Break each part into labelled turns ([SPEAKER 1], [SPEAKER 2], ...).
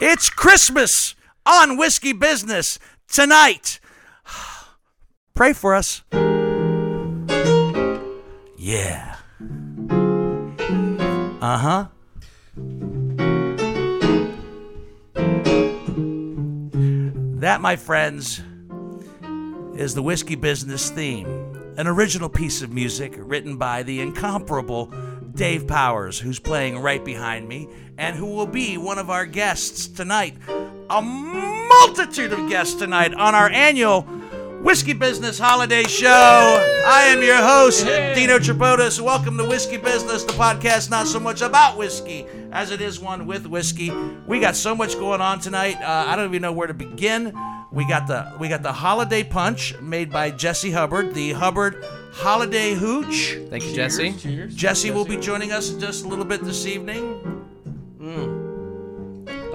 [SPEAKER 1] It's Christmas on Whiskey Business tonight. Pray for us. Yeah. Uh huh. That, my friends, is the Whiskey Business theme, an original piece of music written by the incomparable Dave Powers, who's playing right behind me and who will be one of our guests tonight. A multitude of guests tonight on our annual Whiskey Business Holiday Show. I am your host, Dino Tripodis. Welcome to Whiskey Business, the podcast not so much about whiskey as it is one with whiskey. We got so much going on tonight. Uh, I don't even know where to begin. We got the we got the holiday punch made by Jesse Hubbard, the Hubbard Holiday Hooch.
[SPEAKER 2] Thank you, Jesse.
[SPEAKER 1] Jesse will be joining us in just a little bit this evening.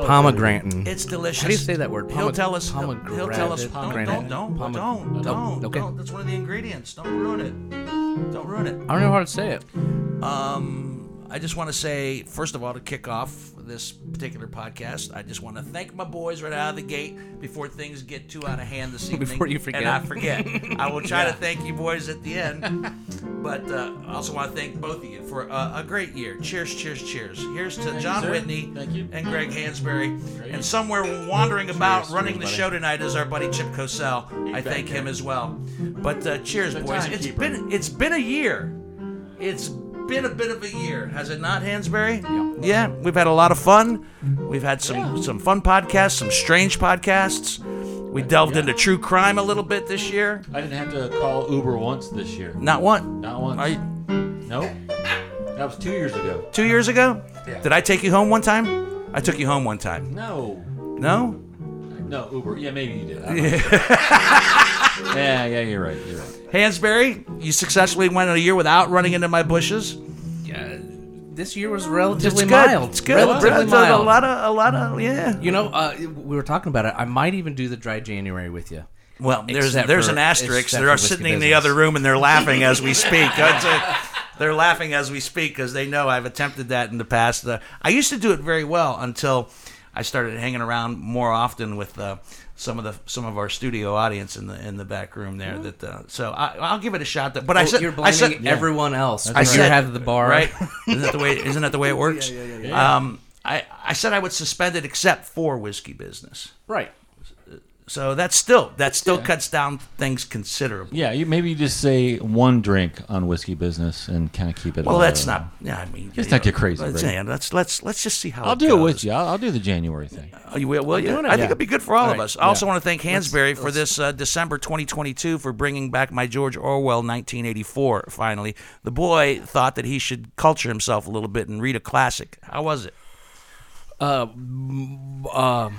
[SPEAKER 3] Pomegranate.
[SPEAKER 1] It's delicious.
[SPEAKER 2] Mm. How do you say that word?
[SPEAKER 1] He'll
[SPEAKER 2] Pomeg-
[SPEAKER 1] tell us. He'll, he'll tell us. Don't,
[SPEAKER 2] pomegranate.
[SPEAKER 1] don't, don't,
[SPEAKER 2] Pomeg-
[SPEAKER 1] don't,
[SPEAKER 2] Oh,
[SPEAKER 1] don't, don't,
[SPEAKER 2] okay.
[SPEAKER 1] That's one of the ingredients. Don't ruin it. Don't ruin it.
[SPEAKER 2] I don't know how to say it.
[SPEAKER 1] Um, I just want to say, first of all, to kick off this particular podcast, I just want to thank my boys right out of the gate before things get too out of hand this evening.
[SPEAKER 2] Before you forget.
[SPEAKER 1] And I forget. I will try to thank you boys at the end. But uh, I also want to thank both of you for uh, a great year. Cheers, cheers, cheers. Here's to John Whitney and Greg Hansberry. And somewhere wandering about running the show tonight is our buddy Chip Cosell. I thank him as well. But uh, cheers, boys. It's been it's been a year. It's been a bit of a year, has it not, Hansberry? Yeah. we've had a lot of fun. We've had some some fun podcasts, some strange podcasts. We delved into true crime a little bit this year.
[SPEAKER 4] I didn't have to call Uber once this year.
[SPEAKER 1] Not one.
[SPEAKER 4] Not once.
[SPEAKER 1] Are you,
[SPEAKER 4] Nope. That was two years ago.
[SPEAKER 1] two years ago? Did I take you home one time? I took you home one time.
[SPEAKER 4] No.
[SPEAKER 1] No?
[SPEAKER 4] No, Uber. Yeah, maybe you did. I don't know. yeah, yeah, you're right. You're right.
[SPEAKER 1] Hansberry, you successfully went a year without running into my bushes.
[SPEAKER 2] Yeah, this year was relatively
[SPEAKER 1] it's good.
[SPEAKER 2] mild.
[SPEAKER 1] It's good.
[SPEAKER 2] Relatively
[SPEAKER 1] It's A
[SPEAKER 2] mild.
[SPEAKER 1] lot of, a lot of, yeah.
[SPEAKER 2] you know, uh, we were talking about it. I might even do the dry January with you.
[SPEAKER 1] Well, there's
[SPEAKER 2] Except
[SPEAKER 1] there's
[SPEAKER 2] for-
[SPEAKER 1] an asterisk.
[SPEAKER 2] except
[SPEAKER 1] They're
[SPEAKER 2] for
[SPEAKER 1] sitting
[SPEAKER 2] whiskey
[SPEAKER 1] in the
[SPEAKER 2] business.
[SPEAKER 1] other room and they're laughing as we speak. That's a- they're laughing as we speak because they know I've attempted that in the past. Uh, I used to do it very well until I started hanging around more often with uh, some of the some of our studio audience in the in the back room there.
[SPEAKER 2] Mm-hmm.
[SPEAKER 1] That uh, so I, I'll give it a shot. Though, but I
[SPEAKER 2] Oh,
[SPEAKER 1] said
[SPEAKER 2] you're
[SPEAKER 1] I
[SPEAKER 2] blaming
[SPEAKER 1] said
[SPEAKER 2] everyone else.
[SPEAKER 1] I
[SPEAKER 2] I you
[SPEAKER 1] said-
[SPEAKER 2] have the bar.
[SPEAKER 1] Right? Isn't that the way? Isn't that the way it works? Um, I I said I would suspend it except for whiskey business.
[SPEAKER 2] Right.
[SPEAKER 1] So that's still that still cuts down things considerably.
[SPEAKER 4] Yeah, you, maybe you just say one drink on whiskey business and kind of keep it.
[SPEAKER 1] Well,
[SPEAKER 4] all-
[SPEAKER 1] that's
[SPEAKER 2] uh,
[SPEAKER 1] not. Yeah, I mean,
[SPEAKER 4] Let's
[SPEAKER 1] you
[SPEAKER 4] not get crazy,
[SPEAKER 1] Let's,
[SPEAKER 4] right?
[SPEAKER 1] yeah, let's let's let's just see how.
[SPEAKER 4] I'll
[SPEAKER 1] it
[SPEAKER 4] do it
[SPEAKER 1] goes.
[SPEAKER 4] with you. I'll, I'll do the January thing.
[SPEAKER 1] Oh, you will, will you? I think it'd be good for all, of us. I also want to thank Hansberry for this uh, December 2022 for bringing back my George Orwell 1984. Finally, the boy thought that he should culture himself a little bit and read a classic. How was it?
[SPEAKER 2] Uh, Um,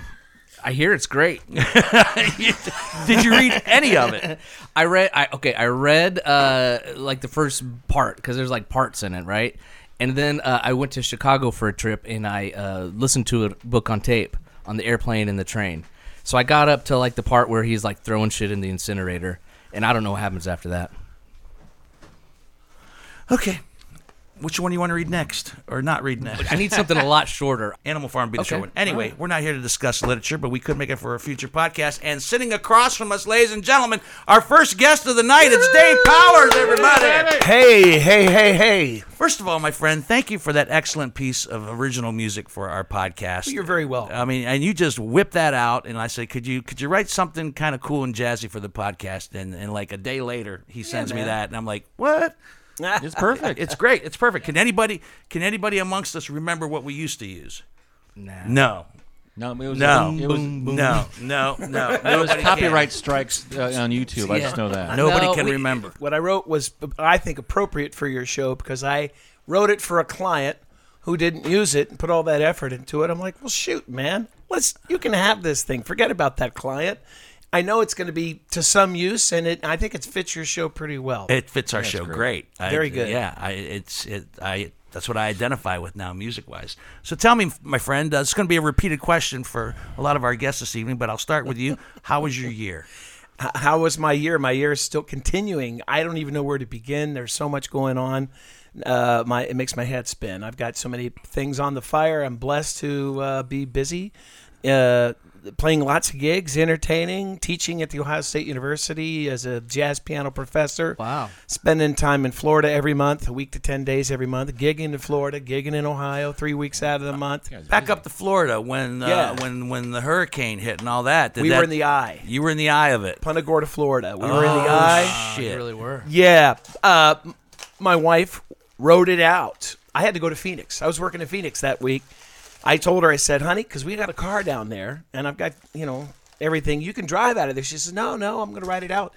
[SPEAKER 2] I hear it's great.
[SPEAKER 1] Did you read any of it?
[SPEAKER 2] I read. I okay. I read uh like the first part because there's like parts in it, right? And then uh, I went to Chicago for a trip, and I uh, listened to a book on tape on the airplane and the train. So I got up to like the part where he's like throwing shit in the incinerator, and I don't know what happens after that.
[SPEAKER 1] Okay, which one do you want to read next, or not read next?
[SPEAKER 2] I need something a lot shorter.
[SPEAKER 1] Animal Farm be the
[SPEAKER 2] Okay.
[SPEAKER 1] short one. Anyway, we're not here to discuss literature, but we could make it for a future podcast. And sitting across from us, ladies and gentlemen, our first guest of the night, it's Dave Powers, everybody.
[SPEAKER 3] Hey, hey, hey, hey.
[SPEAKER 1] First of all, my friend, thank you for that excellent piece of original music for our podcast.
[SPEAKER 3] You're very welcome.
[SPEAKER 1] I mean, and you just whip that out, and I say, could you could you write something kind of cool and jazzy for the podcast? And and like a day later, he sends me that, and I'm like, what?
[SPEAKER 4] It's perfect.
[SPEAKER 1] It's great. It's perfect. Can anybody can anybody amongst us remember what we used to use? No.
[SPEAKER 4] no, it was,
[SPEAKER 1] No.
[SPEAKER 4] It was,
[SPEAKER 1] No, no,
[SPEAKER 4] it
[SPEAKER 1] no.
[SPEAKER 4] was
[SPEAKER 1] Nobody can.
[SPEAKER 4] copyright strikes uh, on YouTube. I just know that.
[SPEAKER 1] Nobody
[SPEAKER 2] No,
[SPEAKER 1] can
[SPEAKER 2] we-
[SPEAKER 1] remember.
[SPEAKER 5] what I wrote was, I think, appropriate for your show because I wrote it for a client who didn't use it and put all that effort into it. I'm like, well, shoot, man, let's you can have this thing. Forget about that client. I know it's going to be to some use, and it I think it fits your show pretty well.
[SPEAKER 1] It fits our show great. I-
[SPEAKER 5] Very good.
[SPEAKER 1] Yeah, I, it's it. I that's what I identify with now, music wise. So tell me, my friend, uh, it's going to be a repeated question for a lot of our guests this evening, but I'll start with you. How was your year?
[SPEAKER 5] H- how was my year? My year is still continuing. I don't even know where to begin. There's so much going on. Uh, my it makes my head spin. I've got so many things on the fire. I'm blessed to uh, be busy. uh, playing lots of gigs, entertaining, teaching at the Ohio State University as a jazz piano professor.
[SPEAKER 2] Wow.
[SPEAKER 5] Spending time in Florida every month, a week to 10 days every month, gigging in Florida, gigging in Ohio, three weeks out of
[SPEAKER 1] Uh,
[SPEAKER 5] the month.
[SPEAKER 1] Back up to Florida when uh,
[SPEAKER 5] Yeah.
[SPEAKER 1] when when the hurricane hit and all that. Did
[SPEAKER 5] We
[SPEAKER 1] that-
[SPEAKER 5] were in the eye.
[SPEAKER 1] You were in the eye of it.
[SPEAKER 5] Punta Gorda, Florida. We were in the eye.
[SPEAKER 2] Oh, You
[SPEAKER 1] Shit.
[SPEAKER 2] really were.
[SPEAKER 5] Yeah. Uh, m- my wife wrote it out. I had to go to Phoenix. I was working in Phoenix that week. I told her, I said, honey, because we got a car down there and I've got, you know, everything. You can drive out of there. She says, no, no, I'm going to write it out.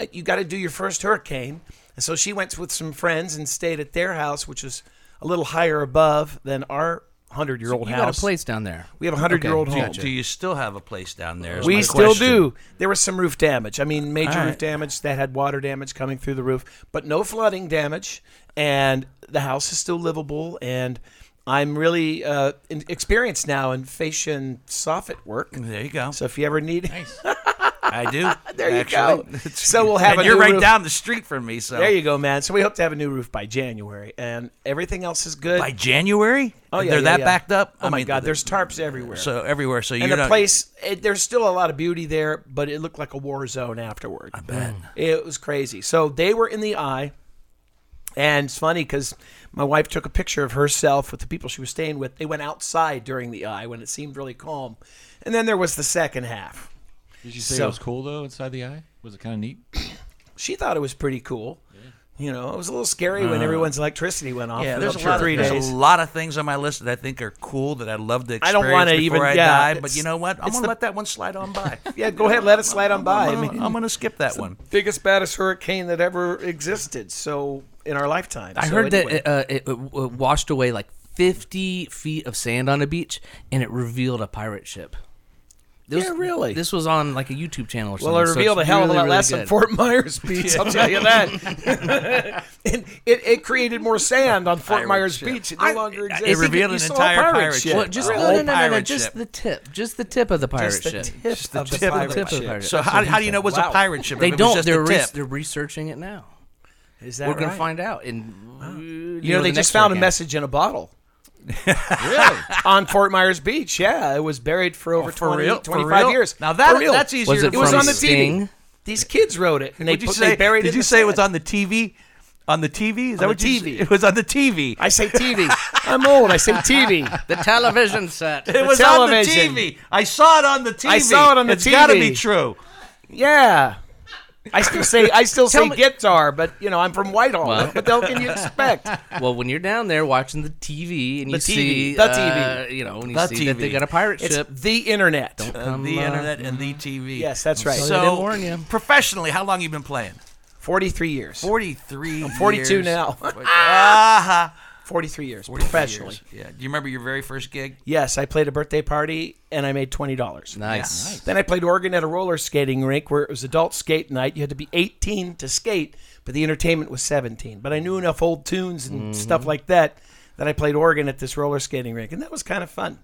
[SPEAKER 5] Uh, You got to do your first hurricane. And so she went with some friends and stayed at their house, which was a little higher above than our 100 year old
[SPEAKER 2] You got
[SPEAKER 5] house.
[SPEAKER 2] a place down there.
[SPEAKER 5] We have a 100 year old
[SPEAKER 2] Okay,
[SPEAKER 5] home.
[SPEAKER 1] Do you still have a place down there? is
[SPEAKER 5] We
[SPEAKER 1] my
[SPEAKER 5] still
[SPEAKER 1] question.
[SPEAKER 5] do. There was some roof damage. I mean, major
[SPEAKER 1] All right.
[SPEAKER 5] roof damage that had water damage coming through the roof, but no flooding damage. And the house is still livable. And I'm really uh, in- experienced now in fascia and soffit work.
[SPEAKER 1] There you go.
[SPEAKER 5] So if you ever need,
[SPEAKER 1] I do.
[SPEAKER 5] there you
[SPEAKER 1] actually.
[SPEAKER 5] go. So we'll have
[SPEAKER 1] and
[SPEAKER 5] a
[SPEAKER 1] you're
[SPEAKER 5] new
[SPEAKER 1] right
[SPEAKER 5] roof.
[SPEAKER 1] down the street from me. So
[SPEAKER 5] There you go, man. So we hope to have a new roof by January, and everything else is good.
[SPEAKER 1] by January,
[SPEAKER 5] oh yeah,
[SPEAKER 1] they're
[SPEAKER 5] yeah,
[SPEAKER 1] that
[SPEAKER 5] yeah.
[SPEAKER 1] backed up.
[SPEAKER 5] Oh
[SPEAKER 1] I
[SPEAKER 5] my
[SPEAKER 1] mean,
[SPEAKER 5] God,
[SPEAKER 1] the-
[SPEAKER 5] there's tarps everywhere.
[SPEAKER 1] so everywhere. So
[SPEAKER 5] and
[SPEAKER 1] you
[SPEAKER 5] the
[SPEAKER 1] don't,
[SPEAKER 5] place it, there's still a lot of beauty there but it looked like a war zone afterward i bet it was crazy so they were in the eye and it's funny because my wife took a picture of herself with the people she was staying with they went outside during the eye when it seemed really calm and then there was the second half
[SPEAKER 4] Did you say
[SPEAKER 5] So-
[SPEAKER 4] it was cool though inside the eye? Was it kind of neat?
[SPEAKER 5] she thought it was pretty cool you know it was a little scary when everyone's electricity went off
[SPEAKER 1] Uh, Yeah,
[SPEAKER 5] for
[SPEAKER 1] there's
[SPEAKER 5] about
[SPEAKER 1] a, lot
[SPEAKER 5] three
[SPEAKER 1] of,
[SPEAKER 5] days
[SPEAKER 1] there's a lot of things on my list that I think are cool that I'd love to
[SPEAKER 5] I
[SPEAKER 1] experience
[SPEAKER 5] don't wanna
[SPEAKER 1] before
[SPEAKER 5] even-
[SPEAKER 1] I
[SPEAKER 5] yeah,
[SPEAKER 1] die. But
[SPEAKER 5] it's-
[SPEAKER 1] you know what? I'm
[SPEAKER 5] it's
[SPEAKER 1] gonna
[SPEAKER 5] the-
[SPEAKER 1] let that one slide on by.
[SPEAKER 5] yeah go ahead let it slide on by
[SPEAKER 1] I'm,
[SPEAKER 5] i mean
[SPEAKER 1] gonna, I'm gonna skip that one.
[SPEAKER 5] biggest baddest hurricane that ever existed so in our lifetime
[SPEAKER 2] I
[SPEAKER 5] So
[SPEAKER 2] heard
[SPEAKER 5] anyway.
[SPEAKER 2] that uh, it, uh washed away like 50 feet of sand on a beach, and it revealed a pirate ship. This,
[SPEAKER 5] Yeah, really?
[SPEAKER 2] This was on like a YouTube channel or something.
[SPEAKER 5] Well, it
[SPEAKER 2] so it's
[SPEAKER 5] revealed a hell of a
[SPEAKER 2] really,
[SPEAKER 5] lot
[SPEAKER 2] really
[SPEAKER 5] less than
[SPEAKER 2] good.
[SPEAKER 5] Fort Myers Beach. I'll tell you that. it, it, it created more sand on Fort
[SPEAKER 1] Pirate
[SPEAKER 5] Myers
[SPEAKER 1] ship.
[SPEAKER 5] Beach. It
[SPEAKER 1] I-
[SPEAKER 5] no longer
[SPEAKER 1] it
[SPEAKER 5] exists.
[SPEAKER 1] revealed
[SPEAKER 5] You
[SPEAKER 1] an
[SPEAKER 5] saw a
[SPEAKER 1] entire pirate ship.
[SPEAKER 2] Well, just
[SPEAKER 1] A
[SPEAKER 2] no,
[SPEAKER 1] whole
[SPEAKER 2] no, no, no, no,
[SPEAKER 1] pirate
[SPEAKER 2] just
[SPEAKER 1] ship.
[SPEAKER 2] the tip, just the tip of the pirate
[SPEAKER 5] Just the
[SPEAKER 2] ship.
[SPEAKER 5] tip of
[SPEAKER 2] tip
[SPEAKER 5] the
[SPEAKER 2] of the
[SPEAKER 5] pirate
[SPEAKER 2] tip of the
[SPEAKER 5] ship.
[SPEAKER 2] pirate
[SPEAKER 1] So
[SPEAKER 2] ship.
[SPEAKER 1] how, how do you know it was
[SPEAKER 5] Wow.
[SPEAKER 1] a pirate ship?
[SPEAKER 2] They
[SPEAKER 1] if it was
[SPEAKER 2] don't.
[SPEAKER 1] just
[SPEAKER 2] They're,
[SPEAKER 1] a
[SPEAKER 2] re-
[SPEAKER 1] tip?
[SPEAKER 2] they're researching it now.
[SPEAKER 5] Is that
[SPEAKER 2] We're gonna
[SPEAKER 5] right?
[SPEAKER 2] find out. And
[SPEAKER 5] You know, they just found a message in a bottle
[SPEAKER 4] really?
[SPEAKER 5] on Fort Myers Beach. Yeah, it was buried for over
[SPEAKER 1] Oh, for
[SPEAKER 5] 20,
[SPEAKER 1] real? For
[SPEAKER 5] 25
[SPEAKER 1] real?
[SPEAKER 5] years.
[SPEAKER 1] Now that-
[SPEAKER 5] For real.
[SPEAKER 1] that's easier
[SPEAKER 2] Was
[SPEAKER 1] to
[SPEAKER 2] it,
[SPEAKER 5] It was
[SPEAKER 2] from
[SPEAKER 5] on the
[SPEAKER 2] Sting?
[SPEAKER 5] TV. These kids wrote it, and they,
[SPEAKER 1] Did you
[SPEAKER 5] put-
[SPEAKER 1] say?
[SPEAKER 5] they buried it.
[SPEAKER 1] Did
[SPEAKER 5] in
[SPEAKER 1] you
[SPEAKER 5] the
[SPEAKER 1] say it was
[SPEAKER 5] sand.
[SPEAKER 1] on the TV? On the TV? Is that
[SPEAKER 5] the
[SPEAKER 1] what you?
[SPEAKER 5] TV.
[SPEAKER 1] It was on the TV.
[SPEAKER 5] I say TV. I'm old. I say TV.
[SPEAKER 2] The television set.
[SPEAKER 1] it was on
[SPEAKER 5] television.
[SPEAKER 1] the TV. I saw it on the TV.
[SPEAKER 5] I saw it on the
[SPEAKER 1] It's got to
[SPEAKER 5] TV.
[SPEAKER 1] be true.
[SPEAKER 5] Yeah. I still say I still say
[SPEAKER 2] me-
[SPEAKER 5] guitar, but you know I'm from Whitehall.
[SPEAKER 2] Well-
[SPEAKER 5] what the hell can you expect?
[SPEAKER 2] well, when you're down there watching the TV and you
[SPEAKER 5] TV,
[SPEAKER 2] see
[SPEAKER 5] the
[SPEAKER 2] uh,
[SPEAKER 5] TV.
[SPEAKER 2] you know, and you
[SPEAKER 1] The
[SPEAKER 2] see that they
[SPEAKER 1] TV.
[SPEAKER 2] got a pirate
[SPEAKER 5] It's
[SPEAKER 2] ship.
[SPEAKER 5] the internet.
[SPEAKER 2] come,
[SPEAKER 1] the
[SPEAKER 2] uh,
[SPEAKER 1] internet and the TV.
[SPEAKER 5] yes, that's right.
[SPEAKER 2] sorry.
[SPEAKER 5] So,
[SPEAKER 2] They
[SPEAKER 1] So
[SPEAKER 2] didn't warn you.
[SPEAKER 1] professionally, how long you been playing?
[SPEAKER 5] 43 years.
[SPEAKER 1] 43. I'm
[SPEAKER 5] 42
[SPEAKER 1] years.
[SPEAKER 5] now.
[SPEAKER 1] Ah,
[SPEAKER 5] 43 years professionally.
[SPEAKER 1] yeah. Do you remember your very first gig?
[SPEAKER 5] Yes, I played a birthday party and I made twenty dollars.
[SPEAKER 2] Nice.
[SPEAKER 5] Then I played organ at a roller skating rink where it was adult skate night. You had to be 18 to skate, but the entertainment was 17. But I knew enough old tunes and stuff like that that I played organ at this roller skating rink, and that was kind of fun.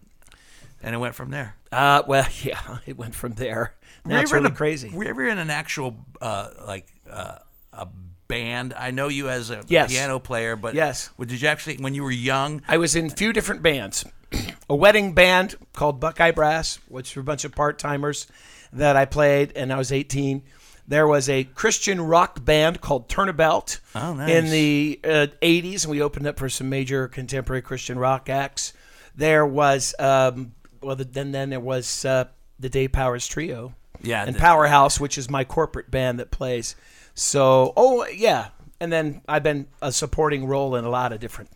[SPEAKER 1] And it went from there.
[SPEAKER 5] Uh, well, yeah, it went from there. Now it's
[SPEAKER 1] Were you ever in
[SPEAKER 5] really
[SPEAKER 1] a-
[SPEAKER 5] crazy.
[SPEAKER 1] Were you ever in an actual uh, like uh, a band? I know you as a
[SPEAKER 5] Yes.
[SPEAKER 1] piano player, but
[SPEAKER 5] Yes.
[SPEAKER 1] well, did you actually when you were young?
[SPEAKER 5] I was in a few different bands. a wedding band called Buckeye Brass, which were a bunch of part timers that I played, and I was 18. There was a Christian rock band called Turnabout
[SPEAKER 1] Oh, nice.
[SPEAKER 5] in the uh, 80s, and we opened up for some major contemporary Christian rock acts. There was, um, well, the, then then there was uh, the Day Powers Trio,
[SPEAKER 1] Yeah,
[SPEAKER 5] and
[SPEAKER 1] the-
[SPEAKER 5] Powerhouse, which is my corporate band that plays. So, oh yeah, and then I've been a supporting role in a lot of different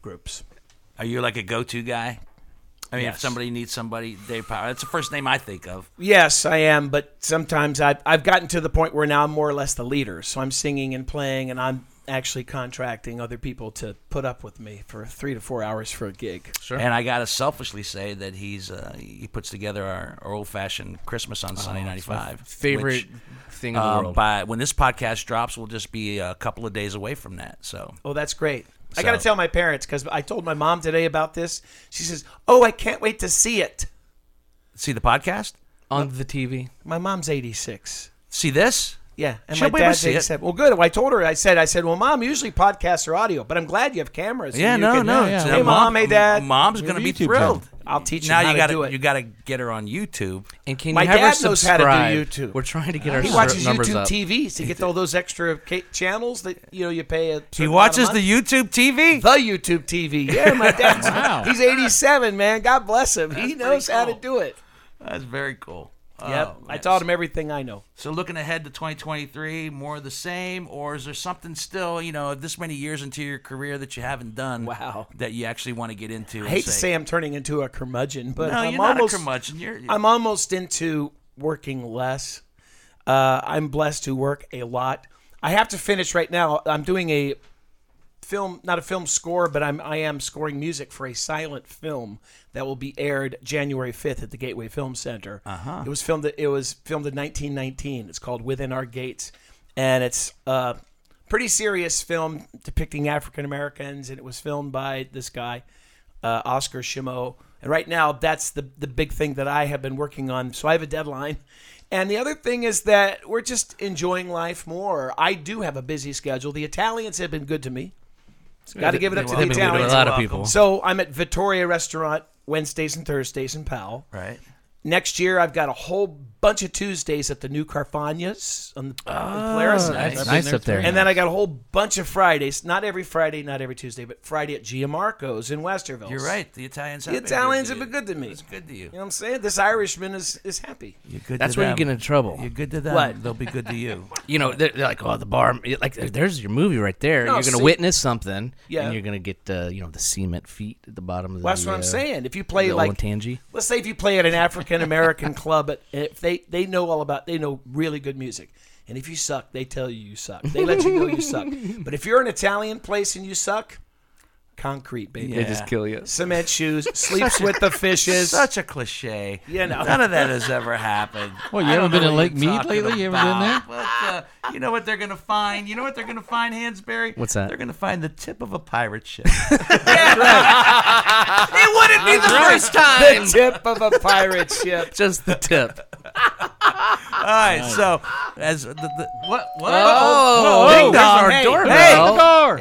[SPEAKER 5] groups.
[SPEAKER 1] Are you like a go-to guy? I mean, if
[SPEAKER 5] Yes.
[SPEAKER 1] somebody needs somebody, Dave Power. That's the first name I think of.
[SPEAKER 5] Yes, I am, but sometimes I've, I've gotten to the point where now I'm more or less the leader. So I'm singing and playing, and I'm actually contracting other people to put up with me for three to four hours for a gig. Sure.
[SPEAKER 1] And I gotta selfishly say that he's uh, he puts together our, our old-fashioned Christmas on Sunday '95
[SPEAKER 2] Oh, Favorite thing in the
[SPEAKER 1] Um,
[SPEAKER 2] world.
[SPEAKER 1] by when this podcast drops, we'll just be a couple of days away from that. So
[SPEAKER 5] Oh, that's great. I got to
[SPEAKER 1] So-
[SPEAKER 5] tell my parents because I told my mom today about this. She says, Oh, I can't wait to see it.
[SPEAKER 1] see the podcast.
[SPEAKER 2] on the TV.
[SPEAKER 5] My mom's 86.
[SPEAKER 1] See this?
[SPEAKER 5] Yeah, and
[SPEAKER 1] She'll
[SPEAKER 5] my
[SPEAKER 1] be able to
[SPEAKER 5] dad's
[SPEAKER 1] see it.
[SPEAKER 5] 87. Well, good. Well, I told her. I said, I said, well, mom, usually podcasts are audio, but I'm glad you have cameras. so
[SPEAKER 1] Yeah,
[SPEAKER 5] you
[SPEAKER 1] no,
[SPEAKER 5] can-
[SPEAKER 1] no.
[SPEAKER 4] yeah,
[SPEAKER 1] it's-
[SPEAKER 4] yeah.
[SPEAKER 5] Hey,
[SPEAKER 1] uh,
[SPEAKER 5] mom. Hey, dad.
[SPEAKER 1] Mom's
[SPEAKER 4] We
[SPEAKER 1] gonna
[SPEAKER 4] have
[SPEAKER 1] be
[SPEAKER 4] YouTube
[SPEAKER 1] thrilled.
[SPEAKER 4] channel.
[SPEAKER 5] I'll teach
[SPEAKER 1] now
[SPEAKER 5] him how
[SPEAKER 1] you
[SPEAKER 5] to
[SPEAKER 1] gotta
[SPEAKER 5] do it.
[SPEAKER 1] you gotta get her on YouTube.
[SPEAKER 2] And can
[SPEAKER 5] My
[SPEAKER 2] you have
[SPEAKER 5] dad
[SPEAKER 2] her
[SPEAKER 5] knows how to do
[SPEAKER 2] subscribe?
[SPEAKER 5] YouTube.
[SPEAKER 2] We're trying to get our
[SPEAKER 5] he
[SPEAKER 2] sur-
[SPEAKER 5] watches
[SPEAKER 2] numbers
[SPEAKER 5] YouTube
[SPEAKER 2] up.
[SPEAKER 5] TV to get all those extra ca- channels that you know you pay. A
[SPEAKER 1] He watches the YouTube TV.
[SPEAKER 5] the YouTube TV. Yeah, my dad's
[SPEAKER 4] Wow.
[SPEAKER 5] he's 87, man. God bless him. he
[SPEAKER 1] That's
[SPEAKER 5] knows
[SPEAKER 1] pretty
[SPEAKER 5] how to
[SPEAKER 1] cool.
[SPEAKER 5] do it.
[SPEAKER 1] That's very cool.
[SPEAKER 5] yep,
[SPEAKER 1] Oh,
[SPEAKER 5] I
[SPEAKER 1] man.
[SPEAKER 5] taught him everything I know.
[SPEAKER 1] So looking ahead to 2023, more of the same, or is there something still, you know, this many years into your career that you haven't done?
[SPEAKER 5] Wow.
[SPEAKER 1] That you actually want to get into?
[SPEAKER 5] I hate to say I'm turning into a curmudgeon, but
[SPEAKER 1] no,
[SPEAKER 5] I'm
[SPEAKER 1] you're
[SPEAKER 5] almost
[SPEAKER 1] not a curmudgeon. You're,
[SPEAKER 5] I'm almost into working less. Uh, I'm blessed to work a lot. I have to finish right now. I'm doing a film, not a film score, but I'm I am scoring music for a silent film that will be aired January 5th at the Gateway Film Center. Uh-huh. It was filmed. It was filmed in 1919. It's called Within Our Gates, and it's a pretty serious film depicting African Americans, and it was filmed by this guy uh, Oscar Shimo. And right now, that's the the big thing that I have been working on. So I have a deadline. And the other thing is that we're just enjoying life more. I do have a busy schedule. The Italians have been good to me. Got to give it up to the
[SPEAKER 2] They've been good to a
[SPEAKER 5] Italians.
[SPEAKER 2] lot of people.
[SPEAKER 5] So I'm at Vittoria Restaurant Wednesdays and Thursdays in Powell.
[SPEAKER 1] right.
[SPEAKER 5] Next year, I've got a whole bunch of Tuesdays at the new Carfagnas on the
[SPEAKER 1] Ah,
[SPEAKER 5] in Polaris.
[SPEAKER 2] It's nice up there.
[SPEAKER 5] And then I got a whole bunch of Fridays. Not every Friday, not every Tuesday, but Friday at Giamarco's in Westerville.
[SPEAKER 1] You're right. The Italians.
[SPEAKER 5] The
[SPEAKER 1] have
[SPEAKER 5] Italians
[SPEAKER 1] been
[SPEAKER 5] have
[SPEAKER 1] good
[SPEAKER 5] been good to me.
[SPEAKER 1] It's good to you.
[SPEAKER 5] You know what I'm saying? This Irishman is, is happy.
[SPEAKER 1] You're good
[SPEAKER 2] That's
[SPEAKER 1] to
[SPEAKER 2] where you
[SPEAKER 1] them.
[SPEAKER 2] get in trouble.
[SPEAKER 1] You're good to them.
[SPEAKER 5] What?
[SPEAKER 1] They'll be good to you.
[SPEAKER 2] you know, they're, they're like, oh, the bar, like, there's your movie right there.
[SPEAKER 5] No,
[SPEAKER 2] you're gonna
[SPEAKER 5] see-
[SPEAKER 2] witness something,
[SPEAKER 5] Yeah.
[SPEAKER 2] and you're gonna get, uh, you know, the cement feet at the bottom of
[SPEAKER 5] Well, that's
[SPEAKER 2] the.
[SPEAKER 5] what I'm
[SPEAKER 2] uh,
[SPEAKER 5] saying. If you play
[SPEAKER 2] the
[SPEAKER 5] like,
[SPEAKER 2] Olentangy.
[SPEAKER 5] let's say if you play at an African American club, at, if they they know all about, they know really good music. And if you suck, they tell you you suck. They let you know you suck. But if you're an Italian place and you suck, concrete baby,
[SPEAKER 1] They just
[SPEAKER 2] kill you.
[SPEAKER 5] cement shoes, sleeps with the fishes.
[SPEAKER 1] Such a cliche.
[SPEAKER 5] You know.
[SPEAKER 1] none of that has ever happened.
[SPEAKER 4] Well, you
[SPEAKER 1] I
[SPEAKER 4] haven't
[SPEAKER 1] don't
[SPEAKER 4] been
[SPEAKER 1] know
[SPEAKER 4] in Lake
[SPEAKER 1] what you're
[SPEAKER 4] Mead
[SPEAKER 1] talking
[SPEAKER 4] lately? You haven't
[SPEAKER 1] about, But, uh, you know what they're gonna find? You know what they're gonna find, Hansberry?
[SPEAKER 2] What's that?
[SPEAKER 1] They're gonna find the tip of a pirate ship.
[SPEAKER 5] it wouldn't be the first time. The tip of a pirate ship.
[SPEAKER 2] Just the tip.
[SPEAKER 1] All right. So, as the, the what what?
[SPEAKER 2] Oh,
[SPEAKER 1] ding
[SPEAKER 2] there's our
[SPEAKER 1] dong!
[SPEAKER 2] doorbell.
[SPEAKER 1] hey,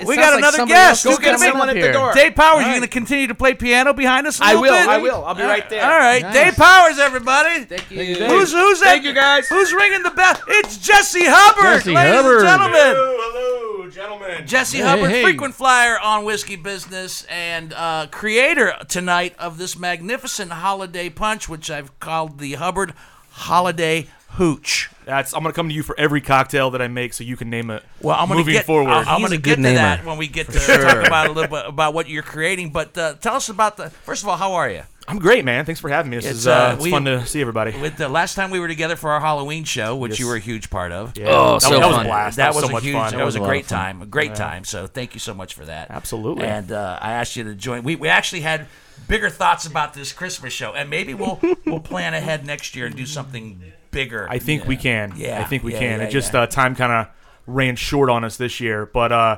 [SPEAKER 2] It
[SPEAKER 1] We
[SPEAKER 2] sounds
[SPEAKER 1] got
[SPEAKER 2] like
[SPEAKER 1] another
[SPEAKER 2] somebody
[SPEAKER 1] guest. Who's
[SPEAKER 2] else is
[SPEAKER 1] gonna
[SPEAKER 2] coming
[SPEAKER 1] make
[SPEAKER 2] up
[SPEAKER 5] one at the
[SPEAKER 2] here.
[SPEAKER 5] door?
[SPEAKER 1] Dave Powers, you going to continue to play piano behind us? a
[SPEAKER 5] I
[SPEAKER 1] little
[SPEAKER 5] will,
[SPEAKER 1] bit?
[SPEAKER 5] I will. I'll be right there.
[SPEAKER 1] All right,
[SPEAKER 4] Nice.
[SPEAKER 1] Dave Powers, everybody.
[SPEAKER 2] Thank you.
[SPEAKER 1] Who's who's
[SPEAKER 5] Thank
[SPEAKER 1] that-
[SPEAKER 5] you, guys.
[SPEAKER 1] Who's ringing the bell? It's Jesse Hubbard,
[SPEAKER 4] Jesse
[SPEAKER 1] ladies
[SPEAKER 4] Hubbard.
[SPEAKER 1] and gentlemen.
[SPEAKER 3] Hello, gentlemen.
[SPEAKER 1] Jesse
[SPEAKER 4] Hey,
[SPEAKER 1] Hubbard,
[SPEAKER 4] hey.
[SPEAKER 1] frequent flyer on Whiskey Business and uh, creator tonight of this magnificent holiday punch, which I've called the Hubbard Holiday Hooch.
[SPEAKER 6] That's I'm gonna come to you for every cocktail that I make, so you can name it.
[SPEAKER 1] Well, I'm gonna
[SPEAKER 6] moving
[SPEAKER 1] get,
[SPEAKER 6] forward.
[SPEAKER 1] I- I'm going
[SPEAKER 2] He's
[SPEAKER 1] to
[SPEAKER 2] a
[SPEAKER 1] get
[SPEAKER 2] good
[SPEAKER 1] to
[SPEAKER 2] namer.
[SPEAKER 1] that when we get to talk about a little bit about what you're creating. But uh, tell us about the first of all, how are you?
[SPEAKER 6] I'm great, man. Thanks for having me. This
[SPEAKER 1] It's,
[SPEAKER 6] is uh,
[SPEAKER 1] uh,
[SPEAKER 6] it's
[SPEAKER 1] we-
[SPEAKER 6] fun to see everybody.
[SPEAKER 1] With the last time we were together for our Halloween show, which you were a huge part of.
[SPEAKER 6] Yeah,
[SPEAKER 2] Oh,
[SPEAKER 6] that,
[SPEAKER 2] so
[SPEAKER 6] was- that was
[SPEAKER 2] fun.
[SPEAKER 6] a blast.
[SPEAKER 1] That, was,
[SPEAKER 6] so
[SPEAKER 1] a
[SPEAKER 6] much
[SPEAKER 1] huge.
[SPEAKER 6] fun.
[SPEAKER 1] That, was, a great time. A great time. So thank you so much for that.
[SPEAKER 6] Absolutely.
[SPEAKER 1] And uh, I asked you to join. We, we actually had bigger thoughts about this Christmas show, and maybe we'll we'll plan ahead next year and do something bigger.
[SPEAKER 6] I think we can.
[SPEAKER 1] Yeah,
[SPEAKER 6] I think we
[SPEAKER 1] yeah,
[SPEAKER 6] can.
[SPEAKER 1] yeah,
[SPEAKER 6] it just
[SPEAKER 1] yeah.
[SPEAKER 6] uh, time kind of ran short on us this year, but uh,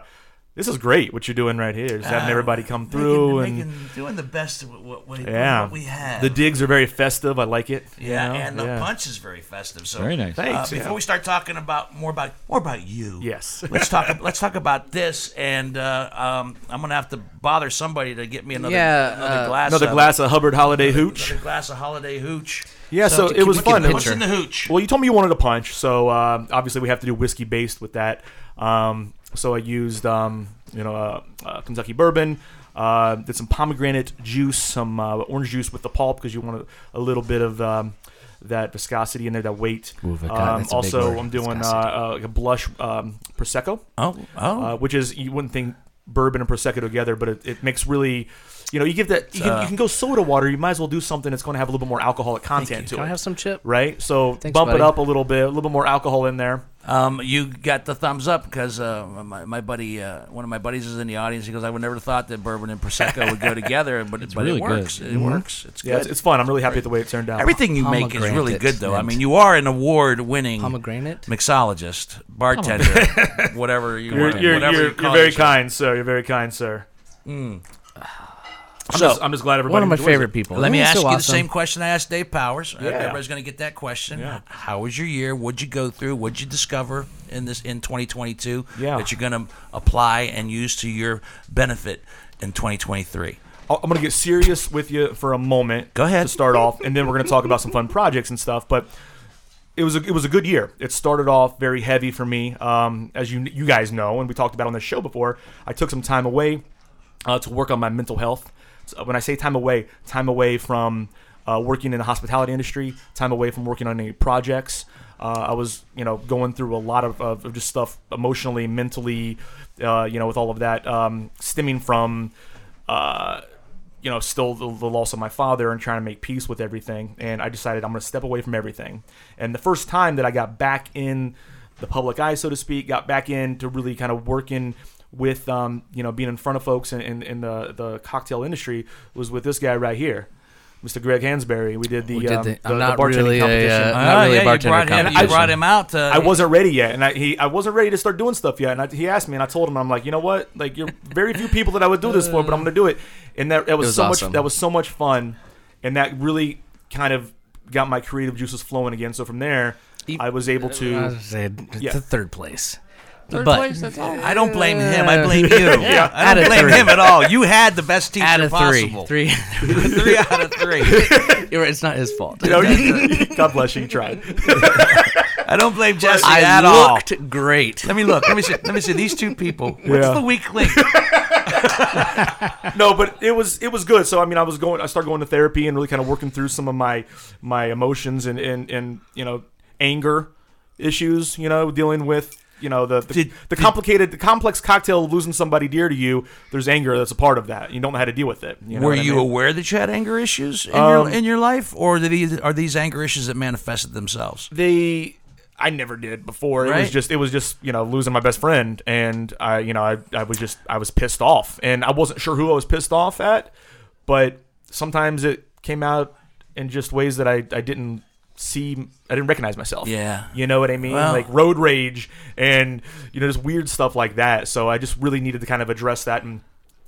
[SPEAKER 6] this is great. What you're doing right here is having everybody come through
[SPEAKER 1] Uh, making,
[SPEAKER 6] and
[SPEAKER 1] making- doing the best of what, what, what,
[SPEAKER 6] yeah,
[SPEAKER 1] what we have.
[SPEAKER 6] the digs are very festive. I like it. you
[SPEAKER 1] yeah,
[SPEAKER 6] know?
[SPEAKER 1] and the
[SPEAKER 6] Yeah.
[SPEAKER 1] punch is very festive. So
[SPEAKER 4] Very nice.
[SPEAKER 1] uh,
[SPEAKER 6] Thanks,
[SPEAKER 1] before
[SPEAKER 6] yeah.
[SPEAKER 1] we start talking about more about more about you,
[SPEAKER 6] Yes.
[SPEAKER 1] let's talk. Let's talk about this, and uh, um, I'm gonna have to bother somebody to get me another
[SPEAKER 2] Yeah,
[SPEAKER 1] another
[SPEAKER 2] uh,
[SPEAKER 1] glass
[SPEAKER 6] Another
[SPEAKER 1] of it.
[SPEAKER 6] glass of Hubbard Holiday Hooch.
[SPEAKER 1] Another glass of holiday hooch.
[SPEAKER 6] Yeah, so,
[SPEAKER 2] can-
[SPEAKER 6] it was
[SPEAKER 2] we can
[SPEAKER 6] fun.
[SPEAKER 2] picture
[SPEAKER 1] What's in the hooch?
[SPEAKER 6] Well, you told me you wanted a punch, so uh, obviously we have to do whiskey based with that. Um, so I used, um, you know, uh, uh, Kentucky bourbon. Uh, did some pomegranate juice, some uh, orange juice with the pulp because you want a, a little bit of um, that viscosity in there, that weight.
[SPEAKER 2] Ooh, vica-
[SPEAKER 6] um,
[SPEAKER 2] that's a big
[SPEAKER 6] also,
[SPEAKER 2] word,
[SPEAKER 6] I'm doing uh,
[SPEAKER 2] viscosity.
[SPEAKER 6] uh, like a blush um, prosecco,
[SPEAKER 1] Oh, oh,
[SPEAKER 6] uh, which is you wouldn't think bourbon and prosecco together, but it, it makes really, you know, you give that you can, you can go soda water. You might as well do something that's going to have a little bit more alcoholic content to
[SPEAKER 2] Can
[SPEAKER 6] it
[SPEAKER 2] I have some chip?
[SPEAKER 6] right? So
[SPEAKER 2] Thanks,
[SPEAKER 6] bump it
[SPEAKER 2] buddy.
[SPEAKER 6] up a little bit, a little bit more alcohol in there.
[SPEAKER 1] Um, you got the thumbs up because uh, my, my buddy, uh, one of my buddies, is in the audience. He goes, "I would never have thought that bourbon and prosecco would go together, but, but
[SPEAKER 4] really good.
[SPEAKER 1] it works. It works. It's
[SPEAKER 6] Mm-hmm. Yeah,
[SPEAKER 1] good.
[SPEAKER 6] it's, it's fun. I'm really happy with the way it turned out.
[SPEAKER 1] Everything you make is
[SPEAKER 2] Pomegranate
[SPEAKER 1] really good, though. I
[SPEAKER 2] mint.
[SPEAKER 1] mean, you are an award-winning
[SPEAKER 2] Pomegranate?
[SPEAKER 1] mixologist, bartender, whatever you
[SPEAKER 6] you're,
[SPEAKER 1] want.
[SPEAKER 6] you're,
[SPEAKER 1] whatever
[SPEAKER 6] you're,
[SPEAKER 1] you
[SPEAKER 6] you're
[SPEAKER 1] call Mm.
[SPEAKER 6] very
[SPEAKER 1] yourself.
[SPEAKER 6] kind, sir. You're very kind, sir. I'm, just, I'm just glad everybody.
[SPEAKER 2] One of my
[SPEAKER 6] enjoys it.
[SPEAKER 2] favorite people.
[SPEAKER 1] Let me
[SPEAKER 2] That's
[SPEAKER 1] ask
[SPEAKER 2] so
[SPEAKER 1] you the
[SPEAKER 2] awesome.
[SPEAKER 1] same question I asked Dave Powers. Uh,
[SPEAKER 6] Yeah.
[SPEAKER 1] Everybody's going to get that question. How was your year? What'd you go through? What'd you discover in this in 2022
[SPEAKER 6] Yeah.
[SPEAKER 1] that you're going to apply and use to your benefit in 2023?
[SPEAKER 6] I- I'm gonna get serious with you for a moment.
[SPEAKER 1] Go ahead.
[SPEAKER 6] to start off, and then we're gonna talk about some fun projects and stuff. But it was a, it was a good year. It started off very heavy for me, um, as you you guys know, and we talked about on the show before. I took some time away uh, to work on my mental health. So when I say time away, time away from uh, working in the hospitality industry, time away from working on any projects. Uh, I was, you know, going through a lot of, of of just stuff emotionally, mentally, uh, you know, with all of that um, stemming from uh, you know, still the, the loss of my father and trying to make peace with everything. And I decided I'm going to step away from everything. And the first time that I got back in the public eye, so to speak, got back in to really kind of working with, um, you know, being in front of folks in, in, in the, the cocktail industry was with this guy right here. Mr. Greg Hansberry, we did the,
[SPEAKER 2] We did
[SPEAKER 6] um,
[SPEAKER 2] the-
[SPEAKER 6] the,
[SPEAKER 2] I'm
[SPEAKER 6] the
[SPEAKER 2] not
[SPEAKER 6] bartending
[SPEAKER 2] really a,
[SPEAKER 6] competition.
[SPEAKER 2] uh,
[SPEAKER 1] Oh,
[SPEAKER 2] Not really a
[SPEAKER 1] yeah,
[SPEAKER 2] bartender
[SPEAKER 1] you, brought him, you
[SPEAKER 2] competition.
[SPEAKER 1] brought him out. To,
[SPEAKER 6] I wasn't ready yet, and I, he I wasn't ready to start doing stuff yet. And I, he asked me, and I told him, I'm like, you know what? Like, you're very few people that I would do this for, but I'm gonna do it. And that, that was,
[SPEAKER 2] was
[SPEAKER 6] so
[SPEAKER 2] awesome.
[SPEAKER 6] much. That was so much fun, and that really kind of got my creative juices flowing again. So from there, I was able to.
[SPEAKER 2] I said it's
[SPEAKER 6] Yeah.
[SPEAKER 2] the third place. but
[SPEAKER 1] I don't blame him. I blame you. I
[SPEAKER 2] Out
[SPEAKER 1] don't
[SPEAKER 2] of
[SPEAKER 1] blame
[SPEAKER 2] three.
[SPEAKER 1] him at all. You had the best teacher
[SPEAKER 2] out of three,
[SPEAKER 1] possible.
[SPEAKER 2] three,
[SPEAKER 1] Three out of three.
[SPEAKER 2] You're right, it's not his fault.
[SPEAKER 6] you know, God bless you. You tried.
[SPEAKER 1] I don't blame Jesse
[SPEAKER 2] I
[SPEAKER 1] at all.
[SPEAKER 2] looked great.
[SPEAKER 1] Let me look. Let me see. Let me see these two people. What's
[SPEAKER 6] Yeah.
[SPEAKER 1] the weak link?
[SPEAKER 6] no, but it was it was good. So I mean, I was going, I started going to therapy and really kind of working through some of my my emotions and and, and you know anger issues. You know, dealing with you know the the,
[SPEAKER 1] Did-
[SPEAKER 6] the complicated, the complex cocktail of losing somebody dear to you. There's anger that's a part of that. You don't know how to deal with it. You know
[SPEAKER 1] Were
[SPEAKER 6] what I
[SPEAKER 1] you
[SPEAKER 6] mean?
[SPEAKER 1] aware that you had anger issues in, your,
[SPEAKER 6] Um,
[SPEAKER 1] in your life, or are these, are these anger issues that manifested themselves?
[SPEAKER 6] they I never did before. It was
[SPEAKER 1] Right.
[SPEAKER 6] just it was just, you know, losing my best friend and I you know, I, I was just I was pissed off and I wasn't sure who I was pissed off at, but sometimes it came out in just ways that I, I didn't see I didn't recognize myself.
[SPEAKER 1] Yeah.
[SPEAKER 6] You know what I mean?
[SPEAKER 1] Wow.
[SPEAKER 6] Like road rage and you know, just weird stuff like that. So I just really needed to kind of address that and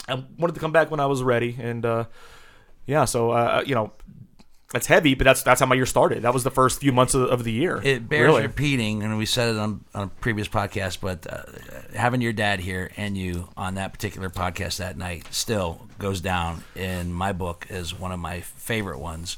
[SPEAKER 6] I wanted to come back when I was ready and uh yeah, so uh, you know, that's heavy, but that's that's how my year started. That was the first few months of, of the year.
[SPEAKER 1] It bears
[SPEAKER 6] really.
[SPEAKER 1] repeating, and we said it on, on a previous podcast, but uh, having your dad here and you on that particular podcast that night still goes down in my book as one of my favorite ones.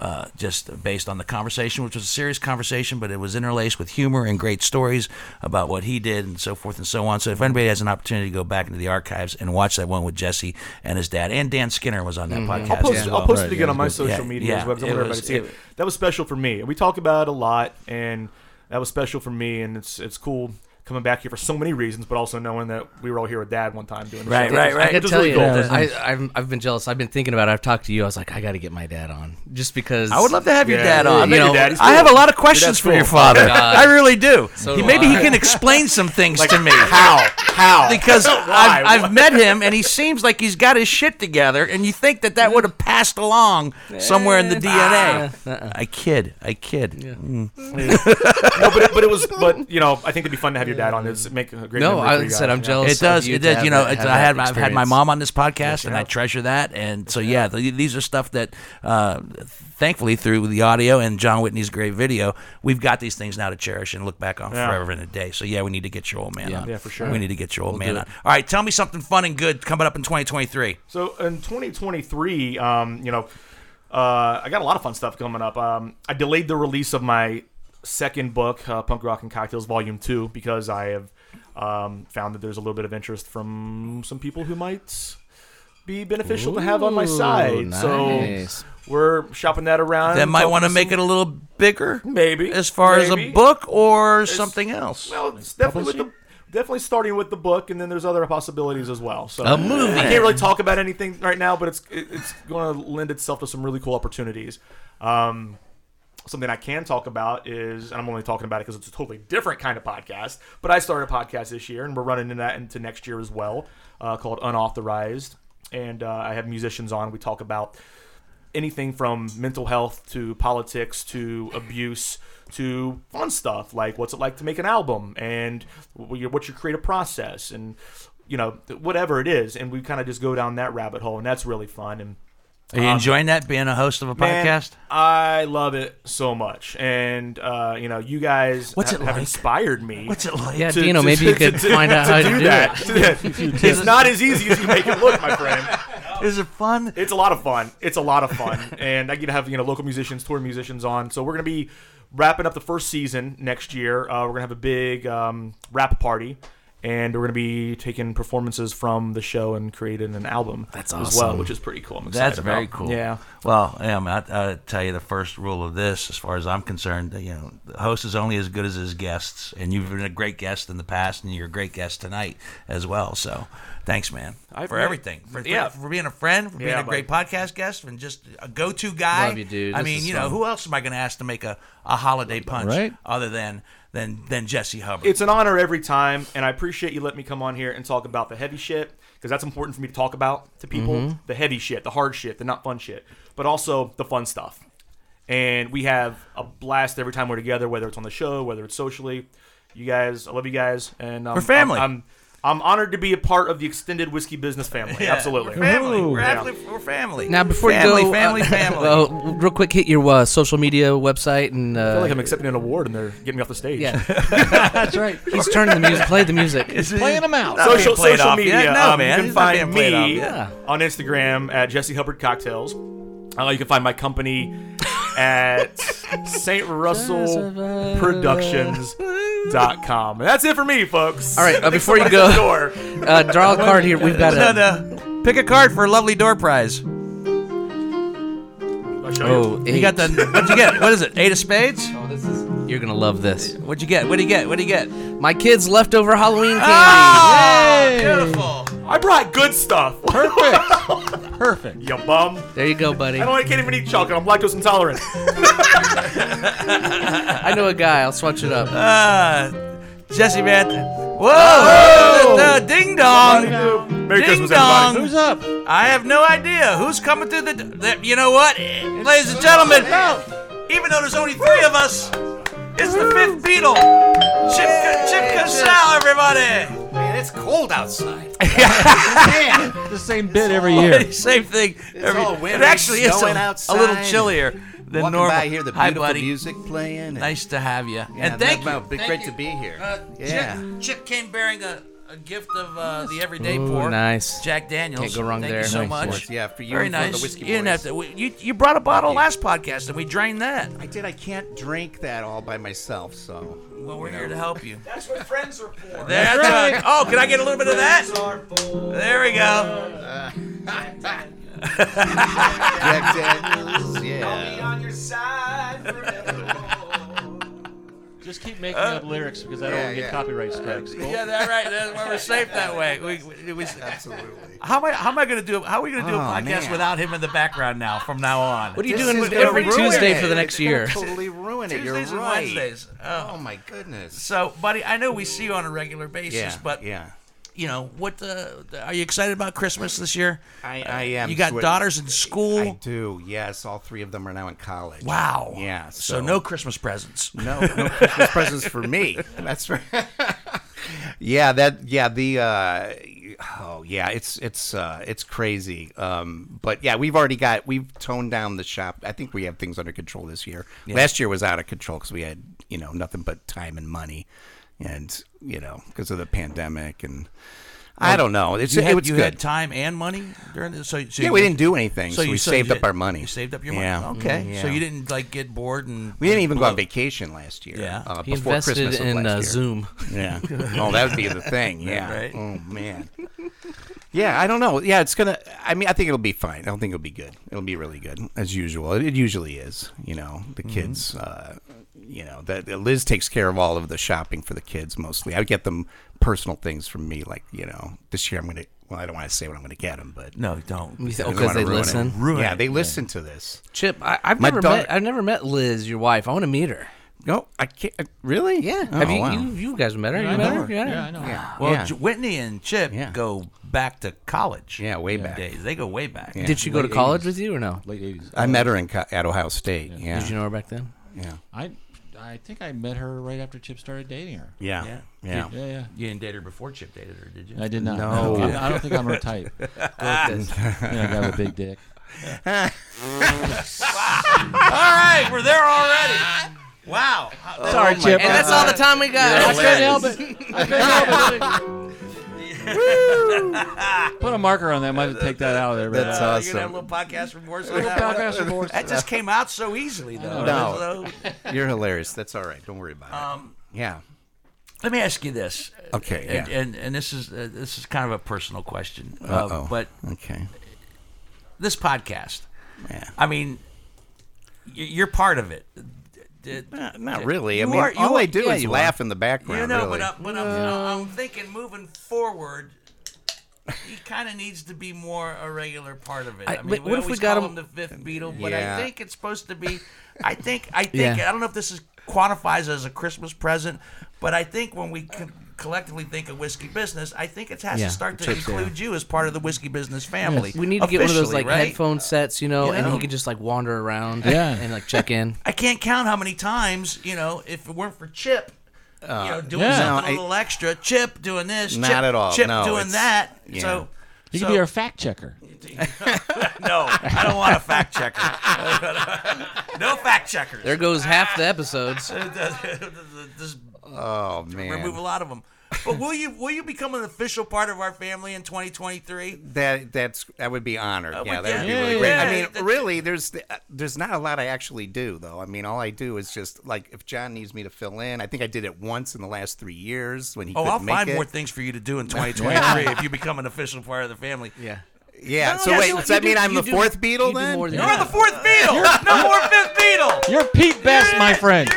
[SPEAKER 1] Uh, just based on the conversation, which was a serious conversation, but it was interlaced with humor and great stories about what he did and so forth and so on. So, if anybody has an opportunity to go back into the archives and watch that one with Jesse and his dad, and Dan Skinner was on that podcast.
[SPEAKER 6] Mm-hmm. I'll post,
[SPEAKER 1] as
[SPEAKER 6] I'll
[SPEAKER 1] well.
[SPEAKER 6] post
[SPEAKER 4] Right,
[SPEAKER 6] it again
[SPEAKER 4] yeah,
[SPEAKER 6] on my
[SPEAKER 4] it's
[SPEAKER 1] good.
[SPEAKER 6] social
[SPEAKER 1] Yeah,
[SPEAKER 6] media
[SPEAKER 1] yeah,
[SPEAKER 6] as well. 'cause I
[SPEAKER 1] it
[SPEAKER 6] want
[SPEAKER 1] was-
[SPEAKER 6] everybody to see it.
[SPEAKER 1] it-
[SPEAKER 6] That was special for me. We talk about it a lot, and that was special for me. And it's it's cool coming back here for so many reasons, but also knowing that we were all here with Dad one time doing the
[SPEAKER 1] Right,
[SPEAKER 6] show.
[SPEAKER 1] right, right.
[SPEAKER 2] I can
[SPEAKER 6] It was
[SPEAKER 2] tell
[SPEAKER 6] really
[SPEAKER 2] you,
[SPEAKER 6] cool.
[SPEAKER 2] I, I've, I've been jealous. I've been thinking about it. I've talked to you. I was like, I got to get my dad on just because.
[SPEAKER 1] I would love to have your
[SPEAKER 6] Yeah.
[SPEAKER 1] dad
[SPEAKER 6] Yeah,
[SPEAKER 1] on.
[SPEAKER 6] I met
[SPEAKER 2] your
[SPEAKER 1] You know,
[SPEAKER 6] dad. He's
[SPEAKER 1] I have a
[SPEAKER 6] cool.
[SPEAKER 1] lot of questions for
[SPEAKER 6] cool. Oh
[SPEAKER 1] your father.
[SPEAKER 2] God.
[SPEAKER 1] I really do.
[SPEAKER 2] So
[SPEAKER 1] he,
[SPEAKER 2] do
[SPEAKER 1] maybe he
[SPEAKER 2] I.
[SPEAKER 1] can explain some things to me.
[SPEAKER 6] How? How?
[SPEAKER 1] Because
[SPEAKER 6] Why?
[SPEAKER 1] I've, I've met him and he seems like he's got his shit together, and you think that that would have passed along somewhere
[SPEAKER 6] Eh,
[SPEAKER 1] in the DNA. I kid. I kid. Mm.
[SPEAKER 6] Uh-uh. no, but it, but it was, but you know, I think it'd be fun to have your dad on. It's make a great.
[SPEAKER 2] No,
[SPEAKER 6] memory for
[SPEAKER 2] I
[SPEAKER 6] you
[SPEAKER 2] said
[SPEAKER 6] guys,
[SPEAKER 2] I'm
[SPEAKER 6] you know?
[SPEAKER 2] jealous.
[SPEAKER 1] It does.
[SPEAKER 2] Of you
[SPEAKER 1] It
[SPEAKER 2] to
[SPEAKER 1] does.
[SPEAKER 2] have
[SPEAKER 1] You know,
[SPEAKER 2] that-
[SPEAKER 1] it's,
[SPEAKER 2] have
[SPEAKER 1] I had
[SPEAKER 2] that
[SPEAKER 1] I've had my
[SPEAKER 2] experience.
[SPEAKER 1] mom on this podcast, and I treasure that. And so, yeah, th- these are stuff that, uh, thankfully, through the audio and John Whitney's great video, we've got these things now to cherish and look back on
[SPEAKER 6] Yeah.
[SPEAKER 1] forever and a day. So, yeah, we need to get your old man on.
[SPEAKER 6] Yeah, for sure.
[SPEAKER 1] We need to get your old man on. All right, tell me something fun and good coming up in 2023.
[SPEAKER 6] So in 2023, um, you know, uh, I got a lot of fun stuff coming up. Um, I delayed the release of my second book, uh, Punk Rock and Cocktails Volume Two, because I have um, found that there's a little bit of interest from some people who might be beneficial to have on my side.
[SPEAKER 2] nice.
[SPEAKER 6] So we're shopping that around.
[SPEAKER 1] That might
[SPEAKER 6] talking
[SPEAKER 1] want to
[SPEAKER 6] some-
[SPEAKER 1] make it a little bigger,
[SPEAKER 6] maybe
[SPEAKER 1] as far as a
[SPEAKER 6] maybe.
[SPEAKER 1] book or something else.
[SPEAKER 6] Well, it's definitely with the. Definitely starting with the book, and then there's other possibilities as well. So
[SPEAKER 2] A movie.
[SPEAKER 6] I can't really talk about anything right now, but it's it- it's going to lend itself to some really cool opportunities. Um, something I can talk about is, and I'm only talking about it because it's a totally different kind of podcast. But I started a podcast this year, and we're running into that into next year as well, uh, called Unauthorized. And uh, I have musicians on. We talk about anything from mental health to politics to abuse to fun stuff like what's it like to make an album and wh- your- what's your creative process and you know whatever it is and we kind of just go down that rabbit hole and that's really fun and
[SPEAKER 1] Are you enjoying that being a host of a
[SPEAKER 6] man,
[SPEAKER 1] podcast?
[SPEAKER 6] I love it so much and uh, you know you guys
[SPEAKER 1] What's
[SPEAKER 6] ha-
[SPEAKER 1] it
[SPEAKER 6] have
[SPEAKER 1] like?
[SPEAKER 6] inspired me
[SPEAKER 1] What's it like?
[SPEAKER 2] Yeah, Dino, maybe you could find out how to do that.
[SPEAKER 6] it's not as easy as you make it look my friend
[SPEAKER 7] Is it fun?
[SPEAKER 6] It's a lot of fun. It's a lot of fun, and I get to have you know local musicians, tour musicians on. So we're gonna be wrapping up the first season next year. Uh, we're gonna have a big um, rap party, and we're gonna be taking performances from the show and creating an album. That's As well,
[SPEAKER 7] awesome.
[SPEAKER 6] which is pretty cool. I'm excited.
[SPEAKER 1] That's very
[SPEAKER 6] about.
[SPEAKER 1] cool.
[SPEAKER 6] Yeah.
[SPEAKER 1] Well, yeah, I, I tell you the first rule of this, as far as I'm concerned, you know, the host is only as good as his guests, and you've been a great guest in the past, and you're a great guest tonight as well. So, thanks, man,
[SPEAKER 6] I've
[SPEAKER 1] for
[SPEAKER 6] met-
[SPEAKER 1] everything, for,
[SPEAKER 6] yeah.
[SPEAKER 1] for being a friend, for being
[SPEAKER 6] Yeah,
[SPEAKER 1] a great podcast guest, and just a go-to guy.
[SPEAKER 2] Love you, dude.
[SPEAKER 1] I
[SPEAKER 2] This
[SPEAKER 1] mean,
[SPEAKER 2] is
[SPEAKER 1] you know,
[SPEAKER 2] fun.
[SPEAKER 1] who else am I going to ask to make a, a holiday punch
[SPEAKER 7] Right.
[SPEAKER 1] other than than than Jesse Hubbard?
[SPEAKER 6] It's an honor every time, and I appreciate you letting me come on here and talk about the heavy shit because that's important for me to talk about to people.
[SPEAKER 1] Mm-hmm.
[SPEAKER 6] The heavy shit, the hard shit, the not fun shit, but also the fun stuff. And we have a blast every time we're together, whether it's on the show, whether it's socially. You guys, I love you guys, and um,
[SPEAKER 1] We're family.
[SPEAKER 6] I'm, I'm I'm honored to be a part of the extended whiskey business family.
[SPEAKER 1] Yeah,
[SPEAKER 6] Absolutely.
[SPEAKER 1] we're family. We're,
[SPEAKER 6] Yeah.
[SPEAKER 1] absolutely- we're family.
[SPEAKER 2] Now before
[SPEAKER 1] family,
[SPEAKER 2] you go,
[SPEAKER 1] family,
[SPEAKER 2] uh,
[SPEAKER 1] family.
[SPEAKER 2] well, real quick, hit your uh, social media website and uh,
[SPEAKER 6] I feel like I'm accepting an award, and they're getting me off the stage.
[SPEAKER 2] yeah. That's right. He's turning the music. Play the music.
[SPEAKER 7] Playing them out.
[SPEAKER 1] Not being
[SPEAKER 6] social,
[SPEAKER 1] played
[SPEAKER 6] social
[SPEAKER 1] off
[SPEAKER 6] media.
[SPEAKER 1] yet. No,
[SPEAKER 6] um,
[SPEAKER 1] man,
[SPEAKER 6] You can
[SPEAKER 1] he's not
[SPEAKER 6] find
[SPEAKER 1] being played
[SPEAKER 6] me
[SPEAKER 1] off yet.
[SPEAKER 6] on Instagram at Jesse Hubbard Cocktails. Uh, you can find my company at St. Russell Productions.com. And that's it for me, folks.
[SPEAKER 2] All right, uh,
[SPEAKER 6] Thanks
[SPEAKER 2] before
[SPEAKER 6] so
[SPEAKER 2] you
[SPEAKER 6] much
[SPEAKER 2] go-
[SPEAKER 6] at the door.
[SPEAKER 2] Uh, draw a card here. We've got
[SPEAKER 1] No,
[SPEAKER 2] a.
[SPEAKER 1] no. Pick a card for a lovely door prize.
[SPEAKER 6] I'll show you.
[SPEAKER 2] Oh,
[SPEAKER 1] You got the. What'd you get? What is it? Eight of spades.
[SPEAKER 2] You're gonna love this.
[SPEAKER 1] What'd you get? What'd you get? What'd you get? Ah!
[SPEAKER 2] My kids' leftover Halloween candy.
[SPEAKER 1] Beautiful.
[SPEAKER 6] I brought good stuff.
[SPEAKER 7] Perfect. Perfect.
[SPEAKER 6] you bum.
[SPEAKER 2] There you go, buddy.
[SPEAKER 6] I don't I can't even eat chocolate. I'm lactose intolerant.
[SPEAKER 2] I know a guy. I'll swatch it up.
[SPEAKER 8] Ah,
[SPEAKER 1] Uh, Jesse, man. Whoa! The- the ding dong.
[SPEAKER 6] Merry
[SPEAKER 1] Ding
[SPEAKER 6] Christmas,
[SPEAKER 1] dong.
[SPEAKER 6] everybody.
[SPEAKER 7] Who's up?
[SPEAKER 1] I have no idea who's coming through the. d- that- you know what, ladies and gentlemen? Even though there's only three of us, it's the fifth Beatle. Chip, Chip Cassell, everybody.
[SPEAKER 7] The same bit every year.
[SPEAKER 1] Same thing. every-
[SPEAKER 8] all
[SPEAKER 1] it
[SPEAKER 8] winter,
[SPEAKER 1] actually is
[SPEAKER 8] snowing
[SPEAKER 1] a, a
[SPEAKER 8] outside,
[SPEAKER 1] little
[SPEAKER 8] and
[SPEAKER 1] chillier than
[SPEAKER 8] Walking
[SPEAKER 1] normal.
[SPEAKER 8] by here, the
[SPEAKER 1] Hi,
[SPEAKER 8] beautiful
[SPEAKER 1] buddy.
[SPEAKER 8] music playing. and-
[SPEAKER 1] Nice to have you.
[SPEAKER 8] Yeah,
[SPEAKER 1] and thank you.
[SPEAKER 8] no, big-
[SPEAKER 1] Thank
[SPEAKER 8] great
[SPEAKER 1] you.
[SPEAKER 8] to be here.
[SPEAKER 1] Uh,
[SPEAKER 8] Yeah.
[SPEAKER 1] Chip, Chip came bearing a, a gift of uh, the everyday
[SPEAKER 2] Ooh,
[SPEAKER 1] pour.
[SPEAKER 2] nice.
[SPEAKER 1] Jack Daniels.
[SPEAKER 2] Can't go wrong
[SPEAKER 1] Thank
[SPEAKER 2] there.
[SPEAKER 1] you so
[SPEAKER 2] Nice.
[SPEAKER 1] much.
[SPEAKER 8] Yeah, for you
[SPEAKER 1] Very
[SPEAKER 8] and for the
[SPEAKER 1] nice.
[SPEAKER 8] Whiskey
[SPEAKER 1] you didn't
[SPEAKER 8] Boys.
[SPEAKER 1] have to. we- You, you brought a bottle
[SPEAKER 8] you.
[SPEAKER 1] last podcast and we drained that.
[SPEAKER 8] I did. I can't drink that all by myself, so.
[SPEAKER 1] Well, we're here to help you.
[SPEAKER 5] That's what friends are for.
[SPEAKER 1] That's right. Oh, can I get a little bit of that? There we go.
[SPEAKER 8] Jack Daniels, yeah.
[SPEAKER 5] on your side forevermore.
[SPEAKER 7] Just keep making up lyrics because I don't
[SPEAKER 8] Yeah,
[SPEAKER 7] want to
[SPEAKER 8] yeah.
[SPEAKER 7] get copyright strikes.
[SPEAKER 1] Yeah, that's right. That's why we're safe that way. We, we, we,
[SPEAKER 8] Absolutely.
[SPEAKER 1] how am I? How am I going to do? How are we going to do
[SPEAKER 8] Oh,
[SPEAKER 1] a podcast
[SPEAKER 8] man.
[SPEAKER 1] without him in the background now from now on?
[SPEAKER 2] What are you
[SPEAKER 8] This
[SPEAKER 2] doing
[SPEAKER 8] is gonna
[SPEAKER 2] every
[SPEAKER 8] ruin
[SPEAKER 2] Tuesday
[SPEAKER 8] it.
[SPEAKER 2] for the next
[SPEAKER 8] It's gonna
[SPEAKER 2] year?
[SPEAKER 8] Totally ruin it. You're
[SPEAKER 1] Tuesdays and
[SPEAKER 8] right.
[SPEAKER 1] Wednesdays. Oh.
[SPEAKER 8] Oh my goodness.
[SPEAKER 1] So, buddy, I know we see you on a regular basis,
[SPEAKER 8] Yeah,
[SPEAKER 1] but
[SPEAKER 8] yeah.
[SPEAKER 1] you know what? Uh, are you excited about Christmas this year?
[SPEAKER 8] I, I am.
[SPEAKER 1] you got
[SPEAKER 8] swi-
[SPEAKER 1] daughters in school.
[SPEAKER 8] I do. Yes, all three of them are now in college.
[SPEAKER 1] Wow.
[SPEAKER 8] Yeah,
[SPEAKER 1] So,
[SPEAKER 8] so-
[SPEAKER 1] no Christmas presents.
[SPEAKER 8] No, no Christmas presents for me. That's right. yeah, that yeah, the uh oh yeah, it's it's uh it's crazy. Um but yeah, we've already got we've toned down the shop. I think we have things under control this year. Last year was out of control cuz we had, you know, nothing but time and money and, you know, because of the pandemic and I don't know. It's
[SPEAKER 1] You,
[SPEAKER 8] it
[SPEAKER 1] had,
[SPEAKER 8] was
[SPEAKER 1] you
[SPEAKER 8] good.
[SPEAKER 1] had time and money during this. So, so
[SPEAKER 8] yeah,
[SPEAKER 1] you-
[SPEAKER 8] we didn't do anything. So,
[SPEAKER 1] you-
[SPEAKER 8] we saved
[SPEAKER 1] you
[SPEAKER 8] up our
[SPEAKER 1] did-
[SPEAKER 8] money.
[SPEAKER 1] You saved up your money.
[SPEAKER 8] Yeah.
[SPEAKER 1] Okay.
[SPEAKER 8] Mhm.
[SPEAKER 1] So
[SPEAKER 8] Yeah.
[SPEAKER 1] you didn't like get bored and
[SPEAKER 8] We didn't even go on vacation last year.
[SPEAKER 1] Yeah.
[SPEAKER 8] uh,
[SPEAKER 2] He
[SPEAKER 8] before
[SPEAKER 2] invested
[SPEAKER 8] Christmas of
[SPEAKER 2] in
[SPEAKER 8] last
[SPEAKER 2] uh,
[SPEAKER 8] year.
[SPEAKER 2] Zoom.
[SPEAKER 8] Yeah. oh, that would be the thing. Yeah.
[SPEAKER 1] Right.
[SPEAKER 8] Oh man. Yeah, I don't know. Yeah, it's gonna. I mean, I think it'll be fine. I don't think it'll be good. It'll be really good as usual. It, it usually is. You know, the
[SPEAKER 1] Mm-hmm.
[SPEAKER 8] kids. Uh, you know, that that Liz takes care of all of the shopping for the kids mostly. I get them personal things from me, like you know, this year I'm gonna. Well, I don't want to say what I'm gonna get them, but
[SPEAKER 1] No, don't.
[SPEAKER 8] I don't
[SPEAKER 2] Because
[SPEAKER 8] wanna
[SPEAKER 2] oh, they
[SPEAKER 8] ruin it.
[SPEAKER 2] listen.
[SPEAKER 1] Ruin
[SPEAKER 8] yeah,
[SPEAKER 1] it.
[SPEAKER 8] they listen to this.
[SPEAKER 2] Chip, I, I've
[SPEAKER 8] My
[SPEAKER 2] never
[SPEAKER 8] daughter-
[SPEAKER 2] met. I've never met Liz, your wife. I want to meet her.
[SPEAKER 8] No, I can't. Really? Yeah. Oh,
[SPEAKER 2] uh, Have you,
[SPEAKER 8] wow.
[SPEAKER 2] you? You guys met her? You
[SPEAKER 7] I
[SPEAKER 2] met
[SPEAKER 7] know.
[SPEAKER 2] her?
[SPEAKER 7] Yeah, I know.
[SPEAKER 8] yeah.
[SPEAKER 1] Well,
[SPEAKER 8] yeah.
[SPEAKER 1] J- Whitney and Chip
[SPEAKER 8] Yeah.
[SPEAKER 1] go back to college.
[SPEAKER 8] Yeah, way back.
[SPEAKER 1] Days. They go way back.
[SPEAKER 8] Yeah.
[SPEAKER 2] Did she go to college with you or no?
[SPEAKER 4] Late 80s.
[SPEAKER 8] I met her in, co- at Ohio State. Yeah.
[SPEAKER 2] Did you know her back then?
[SPEAKER 8] Yeah.
[SPEAKER 4] I, I think I met her right after Chip started dating her.
[SPEAKER 8] Yeah.
[SPEAKER 1] Yeah.
[SPEAKER 8] Yeah.
[SPEAKER 4] Yeah, yeah.
[SPEAKER 1] You didn't date her before Chip dated her, did you?
[SPEAKER 4] I did not.
[SPEAKER 8] No.
[SPEAKER 4] I'm- I don't think I'm her type. Yeah, I got a big dick.
[SPEAKER 1] All right, we're there already. Wow. Oh
[SPEAKER 2] Sorry, Chip. And that's all the time we got.
[SPEAKER 7] I couldn't help it. I couldn't help it. Put a marker on that. Might have to take that out of there. but-
[SPEAKER 8] That's
[SPEAKER 7] Uh,
[SPEAKER 1] You're gonna have a
[SPEAKER 8] awesome.
[SPEAKER 1] little podcast remorse.
[SPEAKER 7] little podcast remorse.
[SPEAKER 1] That just came out so easily, though.
[SPEAKER 8] No. You're hilarious. That's all right. Don't worry about
[SPEAKER 1] Um,
[SPEAKER 8] it. Yeah.
[SPEAKER 1] let me ask you this.
[SPEAKER 8] Okay,
[SPEAKER 1] And
[SPEAKER 8] yeah.
[SPEAKER 1] and, and this is uh, this is kind of a personal question,
[SPEAKER 8] Uh-oh.
[SPEAKER 1] uh, but
[SPEAKER 8] Okay.
[SPEAKER 1] this podcast.
[SPEAKER 8] Yeah.
[SPEAKER 1] I mean, y- you're part of it. D- d-
[SPEAKER 8] Not, not really. I
[SPEAKER 1] You
[SPEAKER 8] mean,
[SPEAKER 1] are- you
[SPEAKER 8] all
[SPEAKER 1] are-
[SPEAKER 8] I do
[SPEAKER 1] yeah,
[SPEAKER 8] is
[SPEAKER 1] you
[SPEAKER 8] laugh in the background.
[SPEAKER 1] You know,
[SPEAKER 8] really.
[SPEAKER 1] but, I, but I'm, I'm thinking moving forward, he kind of needs to be more a regular part of it. I,
[SPEAKER 2] I-
[SPEAKER 1] mean,
[SPEAKER 2] but
[SPEAKER 1] we
[SPEAKER 2] what if we
[SPEAKER 1] always
[SPEAKER 2] got
[SPEAKER 1] call him the
[SPEAKER 2] him-
[SPEAKER 1] fifth Beatle, but
[SPEAKER 8] Yeah.
[SPEAKER 1] I think it's supposed to be. I think I think
[SPEAKER 2] Yeah.
[SPEAKER 1] I don't know if this is quantifies as a Christmas present, but I think when we co- collectively think of whiskey business, I think it has
[SPEAKER 2] Yeah,
[SPEAKER 1] to start to
[SPEAKER 2] chips, yeah.
[SPEAKER 1] include you as part of the whiskey business family.
[SPEAKER 2] We need to get one of those
[SPEAKER 1] officially,
[SPEAKER 2] like
[SPEAKER 1] right?
[SPEAKER 2] headphone sets, you know,
[SPEAKER 1] You
[SPEAKER 2] and
[SPEAKER 1] know?
[SPEAKER 2] he can just like wander around,
[SPEAKER 7] Yeah.
[SPEAKER 2] and like check in.
[SPEAKER 1] I can't count how many times, you know, if it weren't for Chip, you know, doing
[SPEAKER 7] yeah.
[SPEAKER 1] something
[SPEAKER 8] Uh, No, I-
[SPEAKER 1] a little extra, Chip doing this,
[SPEAKER 8] Not
[SPEAKER 1] Chip,
[SPEAKER 8] at all.
[SPEAKER 1] Chip
[SPEAKER 8] No,
[SPEAKER 1] doing
[SPEAKER 8] it's-
[SPEAKER 1] that.
[SPEAKER 8] yeah.
[SPEAKER 1] So,
[SPEAKER 7] You
[SPEAKER 1] so
[SPEAKER 7] could be our fact checker.
[SPEAKER 1] no, I don't want a fact checker. no fact checkers.
[SPEAKER 2] There goes half the episodes.
[SPEAKER 1] Just
[SPEAKER 8] oh man.
[SPEAKER 1] remove a lot of them. But will you will you become an official part of our family in 2023?
[SPEAKER 8] That that's that would be honored. yeah,
[SPEAKER 1] would
[SPEAKER 8] that would be
[SPEAKER 1] yeah,
[SPEAKER 8] really
[SPEAKER 1] yeah,
[SPEAKER 8] great.
[SPEAKER 1] yeah.
[SPEAKER 8] I mean,
[SPEAKER 1] That-
[SPEAKER 8] really, there's there's not a lot I actually do though. I mean, all I do is just like if John needs me to fill in, I think I did it once in the last three years when he
[SPEAKER 1] Oh,
[SPEAKER 8] couldn't
[SPEAKER 1] I'll
[SPEAKER 8] make
[SPEAKER 1] find
[SPEAKER 8] it.
[SPEAKER 1] more things for you to do in 2023 if you become an official part of the family.
[SPEAKER 2] Yeah.
[SPEAKER 8] yeah.
[SPEAKER 1] No,
[SPEAKER 8] so
[SPEAKER 1] yeah,
[SPEAKER 8] wait,
[SPEAKER 1] you-
[SPEAKER 8] does that
[SPEAKER 2] you
[SPEAKER 8] mean
[SPEAKER 2] do-
[SPEAKER 8] I'm
[SPEAKER 2] you
[SPEAKER 8] the
[SPEAKER 2] do-
[SPEAKER 8] fourth
[SPEAKER 2] you
[SPEAKER 8] Beatle
[SPEAKER 2] do
[SPEAKER 8] then?
[SPEAKER 2] more than
[SPEAKER 1] You're the fourth Beatle. No more fifth Beatle.
[SPEAKER 7] You're Pete Best, my friend.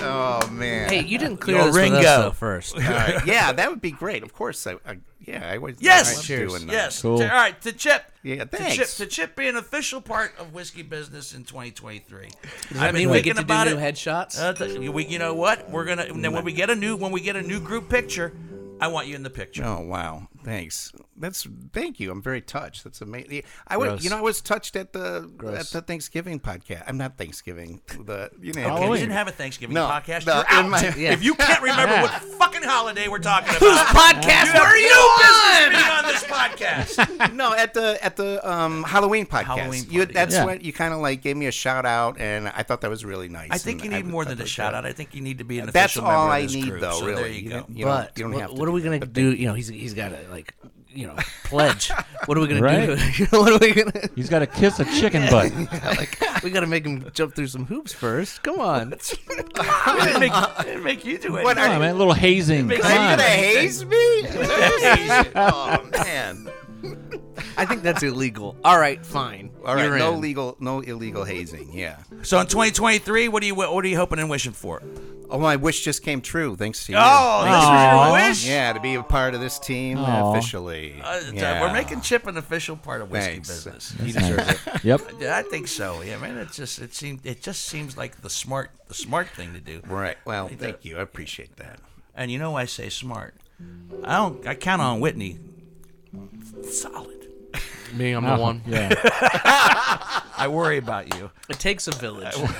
[SPEAKER 8] oh man.
[SPEAKER 2] Hey, you didn't clear
[SPEAKER 1] Yo,
[SPEAKER 2] this with
[SPEAKER 1] Ringo.
[SPEAKER 2] us though first.
[SPEAKER 8] All right. yeah, that would be great. Of course, I, I yeah, I would.
[SPEAKER 1] Yes!
[SPEAKER 8] I like
[SPEAKER 2] Cheers.
[SPEAKER 8] doing that.
[SPEAKER 1] Yes.
[SPEAKER 7] Cool.
[SPEAKER 1] To- all right, to Chip.
[SPEAKER 8] Yeah,
[SPEAKER 1] To Chip,
[SPEAKER 8] thanks.
[SPEAKER 1] to Chip be an official part of whiskey business in 2023. Does
[SPEAKER 2] I mean, we get to do new headshots.
[SPEAKER 1] Uh, th- we, you know what? We're gonna and then when we get a new when we get a new group picture, I want you in the picture.
[SPEAKER 8] Oh wow! Thanks. That's thank you. I'm very touched. That's amazing. I was, you know, I was touched at the at the Thanksgiving podcast. I'm not Thanksgiving. The you know
[SPEAKER 1] Okay, we didn't have a Thanksgiving
[SPEAKER 8] No,
[SPEAKER 1] podcast.
[SPEAKER 8] no,
[SPEAKER 1] You're out.
[SPEAKER 8] in my-
[SPEAKER 1] If you can't remember
[SPEAKER 7] Yeah.
[SPEAKER 1] what fucking holiday we're talking about,
[SPEAKER 2] podcast.
[SPEAKER 1] where are you on? being on this podcast?
[SPEAKER 8] no at the at the um, Halloween podcast.
[SPEAKER 1] Halloween
[SPEAKER 8] You-
[SPEAKER 1] party,
[SPEAKER 8] that's
[SPEAKER 7] yeah.
[SPEAKER 8] what you kind of like gave me a shout out, and I thought that was really nice.
[SPEAKER 1] I think you
[SPEAKER 8] and
[SPEAKER 1] need more
[SPEAKER 8] I
[SPEAKER 1] than a
[SPEAKER 8] thought
[SPEAKER 1] shout
[SPEAKER 8] that-
[SPEAKER 1] out. I think you need to be an
[SPEAKER 8] That's
[SPEAKER 1] official
[SPEAKER 8] all
[SPEAKER 1] member
[SPEAKER 8] I
[SPEAKER 1] of this
[SPEAKER 8] need,
[SPEAKER 1] group.
[SPEAKER 8] though.
[SPEAKER 1] so
[SPEAKER 8] really,
[SPEAKER 1] there you go.
[SPEAKER 8] don't-
[SPEAKER 2] But
[SPEAKER 8] you don't
[SPEAKER 2] what,
[SPEAKER 8] have to
[SPEAKER 2] what are we
[SPEAKER 8] do that,
[SPEAKER 2] gonna
[SPEAKER 8] but
[SPEAKER 2] do? You know, he's he's got to like, you know, pledge. What are we gonna
[SPEAKER 7] Right.
[SPEAKER 2] do? what are we gonna?
[SPEAKER 7] He's got to kiss a chicken butt.
[SPEAKER 2] We got to make him jump through some hoops first. Come on.
[SPEAKER 1] I didn't make, I didn't make you do it.
[SPEAKER 8] What
[SPEAKER 7] Come on, man, a little hazing.
[SPEAKER 1] Makes
[SPEAKER 8] Are
[SPEAKER 7] Come
[SPEAKER 8] you
[SPEAKER 7] on.
[SPEAKER 8] gonna haze me? oh man!
[SPEAKER 2] I think that's illegal. All right, fine.
[SPEAKER 8] All right,
[SPEAKER 2] You're
[SPEAKER 8] no
[SPEAKER 2] in.
[SPEAKER 8] legal, no illegal hazing. Yeah.
[SPEAKER 1] So in 2023, what are you what are you hoping and wishing for?
[SPEAKER 8] Oh, my wish just came true. Thanks to you.
[SPEAKER 1] Oh, that's
[SPEAKER 7] Aw.
[SPEAKER 8] Yeah, to be a part of this team uh,
[SPEAKER 7] Aw.
[SPEAKER 8] officially.
[SPEAKER 1] Uh,
[SPEAKER 8] yeah.
[SPEAKER 1] We're making Chip an official part of whiskey
[SPEAKER 8] Thanks.
[SPEAKER 1] business.
[SPEAKER 8] He deserves it.
[SPEAKER 7] Yep.
[SPEAKER 1] Yeah, I think so. Yeah, man. It just it seemed it just seems like the smart the smart thing to do.
[SPEAKER 8] Right. Well, thank you. I appreciate that.
[SPEAKER 1] And you know why I say smart? I don't. I count on Whitney. Solid.
[SPEAKER 2] Me, I'm the one.
[SPEAKER 7] Uh-huh. Yeah.
[SPEAKER 1] I worry about you.
[SPEAKER 2] It takes a village.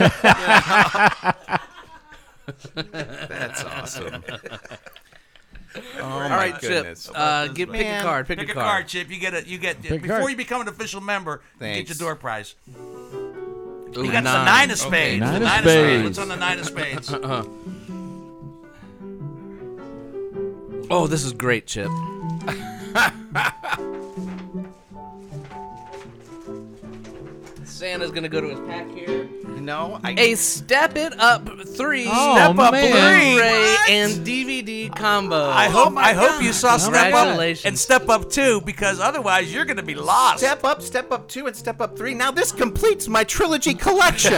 [SPEAKER 8] That's awesome. oh
[SPEAKER 2] All
[SPEAKER 8] my
[SPEAKER 2] right,
[SPEAKER 8] goodness.
[SPEAKER 2] Chip. Uh, get, pick a
[SPEAKER 8] Man.
[SPEAKER 2] card. Pick,
[SPEAKER 1] Pick a card, Chip. You get a you get
[SPEAKER 7] a
[SPEAKER 1] before
[SPEAKER 7] card.
[SPEAKER 1] you become an official member. You get
[SPEAKER 8] Thanks.
[SPEAKER 1] your door prize.
[SPEAKER 2] Ooh,
[SPEAKER 1] You got the nine of spades.
[SPEAKER 7] Nine
[SPEAKER 1] the
[SPEAKER 7] of
[SPEAKER 1] nine of spades.
[SPEAKER 7] spades.
[SPEAKER 1] What's on the nine of spades?
[SPEAKER 2] Oh, this is great, Chip. Santa's gonna go to his pack here.
[SPEAKER 8] No, I.
[SPEAKER 2] A Step It Up 3
[SPEAKER 7] Oh,
[SPEAKER 2] Step Up
[SPEAKER 7] man.
[SPEAKER 2] Blu-ray and DVD combo.
[SPEAKER 1] I
[SPEAKER 8] Oh
[SPEAKER 1] hope I hope you saw step up
[SPEAKER 2] Congratulations.
[SPEAKER 1] and step up too, because otherwise you're going to be lost.
[SPEAKER 8] Step up, step up two, and step up three. Now this completes my trilogy collection.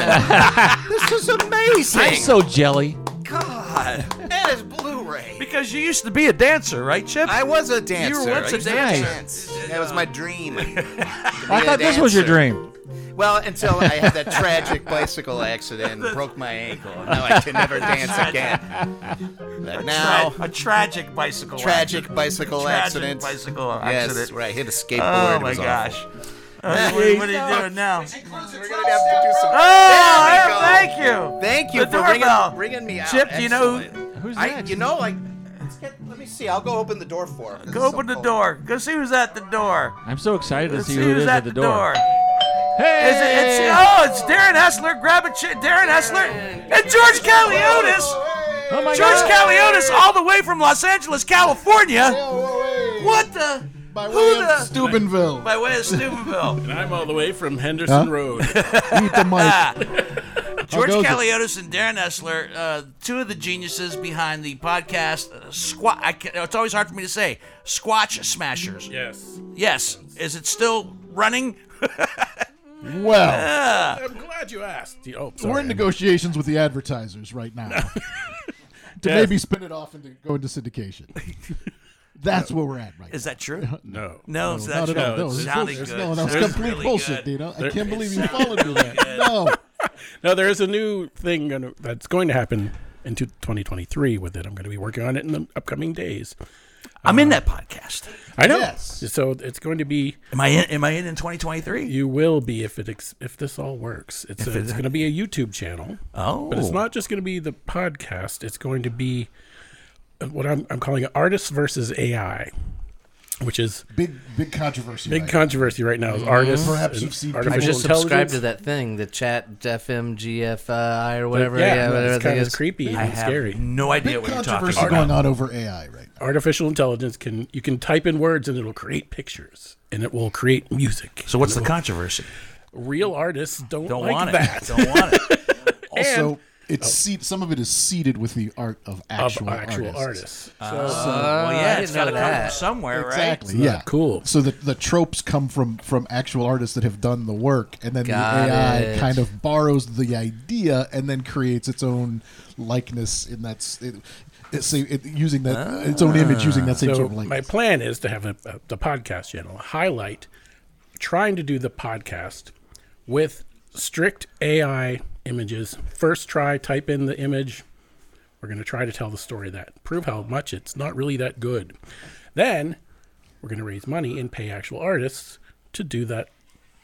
[SPEAKER 8] this is amazing.
[SPEAKER 7] I'm so jelly.
[SPEAKER 8] God, that is Blu-ray.
[SPEAKER 1] Because you used to be a dancer, right, Chip?
[SPEAKER 8] I was a dancer.
[SPEAKER 1] once
[SPEAKER 8] I
[SPEAKER 1] a
[SPEAKER 8] used to
[SPEAKER 1] dancer.
[SPEAKER 8] dance. That was my dream.
[SPEAKER 7] I thought this was your dream.
[SPEAKER 8] Well, until I had that tragic bicycle accident and broke my ankle. Now I can never dance again. But now,
[SPEAKER 1] a tragic bicycle.
[SPEAKER 8] tragic bicycle
[SPEAKER 1] Tragic
[SPEAKER 8] accident.
[SPEAKER 1] bicycle
[SPEAKER 8] yes,
[SPEAKER 1] accident.
[SPEAKER 8] right. I hit a skateboard.
[SPEAKER 1] Oh
[SPEAKER 8] it
[SPEAKER 1] my
[SPEAKER 8] was
[SPEAKER 1] gosh.
[SPEAKER 8] awful.
[SPEAKER 1] Uh, what, what are you doing now?
[SPEAKER 8] We're gonna have to do some. There we
[SPEAKER 1] Oh,
[SPEAKER 8] go.
[SPEAKER 1] thank you.
[SPEAKER 8] Thank you
[SPEAKER 1] The
[SPEAKER 8] for bringing,
[SPEAKER 1] doorbell.
[SPEAKER 8] bringing me out.
[SPEAKER 1] Chip, do you know-
[SPEAKER 8] Excellent.
[SPEAKER 7] Who's
[SPEAKER 8] I,
[SPEAKER 7] next?
[SPEAKER 8] you know, like, let's get, let me see. I'll go open the door for him.
[SPEAKER 1] Go open the door. Go see who's at the door.
[SPEAKER 7] I'm so excited to see
[SPEAKER 1] see
[SPEAKER 7] who it
[SPEAKER 1] who's
[SPEAKER 7] is
[SPEAKER 1] at
[SPEAKER 7] at the door. Hey!
[SPEAKER 1] Is it, it's, oh, it's Darren Hessler. Grab a chair. Darren Hessler and George Caliotis.
[SPEAKER 7] Oh my
[SPEAKER 1] George
[SPEAKER 7] God.
[SPEAKER 1] Caliotis, all the way from Los Angeles, California. What the?
[SPEAKER 9] oh, By
[SPEAKER 1] Who
[SPEAKER 9] way of
[SPEAKER 1] the-
[SPEAKER 9] Steubenville.
[SPEAKER 1] By way of Steubenville.
[SPEAKER 10] Oh. And I'm all the way from Henderson
[SPEAKER 9] Huh?
[SPEAKER 10] Road.
[SPEAKER 9] Eat the mic.
[SPEAKER 1] Ah, George
[SPEAKER 9] goes it?
[SPEAKER 1] Kaliotis and Darren Essler, uh, two of the geniuses behind the podcast uh, Squat. I can, it's always hard for me to say Squatch Smashers.
[SPEAKER 10] yes.
[SPEAKER 1] Yes, is it still running?
[SPEAKER 9] Well,
[SPEAKER 1] Ah.
[SPEAKER 10] I'm glad you asked. Oh, sorry.
[SPEAKER 9] we're in negotiations with the advertisers right now to
[SPEAKER 10] Yeah.
[SPEAKER 9] maybe spin it off and go into syndication. That's where we're at right
[SPEAKER 1] Is that true?
[SPEAKER 10] No.
[SPEAKER 1] No, it's not
[SPEAKER 9] not at
[SPEAKER 1] true.
[SPEAKER 9] all. No, it's
[SPEAKER 1] Sounding
[SPEAKER 9] bullshit.
[SPEAKER 1] good.
[SPEAKER 9] No, that was
[SPEAKER 1] Sounds
[SPEAKER 9] complete
[SPEAKER 1] really
[SPEAKER 9] bullshit,
[SPEAKER 1] good.
[SPEAKER 9] Dino. I can't believe you
[SPEAKER 1] sounds
[SPEAKER 9] followed me
[SPEAKER 1] really
[SPEAKER 9] there.
[SPEAKER 1] good.
[SPEAKER 9] No,
[SPEAKER 10] Now there is a new thing gonna, that's going to happen in two- 2023 with it. I'm going to be working on it in the upcoming days. Uh,
[SPEAKER 1] I'm in that podcast.
[SPEAKER 10] I know.
[SPEAKER 9] Yes.
[SPEAKER 10] So it's going to be.
[SPEAKER 1] Am I in? Am I in in 2023?
[SPEAKER 10] You will be if it ex- if this all works. It's it's going to be a YouTube channel,
[SPEAKER 1] Oh,
[SPEAKER 10] but it's not just going to be the podcast. It's going to be uh, what I'm I'm calling artists versus AI, which is
[SPEAKER 9] big big controversy.
[SPEAKER 10] big
[SPEAKER 9] right now.
[SPEAKER 10] controversy right
[SPEAKER 1] Mm-hmm.
[SPEAKER 10] now. Is artists
[SPEAKER 9] Perhaps
[SPEAKER 10] and
[SPEAKER 9] you've seen
[SPEAKER 10] artificial
[SPEAKER 2] I just subscribed
[SPEAKER 10] intelligence.
[SPEAKER 2] to that thing, the chat FM
[SPEAKER 1] uh,
[SPEAKER 2] GFI or whatever.
[SPEAKER 10] Yeah,
[SPEAKER 2] Yeah,
[SPEAKER 10] no,
[SPEAKER 2] whatever
[SPEAKER 10] it's
[SPEAKER 2] that
[SPEAKER 10] kind of
[SPEAKER 2] is.
[SPEAKER 10] creepy
[SPEAKER 1] I
[SPEAKER 10] and
[SPEAKER 1] have
[SPEAKER 10] scary.
[SPEAKER 1] no idea
[SPEAKER 9] Big
[SPEAKER 1] what you're talking
[SPEAKER 9] controversy
[SPEAKER 1] about.
[SPEAKER 9] going on over AI right now.
[SPEAKER 10] artificial intelligence can you can type in words and it'll create pictures and it will create music.
[SPEAKER 1] So what's the
[SPEAKER 10] And
[SPEAKER 1] controversy?
[SPEAKER 10] it'll- real artists don't,
[SPEAKER 1] Don't
[SPEAKER 10] like
[SPEAKER 1] want it.
[SPEAKER 10] that Oh.
[SPEAKER 1] Don't want it.
[SPEAKER 9] Also, it's seed- some of it is seeded with the art of
[SPEAKER 10] of
[SPEAKER 9] actual,
[SPEAKER 10] actual
[SPEAKER 9] artists.
[SPEAKER 10] artists.
[SPEAKER 1] Uh, well, yeah,
[SPEAKER 2] didn't
[SPEAKER 1] it's got to
[SPEAKER 2] know
[SPEAKER 1] come
[SPEAKER 2] that.
[SPEAKER 1] from somewhere, right?
[SPEAKER 9] Exactly. Yeah.
[SPEAKER 10] cool.
[SPEAKER 9] So the, the tropes come from from actual artists that have done the work, and then
[SPEAKER 2] Got
[SPEAKER 9] the AI
[SPEAKER 2] it.
[SPEAKER 9] kind of borrows the idea and then creates its own likeness, and that's it, it's sa- it, using that Uh, its own image using that same
[SPEAKER 1] Ah.
[SPEAKER 10] so
[SPEAKER 9] sort of
[SPEAKER 10] my
[SPEAKER 9] likeness.
[SPEAKER 10] plan is to have a, a- the podcast channel highlight trying to do the podcast with strict AI images. First try, type in the image. We're going to try to tell the story of that prove how much it's not really that good. Then we're going to raise money and pay actual artists to do that.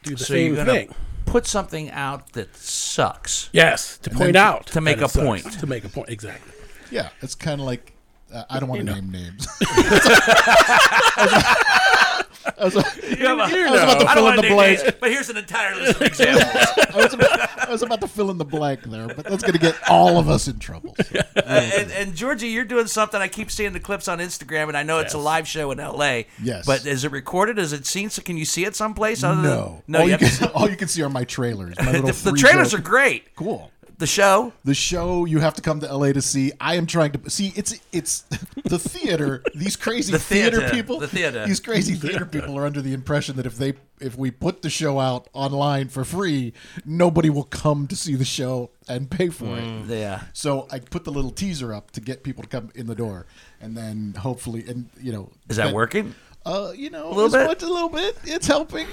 [SPEAKER 10] Do the
[SPEAKER 1] So
[SPEAKER 10] same
[SPEAKER 1] you're gonna
[SPEAKER 10] thing.
[SPEAKER 1] put something out that sucks.
[SPEAKER 10] Yes, to point
[SPEAKER 9] to-
[SPEAKER 10] out
[SPEAKER 1] to make
[SPEAKER 10] that
[SPEAKER 1] a
[SPEAKER 10] it sucks.
[SPEAKER 1] point.
[SPEAKER 10] To make a point, exactly.
[SPEAKER 9] yeah, it's kind of like uh, I don't want to name names. I was, I
[SPEAKER 1] You have a-
[SPEAKER 9] was about to
[SPEAKER 1] I don't
[SPEAKER 9] fill in
[SPEAKER 1] want
[SPEAKER 9] the
[SPEAKER 1] to name
[SPEAKER 9] blank.
[SPEAKER 1] names, but here's an entire list of examples.
[SPEAKER 9] I was, about, I was about to fill in the blank there, but that's going to get all of us in trouble. So,
[SPEAKER 1] Uh, and, and Georgie, you're doing something. I keep seeing the clips on Instagram, and I know it's a live show in L.A.
[SPEAKER 9] Yes.
[SPEAKER 1] But is it recorded? Is it seen? So can you see it someplace? Other
[SPEAKER 9] no,
[SPEAKER 1] Than, no.
[SPEAKER 9] all
[SPEAKER 1] You
[SPEAKER 9] you,
[SPEAKER 1] have to,
[SPEAKER 9] can, all you can see are my trailers. My
[SPEAKER 1] the,
[SPEAKER 9] little
[SPEAKER 1] the
[SPEAKER 9] free
[SPEAKER 1] trailers
[SPEAKER 9] show.
[SPEAKER 1] are great.
[SPEAKER 9] cool.
[SPEAKER 1] The show.
[SPEAKER 9] The show you have to come to LA to see. I am trying to see. It's it's the theater. These crazy
[SPEAKER 1] The
[SPEAKER 9] theater,
[SPEAKER 1] theater,
[SPEAKER 9] people.
[SPEAKER 1] the theater.
[SPEAKER 9] These crazy theater people are under the impression that if they if we put the show out online for free, nobody will come to see the show and pay for it.
[SPEAKER 1] Mm, Yeah.
[SPEAKER 9] So I put the little teaser up to get people to come in the door, and then hopefully, and you know,
[SPEAKER 1] Is that working?
[SPEAKER 9] Uh, you know, a
[SPEAKER 1] little
[SPEAKER 9] little
[SPEAKER 1] bit?
[SPEAKER 9] bit, a little bit. It's helping.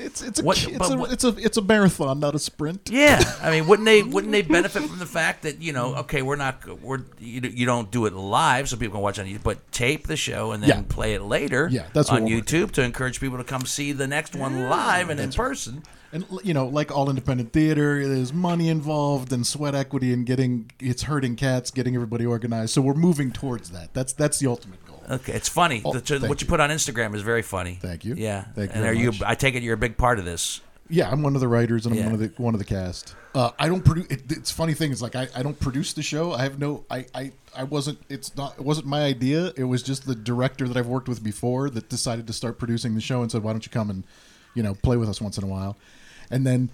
[SPEAKER 9] It's it's a
[SPEAKER 1] What-
[SPEAKER 9] ki- it's
[SPEAKER 1] but
[SPEAKER 9] a,
[SPEAKER 1] what-
[SPEAKER 9] it's a it's a marathon, not a sprint.
[SPEAKER 1] Yeah. I mean, wouldn't they? Wouldn't they benefit from the fact that you know? Okay, we're not. We're you, you don't do it live, so people can watch on YouTube, but tape the show and then
[SPEAKER 9] Yeah.
[SPEAKER 1] play it later.
[SPEAKER 9] Yeah, that's what
[SPEAKER 1] on
[SPEAKER 9] we're working
[SPEAKER 1] YouTube to encourage people to come see the next one live and in person.
[SPEAKER 9] and you know like all independent theater there's money involved and sweat equity and getting it's hurting cats getting everybody organized so we're moving towards that that's that's the ultimate goal
[SPEAKER 1] Okay, it's funny.
[SPEAKER 9] Oh,
[SPEAKER 1] The- the-
[SPEAKER 9] thank
[SPEAKER 1] what you
[SPEAKER 9] you.
[SPEAKER 1] put on Instagram is very funny.
[SPEAKER 9] Thank you.
[SPEAKER 1] Yeah.
[SPEAKER 9] Thank you
[SPEAKER 1] And are
[SPEAKER 9] very
[SPEAKER 1] you?
[SPEAKER 9] much.
[SPEAKER 1] I take it you're a big part of this.
[SPEAKER 9] yeah i'm one of the writers and i'm
[SPEAKER 1] Yeah.
[SPEAKER 9] one of the one of the cast uh, i don't produce it, it's funny thing is like I, I don't produce the show i have no I, I i wasn't it's not it wasn't my idea it was just the director that i've worked with before that decided to start producing the show and said why don't you come and you know play with us once in a while and then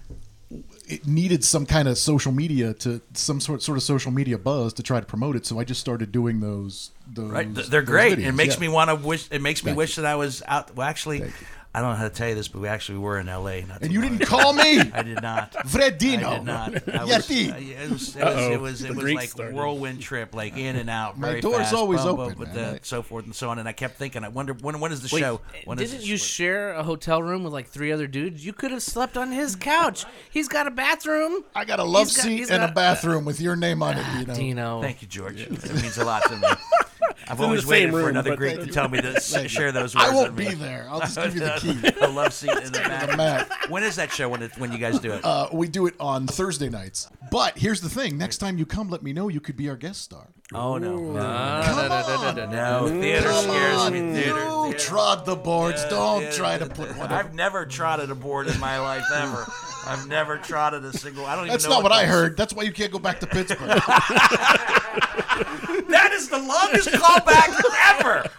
[SPEAKER 9] it needed some kind of social media to some sort sort of social media buzz to try to promote it. So I just started doing those. those
[SPEAKER 1] Right? Th- They're
[SPEAKER 9] those
[SPEAKER 1] great.
[SPEAKER 9] Mm, videos,
[SPEAKER 1] it makes
[SPEAKER 9] yeah.
[SPEAKER 1] me want to wish. It makes me
[SPEAKER 9] Thank
[SPEAKER 1] wish that I was out. Well, actually, I don't know how to tell you this, but we actually were in L.A. Not
[SPEAKER 9] And
[SPEAKER 1] too
[SPEAKER 9] you
[SPEAKER 1] long
[SPEAKER 9] didn't
[SPEAKER 1] ago.
[SPEAKER 9] call me,
[SPEAKER 1] I did not.
[SPEAKER 9] Fredino.
[SPEAKER 1] I did not. I was,
[SPEAKER 9] Yeti.
[SPEAKER 1] I- it was, it was, it was, it
[SPEAKER 10] The
[SPEAKER 1] was
[SPEAKER 10] drink
[SPEAKER 1] like
[SPEAKER 10] started.
[SPEAKER 1] whirlwind trip, like in and out.
[SPEAKER 9] My
[SPEAKER 1] very
[SPEAKER 9] door's
[SPEAKER 1] fast,
[SPEAKER 9] always
[SPEAKER 1] bum,
[SPEAKER 9] open,
[SPEAKER 1] bum, with
[SPEAKER 9] man.
[SPEAKER 1] the, so forth and so on. And I kept thinking, I wonder when when is the
[SPEAKER 2] Wait, eh,
[SPEAKER 1] show? When is
[SPEAKER 2] didn't
[SPEAKER 1] this-
[SPEAKER 2] you
[SPEAKER 1] when-
[SPEAKER 2] share a hotel room with like three other dudes? You could have slept on his couch. He's got a bathroom.
[SPEAKER 9] I got a love
[SPEAKER 2] He's got-
[SPEAKER 9] seat
[SPEAKER 2] he's
[SPEAKER 9] and
[SPEAKER 2] got-
[SPEAKER 9] a bathroom with your name on it. You know.
[SPEAKER 2] Dino.
[SPEAKER 1] Thank you, George. It means a lot to me. I've
[SPEAKER 10] in
[SPEAKER 1] always
[SPEAKER 10] the
[SPEAKER 1] waited
[SPEAKER 10] same
[SPEAKER 1] for
[SPEAKER 10] room,
[SPEAKER 1] another
[SPEAKER 10] but
[SPEAKER 1] Greek
[SPEAKER 10] thank
[SPEAKER 1] to
[SPEAKER 10] you.
[SPEAKER 1] tell me to s- share those words.
[SPEAKER 9] I won't
[SPEAKER 1] with me.
[SPEAKER 9] be there. I'll just give you the key.
[SPEAKER 1] a love seat in the
[SPEAKER 9] The
[SPEAKER 1] back.
[SPEAKER 9] Mac.
[SPEAKER 1] When is that show? When it, when you guys do it?
[SPEAKER 9] Uh, we do it on Thursday nights. But here's the thing: next time you come, let me know. You could be our guest star.
[SPEAKER 1] oh no! No,
[SPEAKER 9] Come on,
[SPEAKER 1] no theater
[SPEAKER 9] come
[SPEAKER 1] scares
[SPEAKER 9] on.
[SPEAKER 1] me. Theater.
[SPEAKER 9] You trod the boards. Don't try to put one. Over.
[SPEAKER 1] I've never trotted a board in my life ever. I've never trotted a single. I don't even
[SPEAKER 9] That's
[SPEAKER 1] know.
[SPEAKER 9] not what I
[SPEAKER 1] those-
[SPEAKER 9] heard. That's why you can't go back to Pittsburgh.
[SPEAKER 1] That is the longest callback ever. That-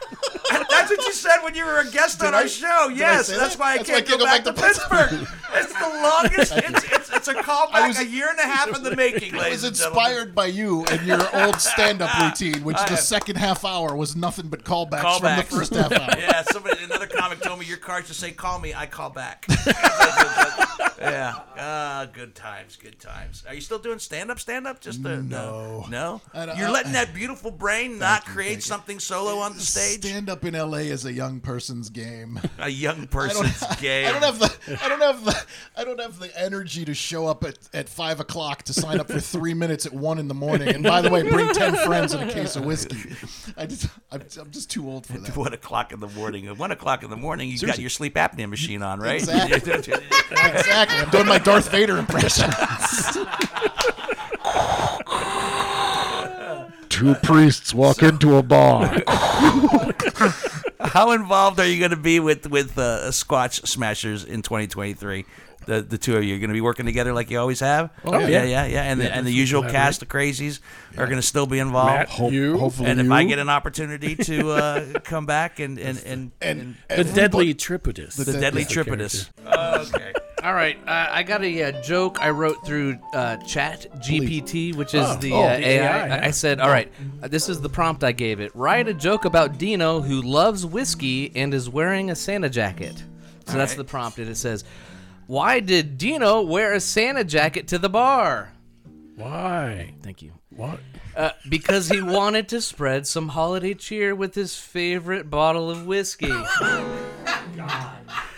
[SPEAKER 1] That's That's what you said when you were a guest on our show.
[SPEAKER 9] did I
[SPEAKER 1] Yes,
[SPEAKER 9] say
[SPEAKER 1] that's
[SPEAKER 9] that?
[SPEAKER 1] why I
[SPEAKER 9] That's
[SPEAKER 1] can't go, back, to Pittsburgh. it's the longest. It's, it's, it's a callback a year and a half in the making,
[SPEAKER 9] I was
[SPEAKER 1] ladies and gentlemen.
[SPEAKER 9] inspired by you and your old stand-up routine, which the second half hour was nothing but callbacks, from the
[SPEAKER 1] Callbacks.
[SPEAKER 9] first half hour.
[SPEAKER 1] yeah, somebody, another comic told me your cards just say "call me," I call back. yeah, ah, good times, good times. Are you still doing stand up? Stand up? Just to, no, no.
[SPEAKER 9] I don't-
[SPEAKER 1] You're
[SPEAKER 9] I-
[SPEAKER 1] letting that beautiful brain not create something solo on the stage.
[SPEAKER 9] Eh, Stand up in L.A. is a young person's game.
[SPEAKER 1] A young person's game.
[SPEAKER 9] I don't have the I don't have the I don't have the energy to show up at, at five o'clock to sign up for three minutes at one in the morning. And by the way, bring ten friends and a case of whiskey. I just I'm, I'm just too old for that.
[SPEAKER 1] One o'clock in the morning. At one o'clock in the morning, you got
[SPEAKER 9] Seriously.
[SPEAKER 1] your sleep apnea machine on, right?
[SPEAKER 9] Exactly. exactly. I'm doing my Darth Vader impression.
[SPEAKER 11] Two priests walk into a bar.
[SPEAKER 1] How involved are you going to be with with uh, Squatch Smashers in 2023? The the two of you are going to be working together like you always have.
[SPEAKER 11] Oh, yeah.
[SPEAKER 1] yeah, yeah, yeah. And
[SPEAKER 11] Yeah,
[SPEAKER 1] the, and the
[SPEAKER 11] that's
[SPEAKER 1] usual
[SPEAKER 11] collaborate.
[SPEAKER 1] cast, the crazies, are going to still be involved.
[SPEAKER 11] Matt, Hope- you. hopefully
[SPEAKER 1] and if I
[SPEAKER 11] you.
[SPEAKER 1] get an opportunity to uh, come back and and and, and,
[SPEAKER 10] The deadly tripodus.
[SPEAKER 1] the, deadly tripodus.
[SPEAKER 2] Uh,
[SPEAKER 1] okay.
[SPEAKER 2] All right. Uh, I got a uh, joke I wrote through uh, Chat GPT, which is
[SPEAKER 10] Oh.
[SPEAKER 2] the
[SPEAKER 10] Oh,
[SPEAKER 2] uh, AI.
[SPEAKER 10] the AI,
[SPEAKER 2] I- I said, all right, uh, this is the prompt I gave it. Write a joke about Dino who loves whiskey and is wearing a Santa jacket. So
[SPEAKER 10] All
[SPEAKER 2] that's
[SPEAKER 10] right.
[SPEAKER 2] the prompt, and it says, why did Dino wear a Santa jacket to the bar?
[SPEAKER 10] Why?
[SPEAKER 2] Thank you.
[SPEAKER 10] What?
[SPEAKER 2] Uh, because he wanted to spread some holiday cheer with his favorite bottle of whiskey.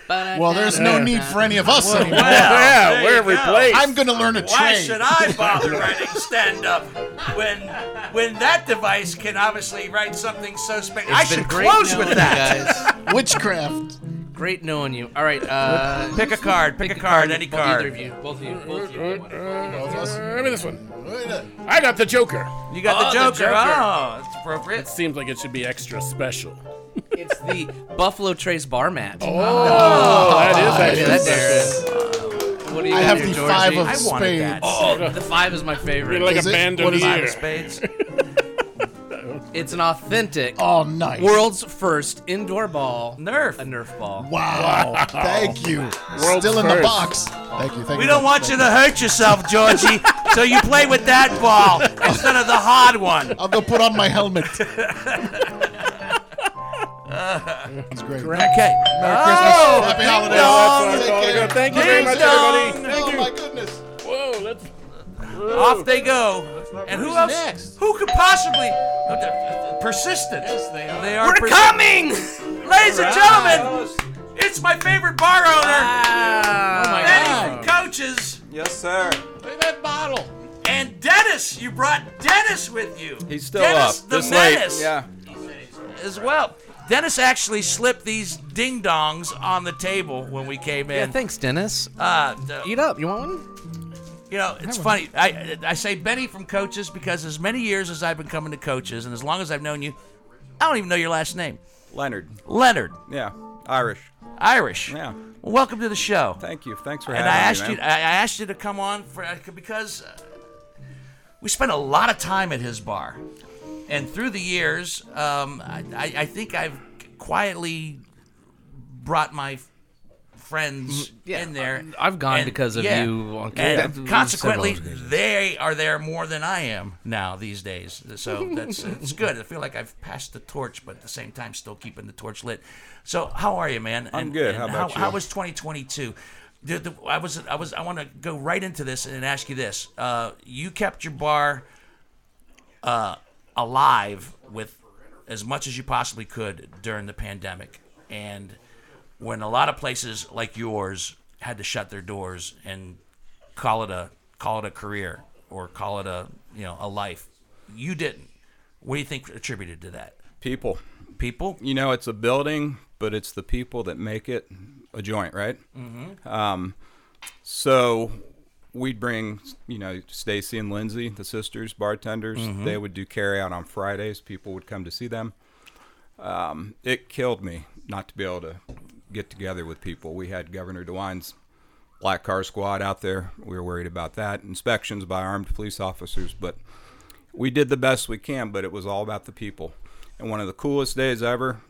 [SPEAKER 9] Well, there's no need for any of us
[SPEAKER 2] Well,
[SPEAKER 9] anymore.
[SPEAKER 2] yeah, There we're you go. replaced.
[SPEAKER 9] I'm going to learn a
[SPEAKER 1] Why
[SPEAKER 9] trade.
[SPEAKER 1] should I bother writing stand up when when that device can obviously write something so spectacular? I should close with that.
[SPEAKER 9] Witchcraft.
[SPEAKER 2] Great knowing you. All right. Uh,
[SPEAKER 1] Pick a card. Pick a card. Any
[SPEAKER 2] Both-
[SPEAKER 1] card.
[SPEAKER 2] Either of you. Both of you. Both of you.
[SPEAKER 10] Give me this one. I got the Joker.
[SPEAKER 1] You got the Joker. Oh,
[SPEAKER 10] that's
[SPEAKER 1] appropriate.
[SPEAKER 10] It seems like it should be extra special.
[SPEAKER 2] It's the Buffalo Trace bar mat. Oh,
[SPEAKER 10] that is
[SPEAKER 2] That's
[SPEAKER 10] extra special.
[SPEAKER 2] Darren. What do you
[SPEAKER 10] I
[SPEAKER 2] got
[SPEAKER 10] have
[SPEAKER 2] there,
[SPEAKER 10] the
[SPEAKER 2] Georgie?
[SPEAKER 10] five of
[SPEAKER 2] I wanted that.
[SPEAKER 10] spades.
[SPEAKER 2] Oh, the five is my favorite.
[SPEAKER 10] You're like Is a it? What is
[SPEAKER 2] Five of
[SPEAKER 10] it?
[SPEAKER 1] spades.
[SPEAKER 2] It's an authentic,
[SPEAKER 9] oh nice,
[SPEAKER 2] world's first indoor ball,
[SPEAKER 1] Nerf,
[SPEAKER 2] a Nerf ball.
[SPEAKER 9] Wow. Thank you. Still in the box. Thank you. Thank
[SPEAKER 1] We
[SPEAKER 9] you.
[SPEAKER 1] don't want you to hurt yourself, Georgie. so you play with that ball instead of the hard one.
[SPEAKER 9] I'll go put on my helmet.
[SPEAKER 1] That's
[SPEAKER 9] great.
[SPEAKER 1] Okay.
[SPEAKER 9] Merry
[SPEAKER 1] oh,
[SPEAKER 9] Christmas. Happy
[SPEAKER 1] ding
[SPEAKER 9] holidays.
[SPEAKER 1] dong.
[SPEAKER 9] That's what I thought. Take care. Thank you very
[SPEAKER 1] Ding
[SPEAKER 9] much,
[SPEAKER 1] dong.
[SPEAKER 9] everybody. Thank Oh, you. my goodness.
[SPEAKER 10] Whoa, that's.
[SPEAKER 1] Off they go. And who
[SPEAKER 10] who's
[SPEAKER 1] else?
[SPEAKER 10] next.
[SPEAKER 1] Who could possibly? Persistent. Yes, they are. They are
[SPEAKER 10] We're
[SPEAKER 1] coming, ladies and
[SPEAKER 7] Right.
[SPEAKER 1] gentlemen. It's my favorite bar owner.
[SPEAKER 7] Oh my
[SPEAKER 1] Eddie
[SPEAKER 7] God.
[SPEAKER 1] from Coaches.
[SPEAKER 7] Yes, sir.
[SPEAKER 1] Look at that bottle. And Dennis, you brought Dennis with you.
[SPEAKER 12] He's still
[SPEAKER 1] Dennis
[SPEAKER 12] up.
[SPEAKER 1] The
[SPEAKER 12] This late.
[SPEAKER 1] menace.
[SPEAKER 12] Yeah.
[SPEAKER 1] As well. Dennis actually slipped these ding dongs on the table when we came in.
[SPEAKER 2] Yeah, thanks, Dennis.
[SPEAKER 1] Uh,
[SPEAKER 2] Eat up. You want one?
[SPEAKER 1] You know, it's
[SPEAKER 2] Have
[SPEAKER 1] funny. I I say Benny from Coaches because as many years as I've been coming to Coaches and as long as I've known you, I don't even know your last name.
[SPEAKER 12] Leonard.
[SPEAKER 1] Leonard.
[SPEAKER 12] Yeah. Irish.
[SPEAKER 1] Irish.
[SPEAKER 12] Yeah.
[SPEAKER 1] Well, welcome to the show.
[SPEAKER 12] Thank you. Thanks for
[SPEAKER 1] and
[SPEAKER 12] having
[SPEAKER 1] I asked
[SPEAKER 12] me.
[SPEAKER 1] you, I I asked you to come on for because uh, we spent a lot of time at his bar, and through the years, um, I, I, I think I've quietly brought my friends in there.
[SPEAKER 2] Mm, I've gone
[SPEAKER 1] and-
[SPEAKER 2] because of
[SPEAKER 1] yeah,
[SPEAKER 2] you on
[SPEAKER 1] and
[SPEAKER 2] several
[SPEAKER 1] consequently,
[SPEAKER 2] occasions.
[SPEAKER 1] they are there more than I am now these days. So that's it's good. I feel like I've passed the torch, but at the same time, still keeping the torch lit. So how are you, man?
[SPEAKER 12] I'm good. How about
[SPEAKER 1] How
[SPEAKER 12] you?
[SPEAKER 1] was 2022? The- the- I was I was I want to go right into this and ask you this. Uh, you kept your bar uh, alive with as much as you possibly could during the pandemic, and when a lot of places like yours had to shut their doors and call it a call it a career or call it a you know a life, you didn't. What do you think attributed to that?
[SPEAKER 12] People.
[SPEAKER 1] People?
[SPEAKER 12] You know, it's a building, but it's the people that make it a joint, right?
[SPEAKER 1] Mhm.
[SPEAKER 12] Um, so we'd bring, you know, Stacy and Lindsay, the sisters, bartenders.
[SPEAKER 1] Mm-hmm.
[SPEAKER 13] Mhm.
[SPEAKER 12] They would do carry out on Fridays. People would come to see them. Um, it killed me not to be able to get together with people. We had Governor DeWine's black car squad out there. We were worried about that. Inspections by armed police officers, but we did the best we can, but it was all about the people. And one of the coolest days ever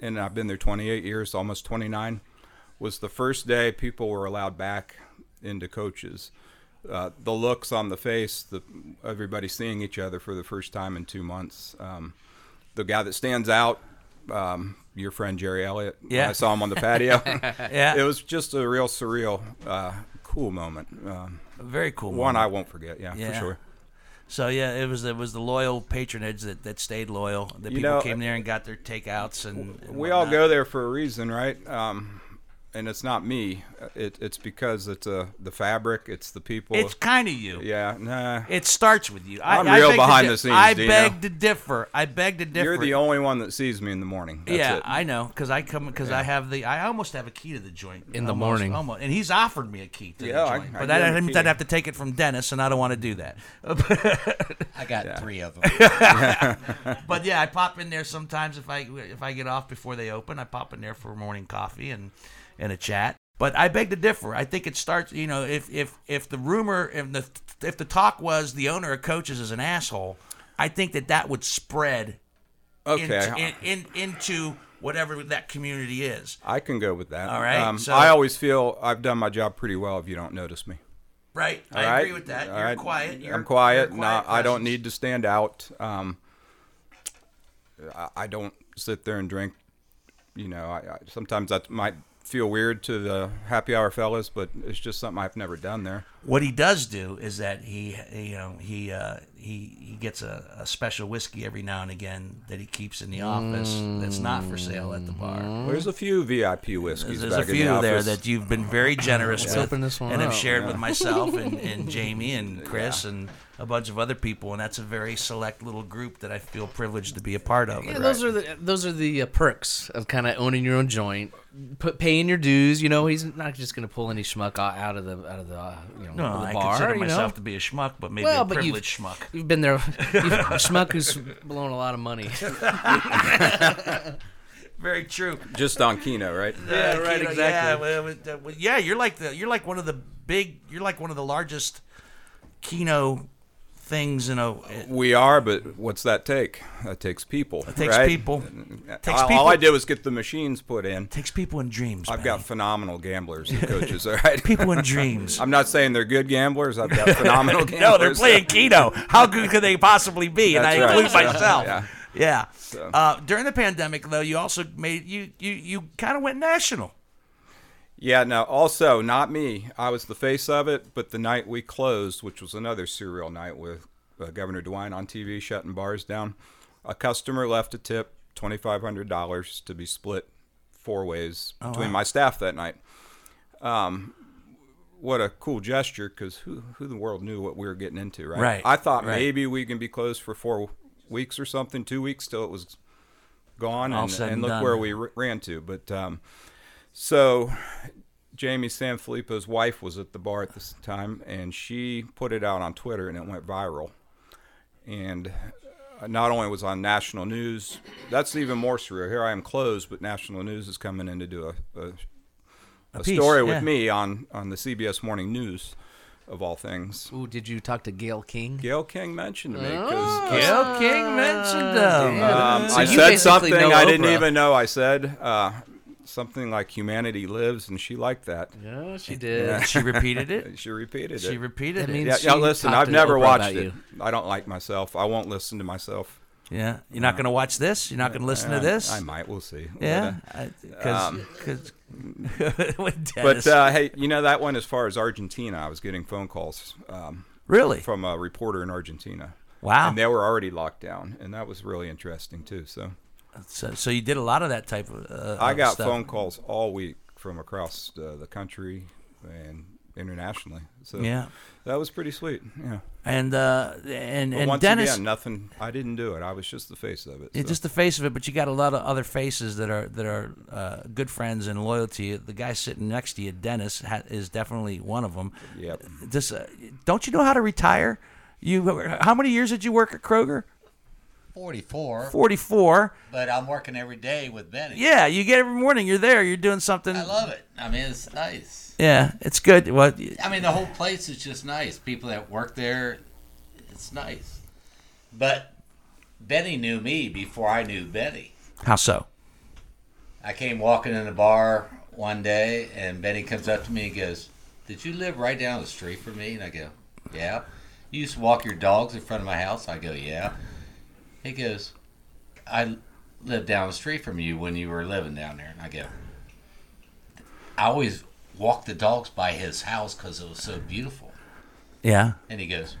[SPEAKER 12] and I've been there 28 years, almost 29, was the first day people were allowed back into coaches. Uh, the looks on the face, the everybody seeing each other for the first time in two months. Um, the guy that stands out, um, your friend Jerry Elliott.
[SPEAKER 1] Yeah.
[SPEAKER 12] I saw him on the patio.
[SPEAKER 1] Yeah.
[SPEAKER 12] it was just a real surreal, uh, cool moment. Um,
[SPEAKER 1] very cool.
[SPEAKER 12] One
[SPEAKER 1] moment.
[SPEAKER 12] I won't forget. Yeah, for sure.
[SPEAKER 1] So yeah, it was it was the loyal patronage that, that stayed loyal. The
[SPEAKER 12] You
[SPEAKER 1] people
[SPEAKER 12] know,
[SPEAKER 1] came there and got their takeouts and, and
[SPEAKER 12] we all go there for a reason, right? Um, and it's not me. It, it's because it's uh, the fabric. It's the people.
[SPEAKER 1] It's kinda you.
[SPEAKER 12] Yeah, nah.
[SPEAKER 1] It starts with you. I-
[SPEAKER 12] I'm
[SPEAKER 1] I
[SPEAKER 12] real
[SPEAKER 1] beg to
[SPEAKER 12] behind
[SPEAKER 1] di-
[SPEAKER 12] the scenes.
[SPEAKER 1] I
[SPEAKER 12] Dino.
[SPEAKER 1] beg to differ. I beg to
[SPEAKER 12] You're
[SPEAKER 1] differ.
[SPEAKER 12] the only one that sees me in the morning. That's
[SPEAKER 1] yeah,
[SPEAKER 12] it.
[SPEAKER 1] I know because I come because I
[SPEAKER 12] Yeah.
[SPEAKER 1] have the I almost have a key to the joint
[SPEAKER 2] In the
[SPEAKER 1] almost-
[SPEAKER 2] morning.
[SPEAKER 1] almost, and he's offered me a key to
[SPEAKER 12] Yeah,
[SPEAKER 1] the
[SPEAKER 12] I-
[SPEAKER 1] joint,
[SPEAKER 12] I
[SPEAKER 1] but
[SPEAKER 12] give
[SPEAKER 1] I,
[SPEAKER 12] him a
[SPEAKER 1] would
[SPEAKER 12] key.
[SPEAKER 1] have to take it from Dennis, and I don't want to do that. I
[SPEAKER 13] got three of 'em.
[SPEAKER 1] but yeah, I pop in there sometimes if I if I get off before they open. I pop in there for morning coffee and and a chat. But I beg to differ. I think it starts. You know, if if if the rumor if the if the talk was the owner of coaches is an asshole, I think that that would spread.
[SPEAKER 12] Okay.
[SPEAKER 1] Into, in, in, into whatever that community is.
[SPEAKER 12] I can go with that.
[SPEAKER 1] All right,
[SPEAKER 12] Um,
[SPEAKER 1] so-
[SPEAKER 12] I always feel I've done my job pretty well if you don't notice me.
[SPEAKER 1] Right, I
[SPEAKER 12] All
[SPEAKER 1] agree with that.
[SPEAKER 12] All
[SPEAKER 1] You're quiet. You're-
[SPEAKER 12] I'm quiet.
[SPEAKER 1] you're
[SPEAKER 12] No,
[SPEAKER 1] quiet
[SPEAKER 12] I don't
[SPEAKER 1] presence.
[SPEAKER 12] need to stand out. Um, I, I don't sit there and drink. You know, I, I sometimes that might feel weird to the happy hour fellas, but it's just something I've never done there.
[SPEAKER 1] What he does do is that he, you know, he uh, he he gets a, a special whiskey every now and again that he keeps in the office that's not for sale at the
[SPEAKER 2] Mm-hmm.
[SPEAKER 1] bar.
[SPEAKER 12] There's a few VIP whiskeys.
[SPEAKER 1] Mm-hmm. There's a
[SPEAKER 12] back in the
[SPEAKER 1] few there
[SPEAKER 12] office.
[SPEAKER 1] that you've been very generous
[SPEAKER 12] Let's
[SPEAKER 1] with,
[SPEAKER 12] open this one
[SPEAKER 1] and
[SPEAKER 12] up.
[SPEAKER 1] have shared with
[SPEAKER 12] Yeah.
[SPEAKER 1] myself and, and Jamie and Chris and a bunch of other people, and that's a very select little group that I feel privileged to be a part of.
[SPEAKER 2] Yeah, those are the those are the uh, perks of kind of owning your own joint, put, paying your dues. You know, he's not just going to pull any schmuck o- out of the out of the uh, you know
[SPEAKER 1] No,
[SPEAKER 2] the
[SPEAKER 1] I
[SPEAKER 2] bar.
[SPEAKER 1] consider
[SPEAKER 2] you know?
[SPEAKER 1] myself to be a schmuck, but maybe a
[SPEAKER 2] but you've-
[SPEAKER 1] privileged schmuck.
[SPEAKER 2] You've been there, you've, schmuck who's blown a lot of money.
[SPEAKER 1] Very true.
[SPEAKER 12] Just on Kino, right?
[SPEAKER 1] Uh, Yeah, right. Exactly. Yeah, well, it- uh, well, yeah, you're like the you're like one of the big you're like one of the largest Kino things in a.
[SPEAKER 12] We are, but what's that take? That takes people. It
[SPEAKER 1] takes people. Takes
[SPEAKER 12] all,
[SPEAKER 1] people.
[SPEAKER 12] all I did was get the machines put in.
[SPEAKER 1] Takes people in dreams.
[SPEAKER 12] I've got phenomenal gamblers and coaches. All right,
[SPEAKER 1] People in dreams.
[SPEAKER 12] I'm not saying they're good gamblers. I've got phenomenal gamblers.
[SPEAKER 1] no, they're playing Kino. How good could they possibly be? And
[SPEAKER 12] That's
[SPEAKER 1] I
[SPEAKER 12] right.
[SPEAKER 1] include
[SPEAKER 12] Yeah.
[SPEAKER 1] myself.
[SPEAKER 12] Yeah.
[SPEAKER 1] Yeah.
[SPEAKER 12] So-
[SPEAKER 1] Uh, during the pandemic, though, you also made you you you kind of went national.
[SPEAKER 12] Yeah, no, also not me. I was the face of it, but the night we closed, which was another surreal night with uh, Governor DeWine on TV shutting bars down, a customer left a tip, $2,500 to be split four ways
[SPEAKER 14] Oh,
[SPEAKER 12] between
[SPEAKER 14] wow.
[SPEAKER 12] my staff that night. Um, what a cool gesture because who, who in the world knew what we were getting into, right?
[SPEAKER 1] Right,
[SPEAKER 12] I thought
[SPEAKER 1] right.
[SPEAKER 12] maybe we can be closed for four weeks or something, two weeks till it was gone,
[SPEAKER 1] All
[SPEAKER 12] and,
[SPEAKER 1] said
[SPEAKER 12] and
[SPEAKER 1] and
[SPEAKER 12] look
[SPEAKER 1] done.
[SPEAKER 12] where we r- ran to. But um, so Jamie Sanfilippo's wife was at the bar at this time, and she put it out on Twitter, and it went viral. And uh, not only was on national news, that's even more surreal. Here I am closed, but national news is coming in to do a, a,
[SPEAKER 2] A
[SPEAKER 12] a
[SPEAKER 2] piece,
[SPEAKER 12] story with
[SPEAKER 2] yeah.
[SPEAKER 12] me on on the CBS Morning News. Of all things,
[SPEAKER 2] Ooh, did you talk to Gail King?
[SPEAKER 12] Gail King mentioned me.
[SPEAKER 2] Oh.
[SPEAKER 12] 'cause-
[SPEAKER 2] Gail King mentioned him.
[SPEAKER 12] Um,
[SPEAKER 2] So
[SPEAKER 12] I
[SPEAKER 2] you
[SPEAKER 12] said
[SPEAKER 2] basically
[SPEAKER 12] something
[SPEAKER 2] know
[SPEAKER 12] I didn't
[SPEAKER 2] Oprah.
[SPEAKER 12] even know. I said uh, something like "humanity lives," and she liked that.
[SPEAKER 2] Yeah, she did.
[SPEAKER 12] Yeah.
[SPEAKER 2] She repeated it?
[SPEAKER 12] she repeated it.
[SPEAKER 2] She repeated That it. means
[SPEAKER 12] yeah, yeah,
[SPEAKER 2] she
[SPEAKER 12] listen,
[SPEAKER 2] talked
[SPEAKER 12] I've
[SPEAKER 2] to
[SPEAKER 12] never
[SPEAKER 2] Oprah
[SPEAKER 12] watched
[SPEAKER 2] about
[SPEAKER 12] it.
[SPEAKER 2] you.
[SPEAKER 12] I don't like myself. I won't listen to myself.
[SPEAKER 1] Yeah, you're not going to watch this. You're not going to listen
[SPEAKER 12] I-
[SPEAKER 1] to this.
[SPEAKER 12] I might. We'll see.
[SPEAKER 1] Yeah,
[SPEAKER 12] But, uh,
[SPEAKER 1] because
[SPEAKER 12] um,
[SPEAKER 1] with Dennis.
[SPEAKER 12] but uh, hey, you know that one as far as Argentina, I was getting phone calls. Um,
[SPEAKER 1] Really?
[SPEAKER 12] From a reporter in Argentina.
[SPEAKER 1] Wow.
[SPEAKER 12] And they were already locked down, and that was really interesting too. So.
[SPEAKER 1] so, so you did a lot of that type of. Uh,
[SPEAKER 12] I
[SPEAKER 1] of
[SPEAKER 12] got
[SPEAKER 1] stuff.
[SPEAKER 12] phone calls all week from across uh, the country and internationally. So
[SPEAKER 1] Yeah.
[SPEAKER 12] that was pretty sweet. Yeah.
[SPEAKER 1] And uh, and
[SPEAKER 12] But
[SPEAKER 1] and
[SPEAKER 12] once
[SPEAKER 1] Dennis,
[SPEAKER 12] again, nothing. I didn't do it. I was just the face of it.
[SPEAKER 1] It's
[SPEAKER 12] so.
[SPEAKER 1] just the face of it, but you got a lot of other faces that are that are uh, good friends and loyal to you. The guy sitting next to you, Dennis, ha- is definitely one of them.
[SPEAKER 12] Yep.
[SPEAKER 1] This, uh, don't you know how to retire? You, how many years did you work at Kroger?
[SPEAKER 13] 44.
[SPEAKER 1] Forty-four.
[SPEAKER 13] But I'm working every day with Benny.
[SPEAKER 1] Yeah, you get every morning. You're there. You're doing something.
[SPEAKER 13] I love it. I mean, it's nice.
[SPEAKER 1] Yeah, it's good. What?
[SPEAKER 13] I mean, the whole place is just nice. People that work there, it's nice. But Benny knew me before I knew Benny.
[SPEAKER 1] How so?
[SPEAKER 13] I came walking in a bar one day, and Benny comes up to me and goes, "Did you live right down the street from me?" And I go, "Yeah." You used to walk your dogs in front of my house. I go, "Yeah." He goes, "I lived down the street from you when you were living down there." And I go, "I always walked the dogs by his house because it was so beautiful."
[SPEAKER 1] Yeah.
[SPEAKER 13] And he goes,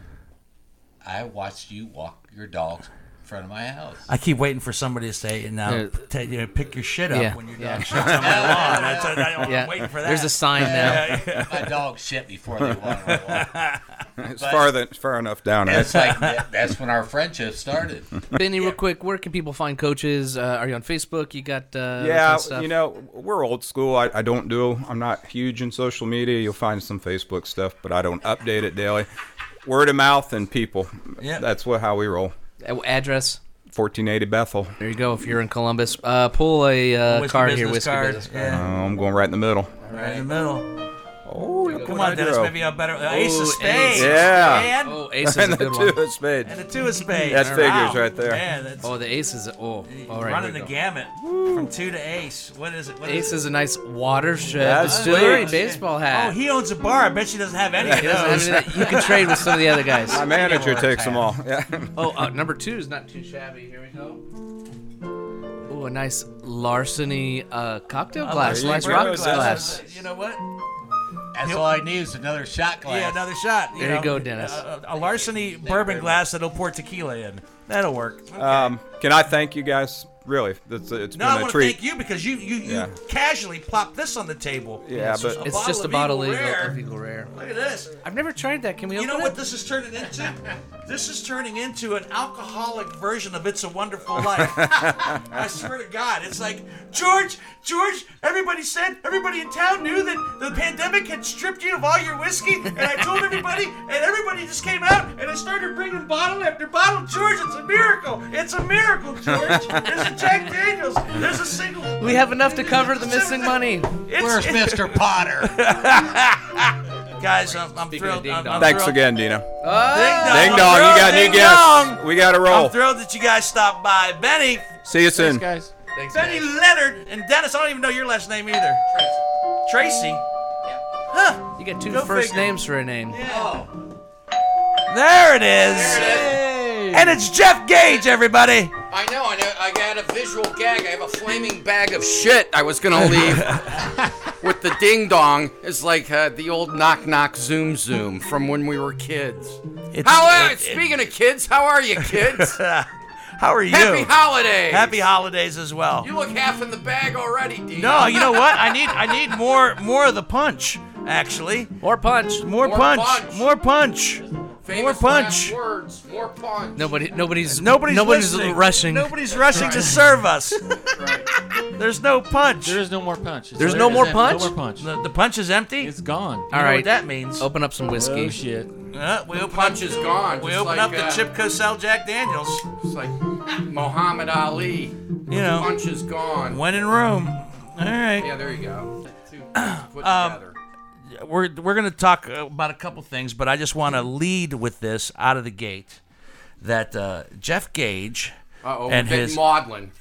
[SPEAKER 13] "I watched you walk your dogs." in Front of my house.
[SPEAKER 1] I keep waiting for somebody to say, "Now,
[SPEAKER 2] Yeah.
[SPEAKER 1] ta- you know, pick your shit up
[SPEAKER 2] Yeah.
[SPEAKER 1] when your
[SPEAKER 2] Yeah.
[SPEAKER 1] dog shits on my lawn." That's, I,
[SPEAKER 2] Yeah.
[SPEAKER 1] am waiting for that.
[SPEAKER 2] There's a sign
[SPEAKER 13] now.
[SPEAKER 1] Yeah, yeah.
[SPEAKER 13] My dog shit before they walk on my lawn.
[SPEAKER 12] It's far than- it's far enough down there.
[SPEAKER 13] That's like that- that's when our friendship started.
[SPEAKER 2] Benny, real quick, where can people find coaches? Uh, are you on Facebook? You got uh, that kind
[SPEAKER 12] yeah,
[SPEAKER 2] of stuff?
[SPEAKER 12] you know, we're old school. I, I don't do. I'm not huge in social media. You'll find some Facebook stuff, but I don't update it daily. Word of mouth and people.
[SPEAKER 2] Yeah.
[SPEAKER 12] That's what how we roll.
[SPEAKER 2] Uh, Address.
[SPEAKER 12] 1480 Bethel.
[SPEAKER 2] There you go. If you're in Columbus, uh, pull a uh,
[SPEAKER 1] Whiskey
[SPEAKER 2] card here.
[SPEAKER 1] business
[SPEAKER 2] Whiskey
[SPEAKER 1] card,
[SPEAKER 2] business card.
[SPEAKER 1] yeah.
[SPEAKER 12] Uh, I'm going right in the middle.
[SPEAKER 1] right in the middle.
[SPEAKER 12] Oh, look
[SPEAKER 1] come
[SPEAKER 12] what
[SPEAKER 1] on,
[SPEAKER 12] I
[SPEAKER 1] Dennis.
[SPEAKER 12] drew.
[SPEAKER 1] Maybe a better uh, ace
[SPEAKER 2] Ooh,
[SPEAKER 1] of spades.
[SPEAKER 2] ace.
[SPEAKER 12] Oh, Yeah.
[SPEAKER 1] man.
[SPEAKER 2] Oh, ace is a
[SPEAKER 12] And the
[SPEAKER 2] good
[SPEAKER 12] two
[SPEAKER 2] one.
[SPEAKER 12] of spades.
[SPEAKER 1] And the two of spades.
[SPEAKER 12] That's figures
[SPEAKER 1] Wow.
[SPEAKER 12] right there.
[SPEAKER 1] Yeah, that's
[SPEAKER 2] oh, the ace is oh, all right.
[SPEAKER 1] running the
[SPEAKER 2] here we go.
[SPEAKER 1] gamut from two to ace. What is it? What
[SPEAKER 2] Ace
[SPEAKER 1] it?
[SPEAKER 2] is a nice watershed
[SPEAKER 1] That's
[SPEAKER 2] distillery
[SPEAKER 1] sweet.
[SPEAKER 2] baseball
[SPEAKER 1] Oh,
[SPEAKER 2] hat.
[SPEAKER 1] he owns a bar. I bet she doesn't have any of
[SPEAKER 2] He doesn't have
[SPEAKER 1] those.
[SPEAKER 2] any of that. You can trade with some of the other guys.
[SPEAKER 12] My manager takes them all. Yeah.
[SPEAKER 2] Oh, uh, number two is not too shabby. Here we go. Oh, a nice larceny uh, cocktail
[SPEAKER 1] I
[SPEAKER 2] glass,
[SPEAKER 1] like
[SPEAKER 2] nice
[SPEAKER 1] the
[SPEAKER 2] rock
[SPEAKER 1] rose
[SPEAKER 2] glass.
[SPEAKER 1] You know what?
[SPEAKER 13] That's all I need is another shot glass.
[SPEAKER 1] Yeah, another shot.
[SPEAKER 2] There you
[SPEAKER 1] know.
[SPEAKER 2] go, Dennis.
[SPEAKER 1] A, a- a larceny bourbon glass that'll pour tequila in. That'll work.
[SPEAKER 12] Um, can I thank you guys? Really, it's, it's
[SPEAKER 1] No, I
[SPEAKER 12] been a
[SPEAKER 1] want to
[SPEAKER 12] treat.
[SPEAKER 1] thank you because you you, you
[SPEAKER 12] Yeah.
[SPEAKER 1] casually plopped this on the table.
[SPEAKER 12] Yeah, but- It's
[SPEAKER 2] It's just a bottle of
[SPEAKER 1] Eagle
[SPEAKER 2] Eagle
[SPEAKER 1] Rare.
[SPEAKER 2] of Eagle Rare.
[SPEAKER 1] Look at this.
[SPEAKER 2] I've never tried that. Can we?
[SPEAKER 1] You know
[SPEAKER 2] open
[SPEAKER 1] what
[SPEAKER 2] it?
[SPEAKER 1] this is turning into? This is turning into an alcoholic version of It's a Wonderful Life. I swear to God, it's like George, George. Everybody said, everybody in town knew that the pandemic had stripped you of all your whiskey, and I told everybody, and everybody just came out, and I started bringing bottle after bottle. George, it's a miracle. It's a miracle, George. There's a Jack Daniels. There's a single.
[SPEAKER 2] We have enough to cover the missing money.
[SPEAKER 1] Where's Mr.
[SPEAKER 13] Potter?
[SPEAKER 1] Guys, I'm, I'm thrilled. I'm, I'm
[SPEAKER 12] Thanks
[SPEAKER 1] thrilled.
[SPEAKER 12] again, Dino.
[SPEAKER 1] Ding
[SPEAKER 2] Uh,
[SPEAKER 12] Ding
[SPEAKER 1] dong,
[SPEAKER 12] dong, you got new
[SPEAKER 1] ding
[SPEAKER 12] guests.
[SPEAKER 1] dong.
[SPEAKER 12] We gotta roll.
[SPEAKER 1] I'm thrilled that you guys stopped by, Benny.
[SPEAKER 12] See you soon.
[SPEAKER 2] guys. Thanks,
[SPEAKER 1] Benny Leonard and Dennis. I don't even know your last name either. Tracy. Huh?
[SPEAKER 2] You got two
[SPEAKER 1] Go
[SPEAKER 2] first
[SPEAKER 1] figure.
[SPEAKER 2] names for a name.
[SPEAKER 14] Oh,
[SPEAKER 1] There it is. And it's Jeff Gage, everybody.
[SPEAKER 14] I know, I know. I got a visual gag. I have a flaming bag of shit. I was gonna leave with the ding dong. It's like uh, the old knock knock zoom zoom from when we were kids.
[SPEAKER 1] It's-
[SPEAKER 14] how are?
[SPEAKER 1] it- it-
[SPEAKER 14] speaking of kids, how are you, kids?
[SPEAKER 1] How are you?
[SPEAKER 14] Happy holidays.
[SPEAKER 1] Happy holidays as well.
[SPEAKER 14] you look half in the bag already, Dean.
[SPEAKER 1] No, you know what? I need I need more more of the punch, actually.
[SPEAKER 2] More punch.
[SPEAKER 1] More,
[SPEAKER 14] More
[SPEAKER 1] punch.
[SPEAKER 14] punch.
[SPEAKER 1] More punch. more
[SPEAKER 14] Famous
[SPEAKER 1] punch.
[SPEAKER 14] last words. More punch.
[SPEAKER 2] Nobody, nobody's,
[SPEAKER 1] Nobody's
[SPEAKER 2] nobody's
[SPEAKER 1] listening.
[SPEAKER 2] rushing.
[SPEAKER 1] Nobody's rushing to serve us. There's no punch. There
[SPEAKER 15] is no more punch. It's-
[SPEAKER 2] There's
[SPEAKER 15] there
[SPEAKER 2] no
[SPEAKER 15] is
[SPEAKER 2] more
[SPEAKER 15] em-
[SPEAKER 2] punch?
[SPEAKER 15] No more punch.
[SPEAKER 1] The, the punch is empty.
[SPEAKER 15] It's gone.
[SPEAKER 1] You know what that means.
[SPEAKER 2] Open up some whiskey.
[SPEAKER 15] Oh shit.
[SPEAKER 1] Uh, we
[SPEAKER 14] The
[SPEAKER 1] open
[SPEAKER 14] punch
[SPEAKER 1] up,
[SPEAKER 14] is gone,
[SPEAKER 1] We
[SPEAKER 14] just
[SPEAKER 1] open
[SPEAKER 14] like,
[SPEAKER 1] up the
[SPEAKER 14] uh,
[SPEAKER 1] Chip Cosell Jack Daniels.
[SPEAKER 14] It's like Muhammad Ali.
[SPEAKER 1] You know.
[SPEAKER 14] punch is gone.
[SPEAKER 1] When in Rome. All right.
[SPEAKER 14] Yeah, there you go. Two- put
[SPEAKER 1] Um,
[SPEAKER 14] together.
[SPEAKER 1] We're we're gonna talk about a couple things, but I just want to lead with this out of the gate that uh, Jeff Gage
[SPEAKER 14] Uh-oh,
[SPEAKER 1] and
[SPEAKER 14] Vic
[SPEAKER 1] his
[SPEAKER 14] Maudlin.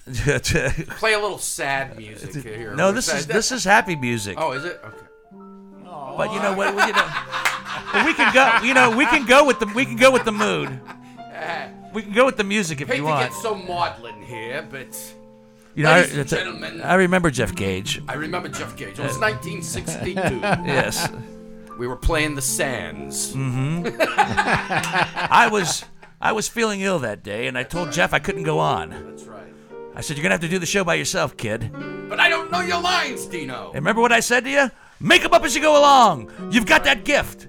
[SPEAKER 14] Play a little sad music here.
[SPEAKER 1] no, this is this is happy music.
[SPEAKER 14] Oh, is it? Okay.
[SPEAKER 1] But you know what? We, you know, but we can go. You know, we can go with the we can go with the mood. We can go with the music if
[SPEAKER 14] Hate
[SPEAKER 1] you
[SPEAKER 14] to
[SPEAKER 1] want.
[SPEAKER 14] get so maudlin here, but
[SPEAKER 1] You know, I,
[SPEAKER 14] ladies and
[SPEAKER 1] it's a-
[SPEAKER 14] gentlemen,
[SPEAKER 1] I remember Jeff Gage.
[SPEAKER 14] I remember Jeff Gage. It was
[SPEAKER 1] Uh,
[SPEAKER 14] 1962.
[SPEAKER 1] Yes.
[SPEAKER 14] We were playing the Sands.
[SPEAKER 1] hmm I was I was feeling ill that day, and I told Jeff I couldn't go on.
[SPEAKER 14] That's right.
[SPEAKER 1] I said, "You're gonna have to do the show by yourself, kid." And
[SPEAKER 14] But I don't know your lines, Dino.
[SPEAKER 1] remember what I said to you? Make 'em up as you go along. You've got that gift.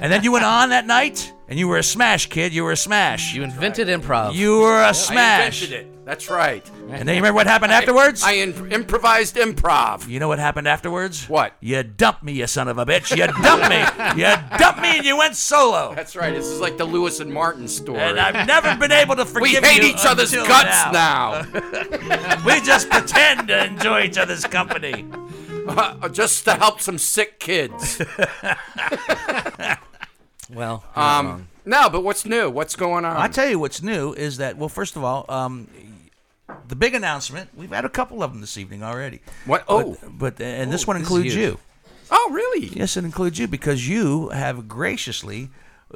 [SPEAKER 1] And then you went on that night, and you were a smash, kid. You were a smash. You
[SPEAKER 2] invented improv.
[SPEAKER 1] You were a
[SPEAKER 14] I
[SPEAKER 1] smash.
[SPEAKER 14] invented it. That's right.
[SPEAKER 1] And then you remember what happened
[SPEAKER 14] I-
[SPEAKER 1] afterwards?
[SPEAKER 14] I, in- improvised improv.
[SPEAKER 1] You know what happened afterwards?
[SPEAKER 14] What?
[SPEAKER 1] You dumped me, you son of a bitch. You dumped me. You dumped me, and you went solo.
[SPEAKER 14] That's right. This is like the Lewis and Martin story.
[SPEAKER 1] And I've never been able to
[SPEAKER 14] We
[SPEAKER 1] forgive
[SPEAKER 14] hate
[SPEAKER 1] you
[SPEAKER 14] each other's
[SPEAKER 1] until
[SPEAKER 14] guts now.
[SPEAKER 1] we just pretend to enjoy each other's company.
[SPEAKER 14] Uh, just to help some sick kids.
[SPEAKER 2] Well, you're not wrong.
[SPEAKER 14] Um, no, but what's new? What's going on?
[SPEAKER 1] I tell you what's new is that well, first of all, um, the big announcement. We've had a couple of them this evening already.
[SPEAKER 14] What?
[SPEAKER 1] Oh, but, but- and this
[SPEAKER 14] Oh,
[SPEAKER 1] one
[SPEAKER 14] this is
[SPEAKER 1] includes
[SPEAKER 14] huge.
[SPEAKER 1] you.
[SPEAKER 14] Oh, really?
[SPEAKER 1] Yes, it includes you because you have graciously,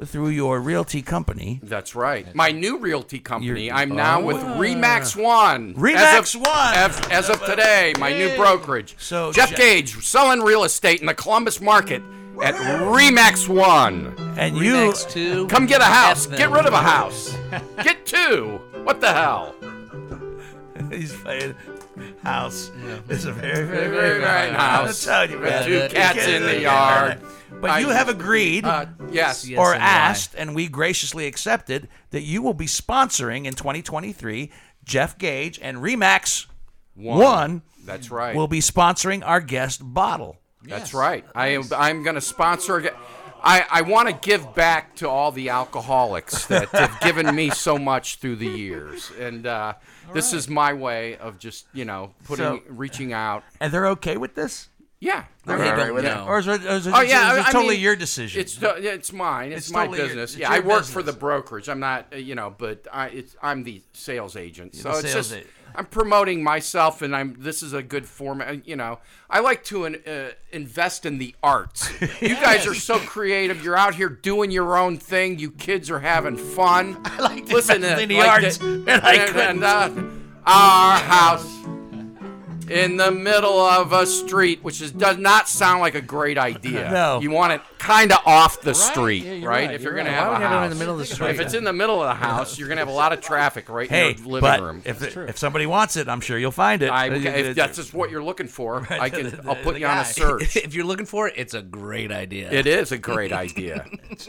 [SPEAKER 1] through your realty company,
[SPEAKER 14] That's right. My new realty company.
[SPEAKER 1] You're-
[SPEAKER 14] I'm now
[SPEAKER 1] Oh.
[SPEAKER 14] with Remax One.
[SPEAKER 1] Remax
[SPEAKER 14] as of,
[SPEAKER 1] One.
[SPEAKER 14] As, as of today, my new
[SPEAKER 1] Yay.
[SPEAKER 14] brokerage.
[SPEAKER 1] So
[SPEAKER 14] Jeff
[SPEAKER 1] Je-
[SPEAKER 14] Gage selling real estate in the Columbus market at Remax One.
[SPEAKER 1] And
[SPEAKER 14] you come get a house.
[SPEAKER 1] F them.
[SPEAKER 14] Get rid of a house. get two. What the hell?
[SPEAKER 1] He's playing house. It's a very, very,
[SPEAKER 14] Very, very
[SPEAKER 1] very,
[SPEAKER 14] fine
[SPEAKER 1] fine
[SPEAKER 14] house.
[SPEAKER 1] house. I'm telling you,
[SPEAKER 14] With
[SPEAKER 1] man.
[SPEAKER 14] two
[SPEAKER 1] You
[SPEAKER 14] cats
[SPEAKER 1] can't
[SPEAKER 14] in the
[SPEAKER 1] do that.
[SPEAKER 14] yard.
[SPEAKER 1] But
[SPEAKER 14] I-
[SPEAKER 1] you have agreed,
[SPEAKER 14] Uh, yes. Yes
[SPEAKER 1] or
[SPEAKER 14] and
[SPEAKER 1] asked, and we graciously accepted that you will be sponsoring in 2023 Jeff Gage and Remax
[SPEAKER 14] One.
[SPEAKER 1] One.
[SPEAKER 14] That's right.
[SPEAKER 1] Will be sponsoring our guest bottle.
[SPEAKER 14] That's right. I am. I'm going to sponsor. I, I want to give back to all the alcoholics that have given me so much through the years, and uh, this is my way of just you know putting
[SPEAKER 1] So-
[SPEAKER 14] reaching out.
[SPEAKER 1] And they're okay with this?
[SPEAKER 14] Yeah,
[SPEAKER 1] They're
[SPEAKER 14] They
[SPEAKER 1] okay
[SPEAKER 14] don't
[SPEAKER 1] with it.
[SPEAKER 14] know.
[SPEAKER 1] Or is it, or is it,
[SPEAKER 14] oh yeah,
[SPEAKER 1] is
[SPEAKER 14] I-
[SPEAKER 1] it
[SPEAKER 14] I
[SPEAKER 1] totally
[SPEAKER 14] mean,
[SPEAKER 1] your decision?
[SPEAKER 14] It's to- it's mine. It's,
[SPEAKER 1] It's
[SPEAKER 14] my
[SPEAKER 1] totally your-
[SPEAKER 14] business.
[SPEAKER 1] it's
[SPEAKER 14] yeah,
[SPEAKER 1] your
[SPEAKER 14] I work for the brokerage. I'm not uh, you know, but I it's I'm the sales agent.
[SPEAKER 1] You're
[SPEAKER 14] So
[SPEAKER 1] the
[SPEAKER 14] it's
[SPEAKER 1] sales
[SPEAKER 14] just
[SPEAKER 1] agent.
[SPEAKER 14] I'm promoting myself, and I'm this is a good format. You know, I like to in, uh, invest in the arts. You guys are so creative. You're out here doing your own thing. You kids are having fun. I like
[SPEAKER 1] to invest in the arts, and I couldn't.
[SPEAKER 14] and, uh, our house in the middle of a street, which is, does not sound like a great idea.
[SPEAKER 1] No.
[SPEAKER 14] You want it kind of off the street,
[SPEAKER 1] Yeah,
[SPEAKER 14] right?
[SPEAKER 1] you're right,
[SPEAKER 14] If
[SPEAKER 1] you're
[SPEAKER 14] you're going
[SPEAKER 1] right.
[SPEAKER 14] to have
[SPEAKER 1] Why
[SPEAKER 14] a
[SPEAKER 1] would you have it
[SPEAKER 14] house.
[SPEAKER 1] in the middle of the street?
[SPEAKER 14] If it's in the middle of the house, you're going to have a lot of traffic right
[SPEAKER 1] hey,
[SPEAKER 14] in your living
[SPEAKER 1] but
[SPEAKER 14] room.
[SPEAKER 1] if, it- if somebody wants it, I'm sure you'll find it.
[SPEAKER 14] I,
[SPEAKER 1] Uh,
[SPEAKER 14] if
[SPEAKER 1] uh,
[SPEAKER 14] that's just what you're looking for, I can.
[SPEAKER 2] The-
[SPEAKER 14] I'll put
[SPEAKER 2] the
[SPEAKER 14] you on
[SPEAKER 2] guy.
[SPEAKER 14] a search.
[SPEAKER 2] if you're looking for it, it's a great idea.
[SPEAKER 14] It is a great idea,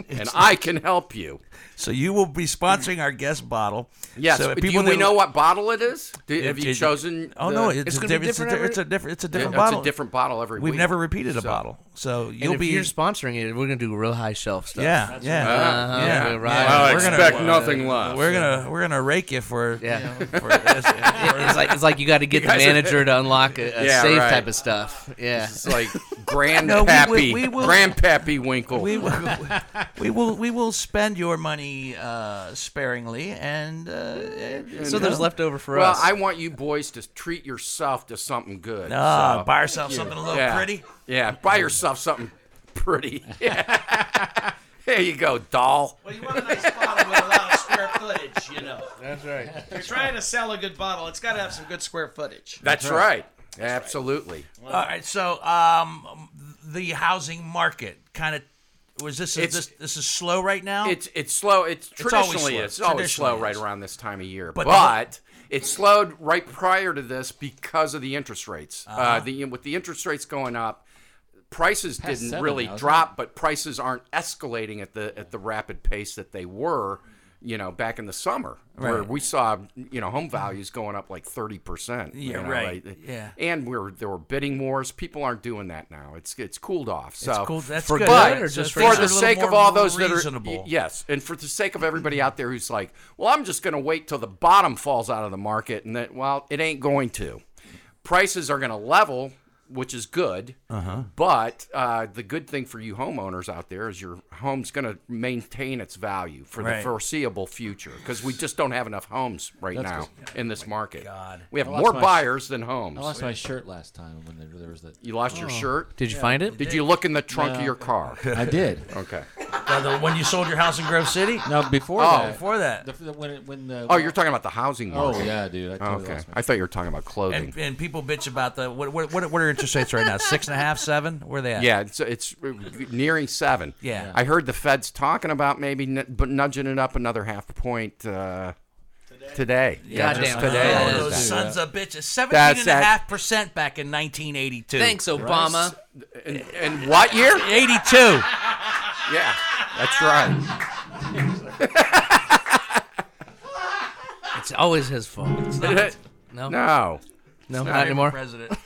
[SPEAKER 14] and I can help you.
[SPEAKER 1] So you will be sponsoring our guest bottle.
[SPEAKER 14] Yes.
[SPEAKER 1] So
[SPEAKER 14] but do
[SPEAKER 1] people
[SPEAKER 14] we
[SPEAKER 1] that-
[SPEAKER 14] know what bottle it is? Do, have
[SPEAKER 1] It-
[SPEAKER 14] you
[SPEAKER 1] it-
[SPEAKER 14] chosen?
[SPEAKER 1] Oh
[SPEAKER 14] the-
[SPEAKER 1] no, it's, a different. It's a, different- it's a different. It's a different bottle.
[SPEAKER 14] It's a different bottle every
[SPEAKER 1] We've
[SPEAKER 14] week.
[SPEAKER 1] never repeated a
[SPEAKER 14] So-
[SPEAKER 1] bottle, so
[SPEAKER 2] And
[SPEAKER 1] you'll
[SPEAKER 2] if
[SPEAKER 1] be.
[SPEAKER 2] you're sponsoring it, we're gonna do real high shelf stuff.
[SPEAKER 1] yeah, yeah,
[SPEAKER 2] Uh-huh,
[SPEAKER 1] yeah,
[SPEAKER 2] we're
[SPEAKER 1] yeah.
[SPEAKER 2] right.
[SPEAKER 1] We're gonna- We're gonna we're gonna rake you for
[SPEAKER 2] Yeah.
[SPEAKER 1] you know, for-
[SPEAKER 2] it's like it's like you got to get
[SPEAKER 1] You
[SPEAKER 2] the
[SPEAKER 1] guys-
[SPEAKER 2] manager to unlock a, a
[SPEAKER 14] Yeah,
[SPEAKER 2] safe
[SPEAKER 14] right.
[SPEAKER 2] type of stuff. Yeah,
[SPEAKER 14] It's like grandpappy,
[SPEAKER 1] No, we will- we will-
[SPEAKER 14] grandpappy Winkle.
[SPEAKER 1] We will, we will we will spend your money uh, sparingly, and uh, and,
[SPEAKER 2] So
[SPEAKER 1] you
[SPEAKER 2] there's
[SPEAKER 1] know.
[SPEAKER 2] leftover for
[SPEAKER 14] well,
[SPEAKER 2] us.
[SPEAKER 14] I want you boys to treat yourself to something good.
[SPEAKER 1] Ah,
[SPEAKER 14] so-
[SPEAKER 1] buy yourself something a little
[SPEAKER 14] Yeah.
[SPEAKER 1] pretty.
[SPEAKER 14] Yeah, buy yourself something pretty. Yeah. there you go, doll.
[SPEAKER 5] Well, you want a nice bottle with a lot of square footage, you know.
[SPEAKER 2] That's right.
[SPEAKER 5] You're trying to sell a good bottle. It's got to have some good square footage.
[SPEAKER 14] That's right. Absolutely.
[SPEAKER 1] All right, so um, the housing market kind of was this
[SPEAKER 14] It's-
[SPEAKER 1] this this is slow right now.
[SPEAKER 14] It's it's slow. It's
[SPEAKER 1] It's always
[SPEAKER 14] traditionally
[SPEAKER 1] slow.
[SPEAKER 14] it's always
[SPEAKER 1] Traditionally
[SPEAKER 14] slow right
[SPEAKER 1] is.
[SPEAKER 14] around this time of year. But,
[SPEAKER 1] But the whole-
[SPEAKER 14] it slowed right prior to this because of the interest rates. uh
[SPEAKER 1] Uh-huh.
[SPEAKER 14] the with the interest rates going up, prices
[SPEAKER 2] Past
[SPEAKER 14] didn't
[SPEAKER 2] seven
[SPEAKER 14] really
[SPEAKER 2] now, isn't
[SPEAKER 14] drop, but prices aren't escalating at the at the rapid pace that they were. You know, back in the summer, where
[SPEAKER 1] Right.
[SPEAKER 14] we saw you know home values going up like thirty percent.
[SPEAKER 1] Yeah, right. Yeah.
[SPEAKER 14] And we were there were bidding wars. People aren't doing that now. It's it's cooled off. So
[SPEAKER 1] cooled- that's
[SPEAKER 14] for
[SPEAKER 1] good.
[SPEAKER 14] but
[SPEAKER 1] Good or just
[SPEAKER 14] for
[SPEAKER 1] things are
[SPEAKER 14] the
[SPEAKER 1] a little
[SPEAKER 14] sake of
[SPEAKER 1] more
[SPEAKER 14] all those that are
[SPEAKER 1] reasonable.
[SPEAKER 14] y- yes, and for the sake of everybody out there who's like, well, I'm just going to wait till the bottom falls out of the market, and that well, it ain't going to. Prices are going to level, which is good.
[SPEAKER 1] Uh-huh.
[SPEAKER 14] But uh, the good thing for you homeowners out there is your home's going to maintain its value for the
[SPEAKER 1] Right.
[SPEAKER 14] foreseeable future because we just don't have enough homes right
[SPEAKER 15] That's
[SPEAKER 14] now in this market.
[SPEAKER 1] God.
[SPEAKER 14] We have
[SPEAKER 15] I lost
[SPEAKER 14] more
[SPEAKER 15] my sh-
[SPEAKER 14] buyers than homes.
[SPEAKER 15] I lost my shirt last time when there, there was that.
[SPEAKER 14] You lost your
[SPEAKER 15] Oh.
[SPEAKER 14] shirt?
[SPEAKER 2] Did you Yeah, find it? I
[SPEAKER 14] Did you look in the trunk of
[SPEAKER 15] No.
[SPEAKER 14] your car?
[SPEAKER 15] I did.
[SPEAKER 14] Okay.
[SPEAKER 1] Now, the- when you sold your house in Grove City?
[SPEAKER 15] No, before
[SPEAKER 1] Oh,
[SPEAKER 15] that.
[SPEAKER 1] before that.
[SPEAKER 15] The, the- when, it- when the,
[SPEAKER 14] Oh, you're talking about the housing
[SPEAKER 15] Oh,
[SPEAKER 14] market.
[SPEAKER 15] yeah, dude, I totally
[SPEAKER 14] okay.
[SPEAKER 15] lost my-
[SPEAKER 14] I thought you were talking about clothing.
[SPEAKER 1] And, and people bitch about the what what what what are interest rates right now? Six and a half, seven? Where are they at?
[SPEAKER 14] Yeah, it's it's nearing seven.
[SPEAKER 1] Yeah. Yeah.
[SPEAKER 14] I heard the Fed's talking about maybe n- but nudging it up another half point uh, today. Yeah,
[SPEAKER 1] Goddamn
[SPEAKER 14] just today.
[SPEAKER 1] Oh,
[SPEAKER 14] I heard
[SPEAKER 1] those
[SPEAKER 14] that.
[SPEAKER 1] sons of bitches. Seventeen
[SPEAKER 14] That's
[SPEAKER 1] and a
[SPEAKER 14] that-
[SPEAKER 1] half percent back in 1982.
[SPEAKER 2] Thanks, Obama.
[SPEAKER 14] And, and what year?
[SPEAKER 1] 82.
[SPEAKER 14] Yeah, that's right.
[SPEAKER 2] it's always his fault.
[SPEAKER 14] not.
[SPEAKER 2] No,
[SPEAKER 14] No.
[SPEAKER 2] no,
[SPEAKER 1] It's
[SPEAKER 2] not Oh,
[SPEAKER 1] not
[SPEAKER 2] anymore.
[SPEAKER 1] president.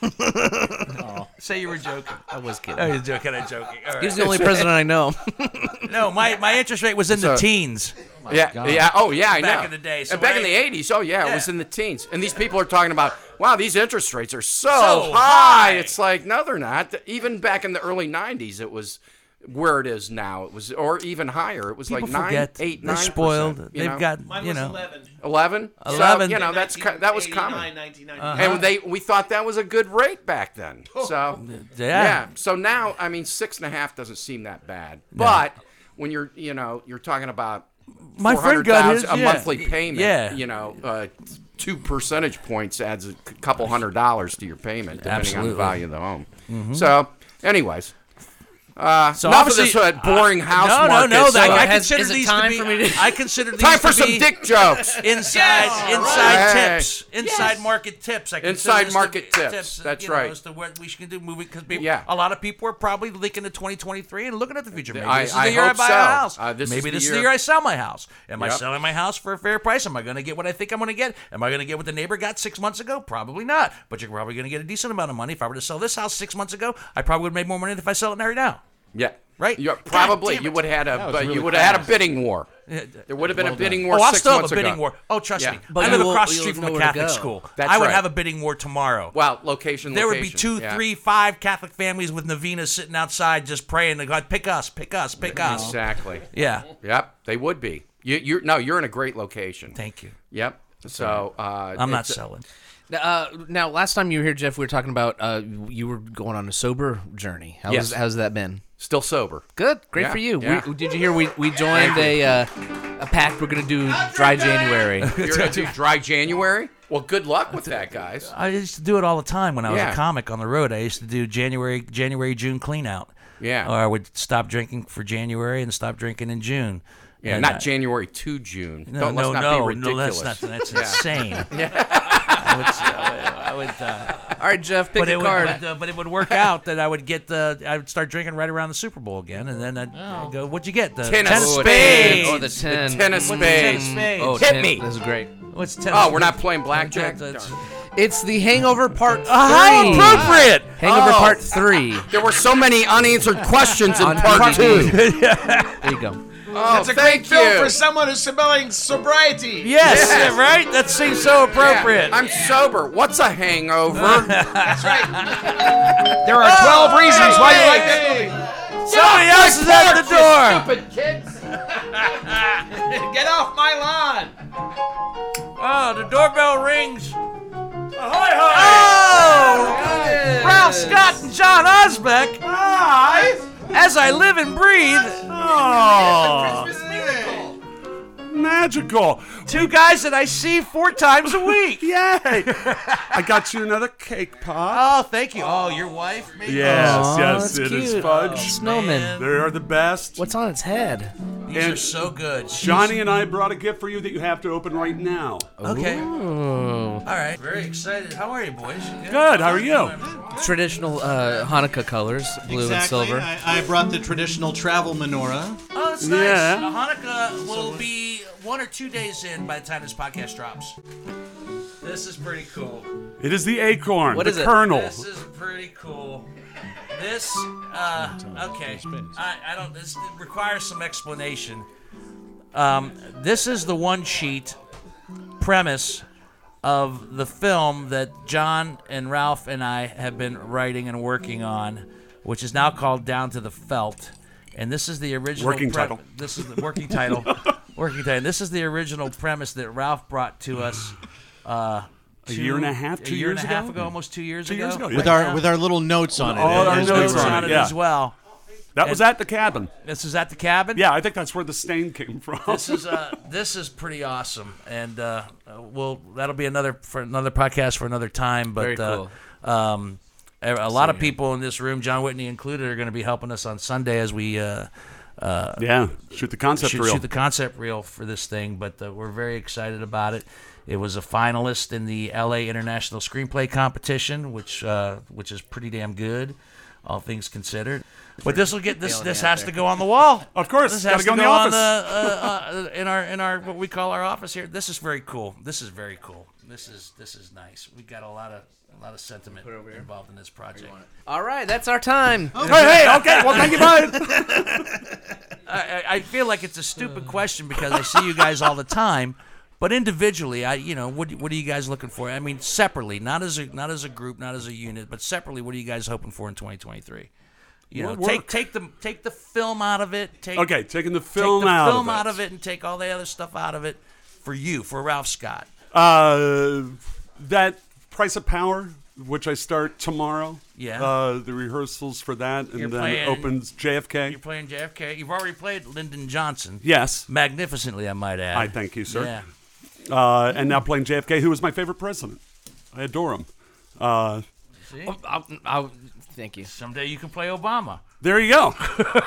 [SPEAKER 1] Say you were joking.
[SPEAKER 2] I was kidding.
[SPEAKER 1] Oh, you're joking. I'm joking. All right.
[SPEAKER 2] He's the only president I know.
[SPEAKER 1] no, my, my interest rate was in the
[SPEAKER 14] So-
[SPEAKER 1] teens.
[SPEAKER 14] yeah, yeah. Oh, yeah. I
[SPEAKER 1] Back
[SPEAKER 14] know.
[SPEAKER 1] in the day. So
[SPEAKER 14] and back
[SPEAKER 1] I-
[SPEAKER 14] in the '80s. Oh, yeah, It was
[SPEAKER 1] Yeah.
[SPEAKER 14] in the teens. And these people are talking about, wow, these interest rates are so,
[SPEAKER 1] So
[SPEAKER 14] high. It's like, no, they're not. Even back in the early '90s, it was where it is now. It was, or even higher. It was
[SPEAKER 1] People
[SPEAKER 14] like nine,
[SPEAKER 1] forget
[SPEAKER 14] eight,
[SPEAKER 1] they're
[SPEAKER 14] nine.
[SPEAKER 1] spoiled.
[SPEAKER 14] Percent,
[SPEAKER 1] They've got, Mine you was know. 11.
[SPEAKER 14] 11?
[SPEAKER 1] 11.
[SPEAKER 14] So, you know, that's ki- that was common.
[SPEAKER 5] 1999.
[SPEAKER 1] Uh-huh.
[SPEAKER 14] And they we thought that was a good rate back then. So
[SPEAKER 1] Yeah.
[SPEAKER 14] So now, I mean, six and a half doesn't seem that bad. But when you're, you know, you're talking about
[SPEAKER 1] My friend got
[SPEAKER 14] 400,000
[SPEAKER 1] his,
[SPEAKER 14] a
[SPEAKER 1] yeah.
[SPEAKER 14] monthly payment.
[SPEAKER 1] Yeah.
[SPEAKER 14] You know, uh, two percentage points adds a c- couple hundred dollars to your payment, depending on
[SPEAKER 1] Absolutely.
[SPEAKER 14] the value of the home.
[SPEAKER 1] Mhm.
[SPEAKER 14] So, anyways. Uh,
[SPEAKER 1] So
[SPEAKER 14] enough of this
[SPEAKER 1] obviously-
[SPEAKER 14] uh, boring
[SPEAKER 1] I-
[SPEAKER 14] house
[SPEAKER 1] no,
[SPEAKER 14] market.
[SPEAKER 1] No, no,
[SPEAKER 14] So-
[SPEAKER 1] I, I
[SPEAKER 14] Has-
[SPEAKER 1] consider
[SPEAKER 14] is it
[SPEAKER 1] these to
[SPEAKER 14] time
[SPEAKER 1] be.
[SPEAKER 14] for me to-
[SPEAKER 1] I consider these
[SPEAKER 14] Time for
[SPEAKER 1] to
[SPEAKER 14] some
[SPEAKER 1] be
[SPEAKER 14] dick jokes.
[SPEAKER 1] Inside,
[SPEAKER 14] Yes.
[SPEAKER 1] inside
[SPEAKER 14] Hey.
[SPEAKER 1] tips, inside
[SPEAKER 14] Yes.
[SPEAKER 1] market tips. I consider
[SPEAKER 14] Inside
[SPEAKER 1] this to
[SPEAKER 14] market
[SPEAKER 1] be-
[SPEAKER 14] tips. That's
[SPEAKER 1] you know,
[SPEAKER 14] right.
[SPEAKER 1] As to what we should do moving because
[SPEAKER 14] Yeah.
[SPEAKER 1] a lot of people are probably looking to 2023 and looking at the future. Maybe
[SPEAKER 14] I-
[SPEAKER 1] this is
[SPEAKER 14] I
[SPEAKER 1] the year I
[SPEAKER 14] hope
[SPEAKER 1] buy
[SPEAKER 14] so.
[SPEAKER 1] a house.
[SPEAKER 14] Uh, this is
[SPEAKER 1] Maybe
[SPEAKER 14] the
[SPEAKER 1] this is the
[SPEAKER 14] year.
[SPEAKER 1] year I sell my house. Am I
[SPEAKER 14] Yep.
[SPEAKER 1] selling my house for a fair price? Am I going to get what I think I'm going to get? Am I going to get what the neighbor got six months ago? Probably not. But you're probably going to get a decent amount of money. If I were to sell this house six months ago, I probably would make more money than if I sell it right now.
[SPEAKER 14] Yeah.
[SPEAKER 1] Right?
[SPEAKER 14] Yeah, probably you would have had
[SPEAKER 1] That
[SPEAKER 14] a
[SPEAKER 1] was
[SPEAKER 14] but
[SPEAKER 1] really
[SPEAKER 14] you would have had a
[SPEAKER 1] fast.
[SPEAKER 14] bidding war.
[SPEAKER 1] Yeah,
[SPEAKER 14] There would have been
[SPEAKER 1] well
[SPEAKER 14] a bidding
[SPEAKER 1] done.
[SPEAKER 14] war.
[SPEAKER 1] Oh, I'll
[SPEAKER 14] six
[SPEAKER 1] still have
[SPEAKER 14] months
[SPEAKER 1] a bidding
[SPEAKER 14] ago.
[SPEAKER 1] war. Oh, trust
[SPEAKER 14] Yeah.
[SPEAKER 1] me. I live across the street from a Catholic school.
[SPEAKER 14] That's
[SPEAKER 1] I would
[SPEAKER 14] right.
[SPEAKER 1] have a bidding war tomorrow.
[SPEAKER 14] Wow, location.
[SPEAKER 1] There would be
[SPEAKER 14] location.
[SPEAKER 1] two,
[SPEAKER 14] Yeah.
[SPEAKER 1] three, five Catholic families with novenas sitting outside just praying to God, pick us, pick us, pick us.
[SPEAKER 14] Exactly.
[SPEAKER 1] Yeah.
[SPEAKER 14] Yep. They would be. You, you're no. You're in a great location.
[SPEAKER 1] Thank you.
[SPEAKER 14] Yep. So uh,
[SPEAKER 1] I'm not
[SPEAKER 14] it's-
[SPEAKER 1] selling.
[SPEAKER 2] Now, uh, now, last time you were here, Jeff, we were talking about uh, you were going on a sober journey. How's
[SPEAKER 14] Yes.
[SPEAKER 2] how's that been?
[SPEAKER 14] Still sober.
[SPEAKER 2] Good, great
[SPEAKER 14] Yeah,
[SPEAKER 2] for you.
[SPEAKER 14] yeah.
[SPEAKER 2] We, did you hear we, we joined a uh, a pact? We're gonna do dry January.
[SPEAKER 14] You're gonna do dry January. Well, good luck with that, guys.
[SPEAKER 1] I used to do it all the time when I was
[SPEAKER 14] Yeah.
[SPEAKER 1] a comic on the road. I used to do January, January, June clean out.
[SPEAKER 14] Yeah.
[SPEAKER 1] Or I would stop drinking for January and stop drinking in June.
[SPEAKER 14] Yeah,
[SPEAKER 1] And
[SPEAKER 14] not
[SPEAKER 1] I-
[SPEAKER 14] January to June.
[SPEAKER 1] No,
[SPEAKER 14] Don't, let's
[SPEAKER 1] no,
[SPEAKER 14] not
[SPEAKER 1] no,
[SPEAKER 14] be
[SPEAKER 1] no,
[SPEAKER 14] ridiculous.
[SPEAKER 1] that's not- that's
[SPEAKER 14] Yeah.
[SPEAKER 1] insane.
[SPEAKER 14] Yeah.
[SPEAKER 1] I would, I would, uh,
[SPEAKER 2] All right, Jeff, pick
[SPEAKER 1] but
[SPEAKER 2] a
[SPEAKER 1] it would-
[SPEAKER 2] card.
[SPEAKER 1] but, uh, but it would work out that I would get the. I would start drinking right around the Super Bowl again, and then I'd
[SPEAKER 5] Oh.
[SPEAKER 1] I'd go. What'd you get? The
[SPEAKER 14] Ten of
[SPEAKER 1] tennis
[SPEAKER 14] spades.
[SPEAKER 2] Oh, the ten.
[SPEAKER 14] The ten of
[SPEAKER 2] What's the ten of
[SPEAKER 14] spades.
[SPEAKER 2] spades? Oh,
[SPEAKER 14] Hit
[SPEAKER 2] ten-
[SPEAKER 14] me.
[SPEAKER 2] this is great.
[SPEAKER 1] What's ten?
[SPEAKER 14] Oh, we're not playing blackjack.
[SPEAKER 2] It's the Hangover Part Three.
[SPEAKER 14] Ah, How appropriate.
[SPEAKER 2] Hangover
[SPEAKER 14] Oh.
[SPEAKER 2] Part Three.
[SPEAKER 14] There were so many unanswered questions in
[SPEAKER 2] On
[SPEAKER 14] part
[SPEAKER 2] part
[SPEAKER 14] two.
[SPEAKER 2] two. There you go.
[SPEAKER 14] Oh,
[SPEAKER 5] That's a
[SPEAKER 14] thank
[SPEAKER 5] great film
[SPEAKER 14] you.
[SPEAKER 5] for someone who's spelling sobriety.
[SPEAKER 1] Yes, yeah, right? That seems so appropriate.
[SPEAKER 14] I'm sober. What's a hangover? Oh, That's right.
[SPEAKER 5] There
[SPEAKER 1] Oh,
[SPEAKER 5] are 12 reasons why you like that movie.
[SPEAKER 1] Somebody else is at the door.
[SPEAKER 5] Stupid kids. Get off my lawn.
[SPEAKER 1] Oh, the doorbell rings.
[SPEAKER 5] Ahoy,
[SPEAKER 1] Oh, Ralph Scott and John Osbeck. As I live and breathe. Oh,
[SPEAKER 16] Magical.
[SPEAKER 1] two guys that I see four times a week.
[SPEAKER 16] Yay! I got you another cake pop.
[SPEAKER 1] Oh, thank you. Oh, your wife? Maybe?
[SPEAKER 16] Yes,
[SPEAKER 1] Aw,
[SPEAKER 16] yes,
[SPEAKER 1] that's
[SPEAKER 16] it is
[SPEAKER 1] cute.
[SPEAKER 16] fudge.
[SPEAKER 1] Oh,
[SPEAKER 16] Snowmen. They are the best.
[SPEAKER 2] What's on its head?
[SPEAKER 1] These are so good.
[SPEAKER 16] Johnny and I brought a gift for you that you have to open right now.
[SPEAKER 1] Okay.
[SPEAKER 2] Ooh.
[SPEAKER 1] All right. Very excited. How are you, boys?
[SPEAKER 2] Traditional uh, Hanukkah colors, blue and
[SPEAKER 7] Exactly.
[SPEAKER 2] silver.
[SPEAKER 7] I, I brought the traditional travel menorah.
[SPEAKER 1] Oh, that's nice.
[SPEAKER 2] Yeah.
[SPEAKER 1] Hanukkah will be one or two days in by the time this podcast drops. This is pretty cool.
[SPEAKER 16] It is the acorn,
[SPEAKER 1] What
[SPEAKER 16] the
[SPEAKER 1] is it?
[SPEAKER 16] kernel.
[SPEAKER 1] This is pretty cool. This, uh, okay. I, I don't, this requires some explanation. Um, this is the one sheet premise of the film that John and Ralph and I have been writing and working on, which is now called Down to the Felt. And this is the original
[SPEAKER 16] Working title.
[SPEAKER 1] This is the working title. working title. And this is the original premise that Ralph brought to us. Uh,
[SPEAKER 16] A year and a half, two
[SPEAKER 1] a year
[SPEAKER 16] years
[SPEAKER 1] and a half
[SPEAKER 16] ago?
[SPEAKER 1] ago, almost two years
[SPEAKER 16] Two
[SPEAKER 1] ago,
[SPEAKER 16] years ago, yeah.
[SPEAKER 7] With our with our little notes on it.
[SPEAKER 16] All our
[SPEAKER 7] There's
[SPEAKER 16] notes
[SPEAKER 1] notes
[SPEAKER 16] on
[SPEAKER 1] on
[SPEAKER 16] it,
[SPEAKER 1] it
[SPEAKER 16] yeah.
[SPEAKER 1] as well.
[SPEAKER 16] That was
[SPEAKER 1] And-
[SPEAKER 16] at the cabin.
[SPEAKER 1] This is at the cabin.
[SPEAKER 16] Yeah, I think that's where the stain came from.
[SPEAKER 1] this is uh, this is pretty awesome, and uh, uh, we'll that'll be another for another podcast for another time. But
[SPEAKER 2] Very cool.
[SPEAKER 1] uh, um, a, a lot of people in this room, John Whitney included, are going to be helping us on Sunday as we. Uh, uh,
[SPEAKER 16] Yeah, shoot the concept
[SPEAKER 1] shoot,
[SPEAKER 16] reel.
[SPEAKER 1] Shoot the concept reel for this thing, but uh, we're very excited about it. It was a finalist in the LA International Screenplay Competition, which uh, which is pretty damn good, all things considered. But this will get this.
[SPEAKER 16] Failing
[SPEAKER 1] This
[SPEAKER 16] out
[SPEAKER 1] has
[SPEAKER 16] there.
[SPEAKER 1] to go on the wall.
[SPEAKER 16] Of course,
[SPEAKER 1] this
[SPEAKER 16] gotta
[SPEAKER 1] has
[SPEAKER 16] go
[SPEAKER 1] to
[SPEAKER 16] in
[SPEAKER 1] go
[SPEAKER 16] the
[SPEAKER 1] on the
[SPEAKER 16] office.
[SPEAKER 1] uh, uh, in our in our what we call our office here. This is very cool. This is very cool. This is this is nice. We got a lot of a lot of sentiment involved in this project.
[SPEAKER 2] All right, that's our time.
[SPEAKER 1] I, I- I feel like it's a stupid question because I see you guys all the time, but individually, I you know what what are you guys looking for? I mean, separately, not as a not as a group, not as a unit, but separately, what are you guys hoping for in 2023? You know,
[SPEAKER 16] We're-
[SPEAKER 1] take take the take the film out of it. Take,
[SPEAKER 16] Okay, taking the
[SPEAKER 1] take
[SPEAKER 16] film out of
[SPEAKER 1] film
[SPEAKER 16] it.
[SPEAKER 1] out of it, and take all the other stuff out of it for you, for Ralph Scott.
[SPEAKER 16] Uh, that Price of Power, which I start tomorrow.
[SPEAKER 1] Yeah.
[SPEAKER 16] Uh, the rehearsals for that, and
[SPEAKER 1] You're
[SPEAKER 16] then
[SPEAKER 1] playing-
[SPEAKER 16] opens JFK.
[SPEAKER 1] You're playing JFK. You've already played Lyndon Johnson.
[SPEAKER 16] Yes.
[SPEAKER 1] Magnificently, I might add.
[SPEAKER 16] I thank you, sir.
[SPEAKER 1] Yeah.
[SPEAKER 16] Uh, and now playing JFK, who was my favorite president. I adore him. Uh,
[SPEAKER 1] See?
[SPEAKER 2] I'll, I'll, thank you.
[SPEAKER 1] Oh, Someday you can play Obama.
[SPEAKER 16] there you go.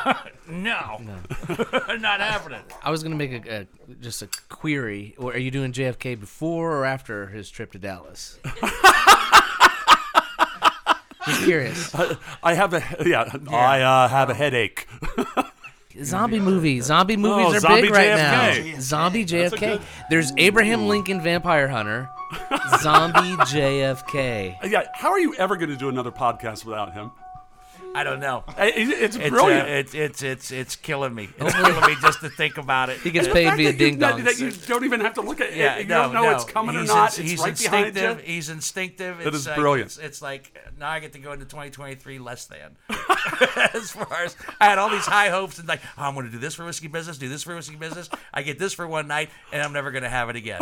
[SPEAKER 1] No, not happening.
[SPEAKER 2] I was gonna make a, a just a query. Or Are you doing JFK before or after his trip to Dallas? just curious.
[SPEAKER 16] I have a yeah. I uh, have a headache.
[SPEAKER 2] Zombie movie. Zombie movies
[SPEAKER 16] Oh,
[SPEAKER 2] are
[SPEAKER 16] zombie
[SPEAKER 2] big right
[SPEAKER 16] JFK.
[SPEAKER 2] now. Zombie
[SPEAKER 16] That's a
[SPEAKER 2] JFK.
[SPEAKER 16] good-
[SPEAKER 2] There's Abraham Lincoln Vampire Hunter. zombie JFK.
[SPEAKER 16] Yeah, how are you ever going to do another podcast without him?
[SPEAKER 1] I don't know.
[SPEAKER 16] it's
[SPEAKER 1] uh,
[SPEAKER 16] brilliant.
[SPEAKER 1] it's it's it's it's killing me. It's killing me just to think about it.
[SPEAKER 2] He gets
[SPEAKER 16] The
[SPEAKER 2] paid
[SPEAKER 16] fact
[SPEAKER 2] via
[SPEAKER 16] that you-
[SPEAKER 2] ding dongs.
[SPEAKER 16] That you don't even have to look at it.
[SPEAKER 1] Yeah,
[SPEAKER 16] you
[SPEAKER 1] no,
[SPEAKER 16] don't know
[SPEAKER 1] no.
[SPEAKER 16] it's coming
[SPEAKER 1] he's
[SPEAKER 16] or not.
[SPEAKER 1] ins-
[SPEAKER 16] it's
[SPEAKER 1] he's
[SPEAKER 16] right
[SPEAKER 1] instinctive.
[SPEAKER 16] behind you.
[SPEAKER 1] He's instinctive.
[SPEAKER 16] That
[SPEAKER 1] It's
[SPEAKER 16] is
[SPEAKER 1] like,
[SPEAKER 16] brilliant.
[SPEAKER 1] It's, it's like uh, now I get to go into 2023 less than. as far as I had all these high hopes and like oh, I'm going to do this for whiskey business, do this for whiskey business. I get this for one night, and I'm never going to have it again.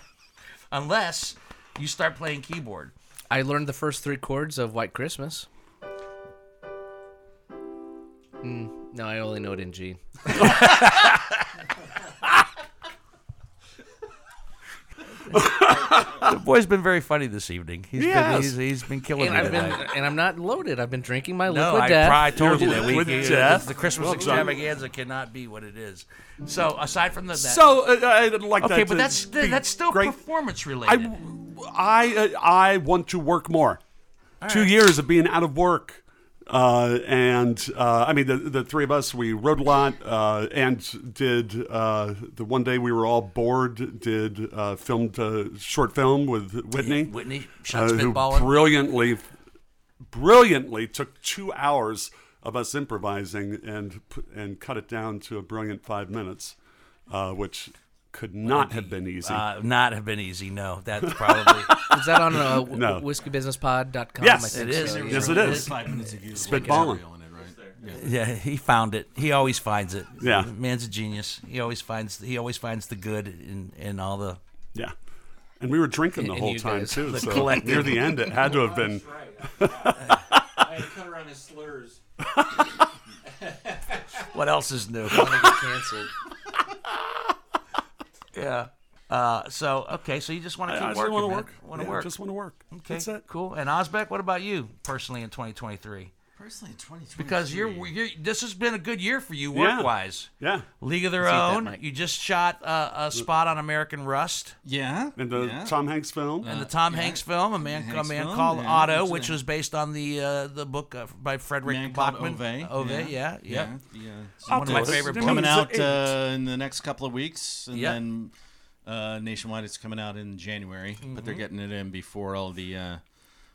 [SPEAKER 1] Unless you start playing keyboard.
[SPEAKER 2] I learned the first three chords of White Christmas. Mm, no, I only know it in G.
[SPEAKER 1] the boy's been very funny this evening. He's been he's, he's been killing
[SPEAKER 2] and
[SPEAKER 1] me
[SPEAKER 2] I've been,
[SPEAKER 1] tonight.
[SPEAKER 2] and I'm not loaded. I've been drinking my
[SPEAKER 1] No,
[SPEAKER 2] liquid
[SPEAKER 1] I,
[SPEAKER 2] death.
[SPEAKER 1] pri- I told you
[SPEAKER 16] Your
[SPEAKER 1] that we,
[SPEAKER 16] liquid
[SPEAKER 1] uh,
[SPEAKER 16] death.
[SPEAKER 1] the Christmas
[SPEAKER 16] Well done.
[SPEAKER 1] extravaganza cannot be what it is. So aside from the, that,
[SPEAKER 16] So uh, I didn't like that.
[SPEAKER 1] okay, but
[SPEAKER 16] to
[SPEAKER 1] that's
[SPEAKER 16] be
[SPEAKER 1] that's still
[SPEAKER 16] great.
[SPEAKER 1] performance
[SPEAKER 16] I,
[SPEAKER 1] related.
[SPEAKER 16] I, uh, I want to work more. Two years of being out of work. Uh, and uh, I mean, the, the three of us, we rode a lot uh, and did uh, the one day we were all bored, did uh, filmed a short film with Whitney. uh,
[SPEAKER 1] Whitney, shot
[SPEAKER 16] who
[SPEAKER 1] spitballing.
[SPEAKER 16] Brilliantly, brilliantly took two hours of us improvising and, p- and cut it down to a brilliant five minutes, uh, which could not have been easy.
[SPEAKER 1] Uh, not have been easy. No, that's probably.
[SPEAKER 2] Is that on uh, w-
[SPEAKER 16] No.
[SPEAKER 2] whiskeybusinesspod.com? I
[SPEAKER 1] Yes,
[SPEAKER 2] think
[SPEAKER 1] it is.
[SPEAKER 2] so, yeah.
[SPEAKER 1] Yes, it is. Spitballing. Yeah, he found it. He always finds it.
[SPEAKER 16] Yeah.
[SPEAKER 1] man's a genius. He always finds. He always finds the good in in all the.
[SPEAKER 16] Yeah, and we were drinking the
[SPEAKER 1] And
[SPEAKER 16] whole
[SPEAKER 1] you
[SPEAKER 16] time
[SPEAKER 1] guys.
[SPEAKER 16] too.
[SPEAKER 1] The
[SPEAKER 16] so
[SPEAKER 1] collective.
[SPEAKER 16] near the end, it had to have been.
[SPEAKER 17] I had to cut around his slurs.
[SPEAKER 1] What else is new? yeah. Uh, so okay, so you just want
[SPEAKER 16] I-
[SPEAKER 1] to
[SPEAKER 16] I
[SPEAKER 1] keep
[SPEAKER 16] just
[SPEAKER 1] working.
[SPEAKER 16] wanna
[SPEAKER 1] man.
[SPEAKER 16] work.
[SPEAKER 1] Wanna
[SPEAKER 16] Yeah,
[SPEAKER 1] work.
[SPEAKER 16] just wanna work.
[SPEAKER 1] Okay,
[SPEAKER 16] That's it.
[SPEAKER 1] cool. And Osbeck, what about you personally in 2023?
[SPEAKER 7] Personally, 2023.
[SPEAKER 1] Because you're, you're this has been a good year for you
[SPEAKER 7] Yeah.
[SPEAKER 1] work wise.
[SPEAKER 16] Yeah.
[SPEAKER 1] League of Their
[SPEAKER 7] Let's eat that,
[SPEAKER 1] Own. you just shot uh, a spot on American Rust.
[SPEAKER 7] Yeah.
[SPEAKER 16] And the
[SPEAKER 1] Yeah.
[SPEAKER 16] Tom Hanks film.
[SPEAKER 1] And the Tom Hanks film, a man,
[SPEAKER 7] Uh, Hanks
[SPEAKER 1] a man
[SPEAKER 7] film,
[SPEAKER 1] called
[SPEAKER 7] yeah,
[SPEAKER 1] Otto,
[SPEAKER 7] that's
[SPEAKER 1] which
[SPEAKER 7] it.
[SPEAKER 1] was based on the uh, the book uh, by Frederick
[SPEAKER 7] Man called
[SPEAKER 1] Bachman.
[SPEAKER 7] Ove,
[SPEAKER 1] Ove,
[SPEAKER 7] Oh, yeah.
[SPEAKER 1] yeah, yeah.
[SPEAKER 7] Yeah, yeah.
[SPEAKER 1] It's one of my favorite books.
[SPEAKER 7] coming out uh, in the next couple of weeks, and
[SPEAKER 1] Yeah.
[SPEAKER 7] then uh, nationwide it's coming out in January. But they're
[SPEAKER 1] Mhm.
[SPEAKER 7] getting it in before all the uh,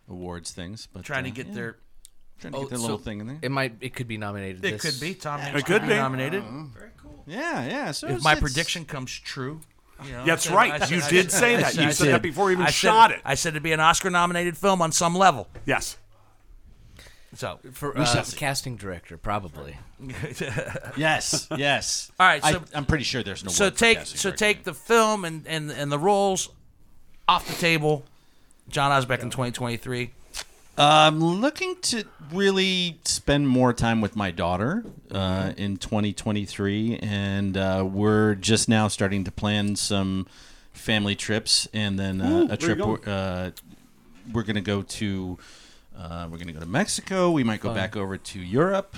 [SPEAKER 7] awards things. But
[SPEAKER 1] Trying to
[SPEAKER 7] uh,
[SPEAKER 1] get
[SPEAKER 7] yeah.
[SPEAKER 1] their- Oh,
[SPEAKER 7] trying to get their little thing in there.
[SPEAKER 2] It might. It could be nominated.
[SPEAKER 1] It
[SPEAKER 2] this-
[SPEAKER 1] could be Tom
[SPEAKER 2] Yeah.
[SPEAKER 1] Hanks. nominated.
[SPEAKER 7] Very cool. Yeah, yeah. So
[SPEAKER 1] if
[SPEAKER 7] it's-
[SPEAKER 1] my
[SPEAKER 7] it's-
[SPEAKER 1] prediction comes true. You know,
[SPEAKER 16] That's
[SPEAKER 1] I said-
[SPEAKER 16] right.
[SPEAKER 1] I said-
[SPEAKER 16] You
[SPEAKER 1] I
[SPEAKER 16] did
[SPEAKER 1] said-
[SPEAKER 16] say
[SPEAKER 1] I
[SPEAKER 16] that. You said
[SPEAKER 1] I
[SPEAKER 16] that before we even
[SPEAKER 1] I
[SPEAKER 16] shot it.
[SPEAKER 1] I said it'd be an Oscar-nominated film on some level.
[SPEAKER 16] Yes.
[SPEAKER 1] So
[SPEAKER 2] for
[SPEAKER 1] We
[SPEAKER 2] uh,
[SPEAKER 1] shall see.
[SPEAKER 2] casting director, probably.
[SPEAKER 7] Yes, yes.
[SPEAKER 1] All right,
[SPEAKER 7] I-
[SPEAKER 1] so
[SPEAKER 7] I'm pretty sure there's an
[SPEAKER 1] So
[SPEAKER 7] award for
[SPEAKER 1] take
[SPEAKER 7] casting
[SPEAKER 1] so take the film and, and and the roles off the table. John Osbeck in 2023.
[SPEAKER 7] I'm looking to really spend more time with my daughter uh, in 2023, and uh, we're just now starting to plan some family trips, and then
[SPEAKER 18] Ooh,
[SPEAKER 7] uh,
[SPEAKER 18] where
[SPEAKER 7] a
[SPEAKER 18] you
[SPEAKER 7] trip.
[SPEAKER 18] going?
[SPEAKER 7] Uh, we're gonna go to. Uh, we're gonna go to Mexico. We might go
[SPEAKER 2] Fun.
[SPEAKER 7] back over to Europe.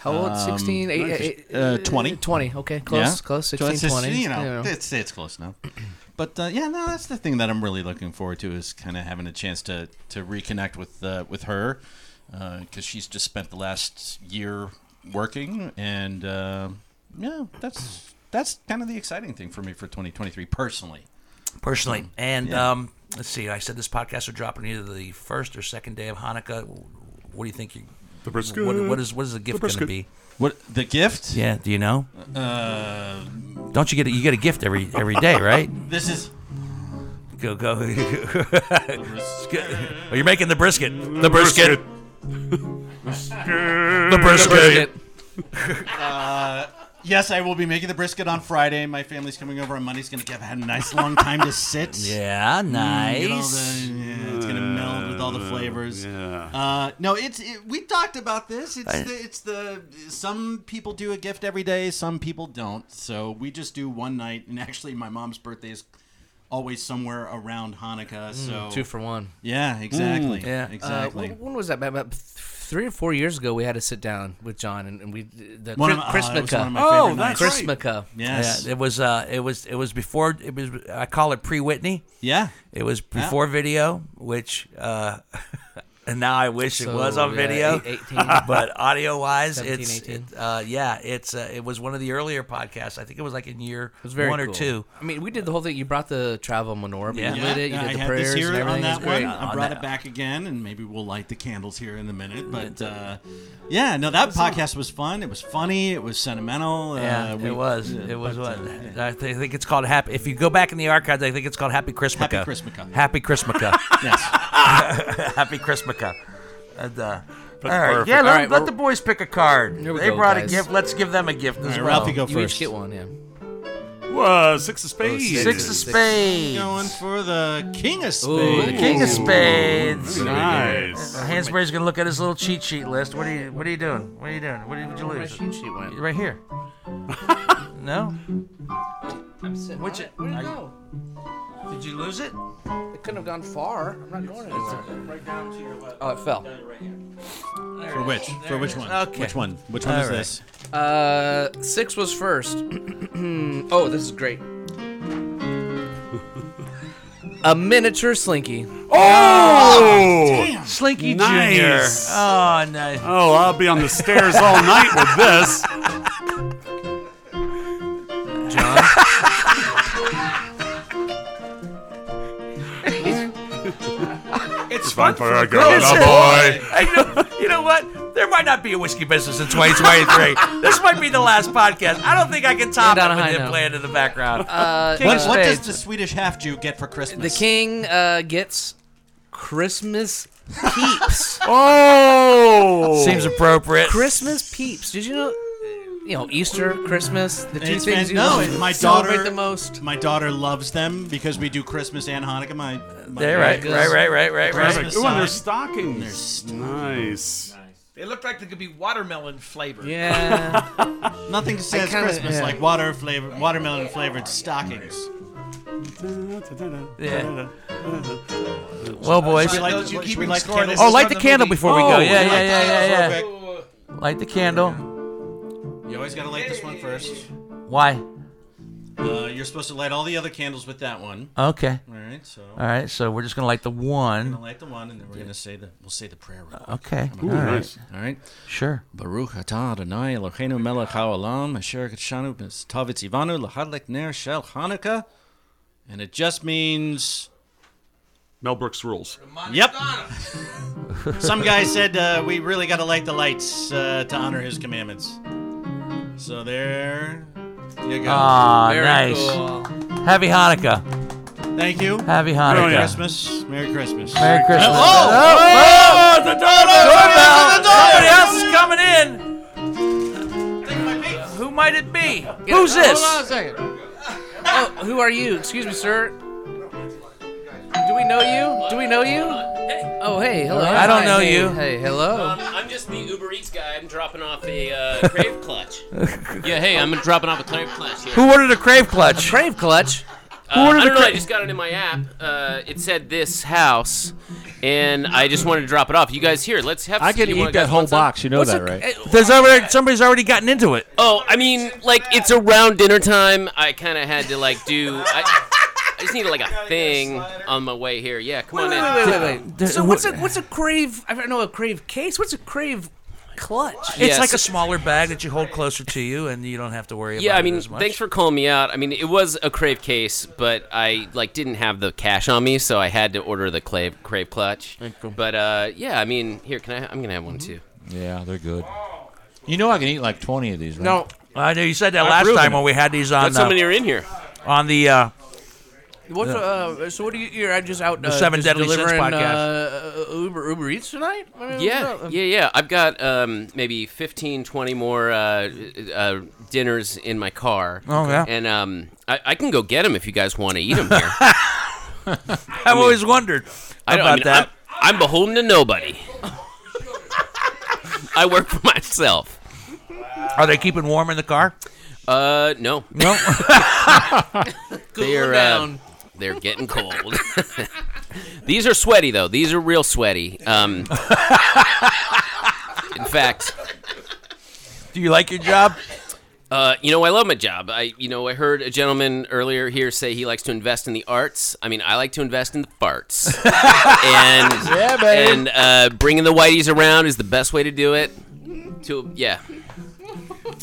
[SPEAKER 2] How old? 16, eight-
[SPEAKER 7] nice.
[SPEAKER 2] eight-
[SPEAKER 7] uh, 20.
[SPEAKER 2] 20, okay, close, close,
[SPEAKER 7] So it's
[SPEAKER 2] 16,
[SPEAKER 7] just,
[SPEAKER 2] 20,
[SPEAKER 7] You know,
[SPEAKER 2] you know.
[SPEAKER 7] It's, it's close enough. But uh, yeah, no, that's the thing that I'm really looking forward to is kind of having a chance to to reconnect with uh, with her because she's just spent the last year working, and uh, yeah, that's that's kind of the exciting thing for me for 2023 personally. Hmm.
[SPEAKER 1] personally. And
[SPEAKER 7] Yeah.
[SPEAKER 1] um, let's see, I said this podcast would drop on either the first or second day of Hanukkah. What do you think? You,
[SPEAKER 16] the brisket.
[SPEAKER 1] What, what is what is the gift
[SPEAKER 16] The
[SPEAKER 1] going to be?
[SPEAKER 16] brisket.
[SPEAKER 7] What the gift?
[SPEAKER 1] Yeah, do you know?
[SPEAKER 7] Uh,
[SPEAKER 1] Don't you get a, you get a gift every every day, right?
[SPEAKER 7] This is
[SPEAKER 1] Go go. oh, you're making the brisket. The brisket.
[SPEAKER 7] The
[SPEAKER 1] brisket.
[SPEAKER 7] uh, yes, I will be making the brisket on Friday. My family's coming over on Monday. It's going to have had a nice long time to sit.
[SPEAKER 1] Yeah,
[SPEAKER 7] Mm, get all
[SPEAKER 1] nice.
[SPEAKER 7] the- yeah, it's going to meld with all the
[SPEAKER 1] Uh,
[SPEAKER 7] flavors.
[SPEAKER 1] yeah.
[SPEAKER 7] Uh, no, it's it, we talked about this. It's
[SPEAKER 1] I-
[SPEAKER 7] the, it's the some people do a gift every day, some people don't. So we just do one night. And actually, my mom's birthday is always somewhere around Hanukkah. so
[SPEAKER 2] Mm, two for one.
[SPEAKER 7] Yeah, exactly.
[SPEAKER 2] Yeah,
[SPEAKER 7] exactly.
[SPEAKER 2] Uh, wh- when was that? About- About th- three or four years ago, we had to sit down with John and, and we the
[SPEAKER 7] One
[SPEAKER 2] Chris,
[SPEAKER 7] of my- oh,
[SPEAKER 2] Chris
[SPEAKER 7] it was one of my
[SPEAKER 1] Oh, that's right.
[SPEAKER 2] Chrismica.
[SPEAKER 1] Yeah, it was. Uh, it was. It was before. It was. I call it pre Whitney.
[SPEAKER 7] Yeah.
[SPEAKER 1] It was
[SPEAKER 7] Yeah.
[SPEAKER 1] before video, which. Uh, and now I wish it
[SPEAKER 2] So,
[SPEAKER 1] was on
[SPEAKER 2] yeah,
[SPEAKER 1] video.
[SPEAKER 2] eight- 18.
[SPEAKER 1] but audio wise,
[SPEAKER 2] 17,
[SPEAKER 1] it's.
[SPEAKER 2] 18.
[SPEAKER 1] It, uh, yeah, it's. Uh, it was one of the earlier podcasts. I think it was like in year
[SPEAKER 2] It was very
[SPEAKER 1] one or
[SPEAKER 2] cool.
[SPEAKER 1] two.
[SPEAKER 2] I mean, we did the whole thing. You brought the travel menorah,
[SPEAKER 1] Yeah.
[SPEAKER 2] you lit it, you
[SPEAKER 7] Yeah,
[SPEAKER 2] did
[SPEAKER 7] I
[SPEAKER 2] the
[SPEAKER 7] had
[SPEAKER 2] prayers,
[SPEAKER 7] this here
[SPEAKER 2] and
[SPEAKER 7] on
[SPEAKER 2] everything. It was
[SPEAKER 7] that
[SPEAKER 2] great.
[SPEAKER 7] one. I brought it back again, and maybe we'll light the candles here in a minute. But uh, yeah, no, that podcast was fun. It was funny. It was sentimental.
[SPEAKER 1] yeah,
[SPEAKER 7] uh, we-
[SPEAKER 1] it was.
[SPEAKER 7] yeah,
[SPEAKER 1] it was
[SPEAKER 7] but,
[SPEAKER 1] what
[SPEAKER 7] uh,
[SPEAKER 1] I thi- think it's called Happy. If you go back in the archives, I think it's called Happy Chrismica.
[SPEAKER 7] Happy Chrismica.
[SPEAKER 1] Happy Chrismica. yes. Happy Chrismica. And, uh, all right.
[SPEAKER 2] perfect.
[SPEAKER 1] Yeah. Let,
[SPEAKER 2] All right,
[SPEAKER 1] let
[SPEAKER 2] we're-
[SPEAKER 1] the boys pick a card.
[SPEAKER 2] Here we
[SPEAKER 1] They
[SPEAKER 2] go,
[SPEAKER 1] brought
[SPEAKER 2] guys.
[SPEAKER 1] a gift. Let's give them a gift
[SPEAKER 2] All
[SPEAKER 1] as
[SPEAKER 2] right,
[SPEAKER 1] well.
[SPEAKER 2] Ralphie, go You each first. get one, yeah.
[SPEAKER 16] Whoa, six of
[SPEAKER 1] Oh,
[SPEAKER 16] spades.
[SPEAKER 1] six. Six of Six. spades.
[SPEAKER 7] Going for the king of
[SPEAKER 1] Ooh,
[SPEAKER 7] spades.
[SPEAKER 1] the King of Spades.
[SPEAKER 7] Nice.
[SPEAKER 1] Uh, Hansberry's gonna look at his little cheat sheet list. What are you? What are you doing? What are you doing? What did you
[SPEAKER 2] Where
[SPEAKER 1] lose?
[SPEAKER 2] my cheat sheet went?
[SPEAKER 1] Right here. no.
[SPEAKER 2] I'm sitting
[SPEAKER 1] Which-
[SPEAKER 2] on it. Where'd it go?
[SPEAKER 1] Did you lose it?
[SPEAKER 2] It couldn't have gone far. I'm not going anywhere.
[SPEAKER 17] Right down to your left.
[SPEAKER 2] Oh, it fell.
[SPEAKER 7] For which? For which one?
[SPEAKER 2] Okay.
[SPEAKER 7] Which one? Which one
[SPEAKER 2] All
[SPEAKER 7] is
[SPEAKER 2] right.
[SPEAKER 7] this?
[SPEAKER 2] Uh, six was first. oh, this is great. A miniature slinky.
[SPEAKER 16] Oh,
[SPEAKER 1] Slinky
[SPEAKER 16] nice.
[SPEAKER 1] Jr.
[SPEAKER 2] Uh,
[SPEAKER 1] Oh, nice.
[SPEAKER 16] Oh, I'll be on the stairs all night with this.
[SPEAKER 1] It's
[SPEAKER 16] If fun I for the
[SPEAKER 1] girl
[SPEAKER 16] forgot girls. about boy.
[SPEAKER 1] know, you know what? There might not be a whiskey business in 2023. this might be the last podcast. I don't think I can top
[SPEAKER 2] And on
[SPEAKER 1] it
[SPEAKER 2] a high
[SPEAKER 1] with him
[SPEAKER 2] note.
[SPEAKER 1] playing in the background.
[SPEAKER 2] Uh,
[SPEAKER 1] King
[SPEAKER 7] what,
[SPEAKER 1] of
[SPEAKER 7] what does
[SPEAKER 1] Spades.
[SPEAKER 7] the Swedish half Jew get for
[SPEAKER 2] The
[SPEAKER 7] Christmas?
[SPEAKER 2] king uh, gets Christmas peeps.
[SPEAKER 16] oh,
[SPEAKER 1] Seems appropriate.
[SPEAKER 2] Christmas peeps. Did you know? You know, Easter, Christmas, the two
[SPEAKER 7] It's fan-
[SPEAKER 2] things you
[SPEAKER 7] no,
[SPEAKER 2] love
[SPEAKER 7] it-
[SPEAKER 2] to
[SPEAKER 7] my
[SPEAKER 2] celebrate
[SPEAKER 7] daughter
[SPEAKER 2] the most.
[SPEAKER 7] My daughter loves them because we do Christmas and Hanukkah. My, my
[SPEAKER 1] There, right, right, right, right, right,
[SPEAKER 7] Christmas
[SPEAKER 1] right.
[SPEAKER 16] Ooh, and their
[SPEAKER 7] side.
[SPEAKER 16] stockings.
[SPEAKER 7] Their stockings.
[SPEAKER 16] Nice.
[SPEAKER 5] They look like they could be watermelon flavored.
[SPEAKER 2] Yeah.
[SPEAKER 7] Nothing says
[SPEAKER 5] kinda-
[SPEAKER 7] Christmas
[SPEAKER 5] yeah.
[SPEAKER 7] like water flavored, watermelon flavored stockings.
[SPEAKER 1] Yeah. Well, boys.
[SPEAKER 7] Should we light- should we light candles?
[SPEAKER 1] Oh, light the candle before we go.
[SPEAKER 7] Oh,
[SPEAKER 1] Yeah,
[SPEAKER 7] light
[SPEAKER 1] yeah,
[SPEAKER 7] the
[SPEAKER 1] yeah,
[SPEAKER 7] candles
[SPEAKER 1] yeah,
[SPEAKER 7] real
[SPEAKER 1] yeah. Light the candle.
[SPEAKER 7] quick. You always gotta light this one first.
[SPEAKER 1] Why?
[SPEAKER 7] Uh, you're supposed to light all the other candles with that one.
[SPEAKER 1] Okay.
[SPEAKER 7] All right. So.
[SPEAKER 1] All right. So we're just gonna light the
[SPEAKER 7] We're
[SPEAKER 1] one.
[SPEAKER 7] gonna light the one, and then we're gonna say the we'll say the prayer. real quick.
[SPEAKER 1] Okay.
[SPEAKER 7] Come on.
[SPEAKER 1] All right.
[SPEAKER 7] All right.
[SPEAKER 1] Sure.
[SPEAKER 7] Baruch atah Adonai Eloheinu melech haolam asher kitshanu b'stavitz ivanu lahadlek ner shel Hanukkah. And it just means...
[SPEAKER 16] Mel Brooks rules.
[SPEAKER 7] Yep. Some guy said uh, we really got to light the lights uh, to honor his commandments. So there you go.
[SPEAKER 1] Ah, nice. Happy Hanukkah.
[SPEAKER 7] Thank you.
[SPEAKER 1] Happy Hanukkah.
[SPEAKER 7] Merry Christmas. Merry Christmas.
[SPEAKER 1] Merry Christmas.
[SPEAKER 7] Oh!
[SPEAKER 1] Oh,
[SPEAKER 7] oh,
[SPEAKER 1] the
[SPEAKER 7] doorbell!
[SPEAKER 1] doorbell!
[SPEAKER 7] The doorbell!
[SPEAKER 1] Somebody else is coming in. Who might it be? Who's
[SPEAKER 2] Hold
[SPEAKER 1] this?
[SPEAKER 2] on a second. Oh, who are you? Excuse me, sir. Do we know you? Do we know you? Oh, hey, hello.
[SPEAKER 1] I don't
[SPEAKER 2] Hi,
[SPEAKER 1] know
[SPEAKER 2] hey,
[SPEAKER 1] you.
[SPEAKER 2] Hey, hello.
[SPEAKER 17] Um, I'm just the Uber Eats guy. I'm dropping off a uh, crave clutch. yeah, hey, I'm dropping off a crave clutch here.
[SPEAKER 1] Who ordered a crave clutch?
[SPEAKER 2] crave clutch.
[SPEAKER 17] Uh,
[SPEAKER 1] Who ordered
[SPEAKER 17] I
[SPEAKER 1] a
[SPEAKER 17] don't know. I
[SPEAKER 1] crave?
[SPEAKER 17] just got it in my app. Uh, it said this house, and I just wanted to drop it off. You guys here? Let's have.
[SPEAKER 15] I could
[SPEAKER 17] you wanna
[SPEAKER 15] eat that
[SPEAKER 17] guys
[SPEAKER 15] whole
[SPEAKER 17] want some?
[SPEAKER 15] box. You know that, right?
[SPEAKER 1] There's already somebody's already gotten into it.
[SPEAKER 17] Oh, I mean, like it's around dinner time. I kind of had to like do. I, I just needed like a thing on my way here. Yeah, come
[SPEAKER 2] Wait,
[SPEAKER 17] on
[SPEAKER 2] wait,
[SPEAKER 17] in.
[SPEAKER 2] wait, wait, wait, wait. So what's a what's a crave? I don't know a crave case. What's a crave clutch?
[SPEAKER 17] Yes.
[SPEAKER 1] It's like a smaller bag that you hold closer to you, and you don't have to worry
[SPEAKER 17] Yeah,
[SPEAKER 1] about
[SPEAKER 17] I mean,
[SPEAKER 1] it as much.
[SPEAKER 17] thanks for calling me out. I mean, it was a crave case, but I like didn't have the cash on me, so I had to order the crave crave clutch. But uh, yeah, I mean, here can I? I'm gonna have one
[SPEAKER 1] Mm-hmm.
[SPEAKER 17] too.
[SPEAKER 15] Yeah, they're good. You know I can eat like 20 of these, right?
[SPEAKER 1] I know you said that
[SPEAKER 17] I've
[SPEAKER 1] last
[SPEAKER 17] proven
[SPEAKER 1] time
[SPEAKER 17] it.
[SPEAKER 1] when we had these on.
[SPEAKER 17] Glad so
[SPEAKER 1] uh,
[SPEAKER 17] many are in here.
[SPEAKER 1] On the uh,
[SPEAKER 2] What?
[SPEAKER 1] Yeah.
[SPEAKER 2] Uh, so what do you? You're out- just out.
[SPEAKER 1] The
[SPEAKER 2] uh,
[SPEAKER 1] Seven
[SPEAKER 2] just
[SPEAKER 1] Deadly Sins
[SPEAKER 2] delivering,
[SPEAKER 1] podcast.
[SPEAKER 2] Uh, Uber Uber Eats tonight. I mean,
[SPEAKER 17] Yeah,
[SPEAKER 2] what's up?
[SPEAKER 17] yeah, yeah. I've got um, maybe 15, 20 more uh, uh, dinners in my car.
[SPEAKER 1] Oh, yeah.
[SPEAKER 17] And um, I, I can go get them if you guys want to eat them here.
[SPEAKER 1] I've always wondered about that.
[SPEAKER 17] I'm, I'm beholden to nobody. I work for myself.
[SPEAKER 1] Are they keeping warm in the car?
[SPEAKER 17] Uh, no.
[SPEAKER 1] No.
[SPEAKER 17] they're, uh,
[SPEAKER 2] down.
[SPEAKER 17] they're getting cold. These are sweaty, though. These are real sweaty. Um, in fact,
[SPEAKER 1] do you like your job?
[SPEAKER 17] Uh, you know, I love my job. I, you know, I heard a gentleman earlier here say he likes to invest in the arts. I mean, I like to invest in the farts. and
[SPEAKER 2] Yeah, baby.
[SPEAKER 17] and uh, bringing the whiteys around is the best way to do it. To yeah,
[SPEAKER 1] Well,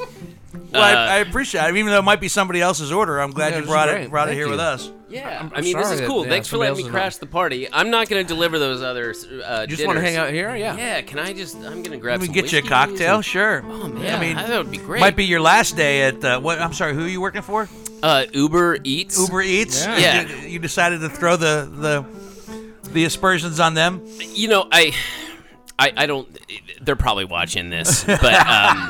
[SPEAKER 17] Uh,
[SPEAKER 1] I, I appreciate it. Even though it might be somebody else's order, I'm glad you
[SPEAKER 17] Yeah, this is
[SPEAKER 1] brought it
[SPEAKER 17] great.
[SPEAKER 1] brought it
[SPEAKER 17] Thank
[SPEAKER 1] here
[SPEAKER 17] you.
[SPEAKER 1] with us.
[SPEAKER 17] Yeah, I mean, this is cool. Thanks for letting me crash the party. I'm not going to deliver those other. Uh,
[SPEAKER 2] You just wanna
[SPEAKER 17] dinners.
[SPEAKER 2] hang out here? Yeah.
[SPEAKER 17] Yeah. Can I just? I'm going to grab.
[SPEAKER 1] Let me
[SPEAKER 17] some
[SPEAKER 1] get you a
[SPEAKER 17] whiskeys
[SPEAKER 1] cocktail,
[SPEAKER 17] and-
[SPEAKER 1] sure.
[SPEAKER 17] Oh man,
[SPEAKER 1] I mean,
[SPEAKER 17] that would be great.
[SPEAKER 1] Might be your last day at uh, what? I'm sorry, who are you working for?
[SPEAKER 17] Uh, Uber Eats.
[SPEAKER 1] Uber Eats.
[SPEAKER 17] Yeah.
[SPEAKER 1] You-
[SPEAKER 17] Yeah.
[SPEAKER 1] You, decided to throw the the the aspersions on them.
[SPEAKER 17] you know, I, I, I don't. They're probably watching this, but um,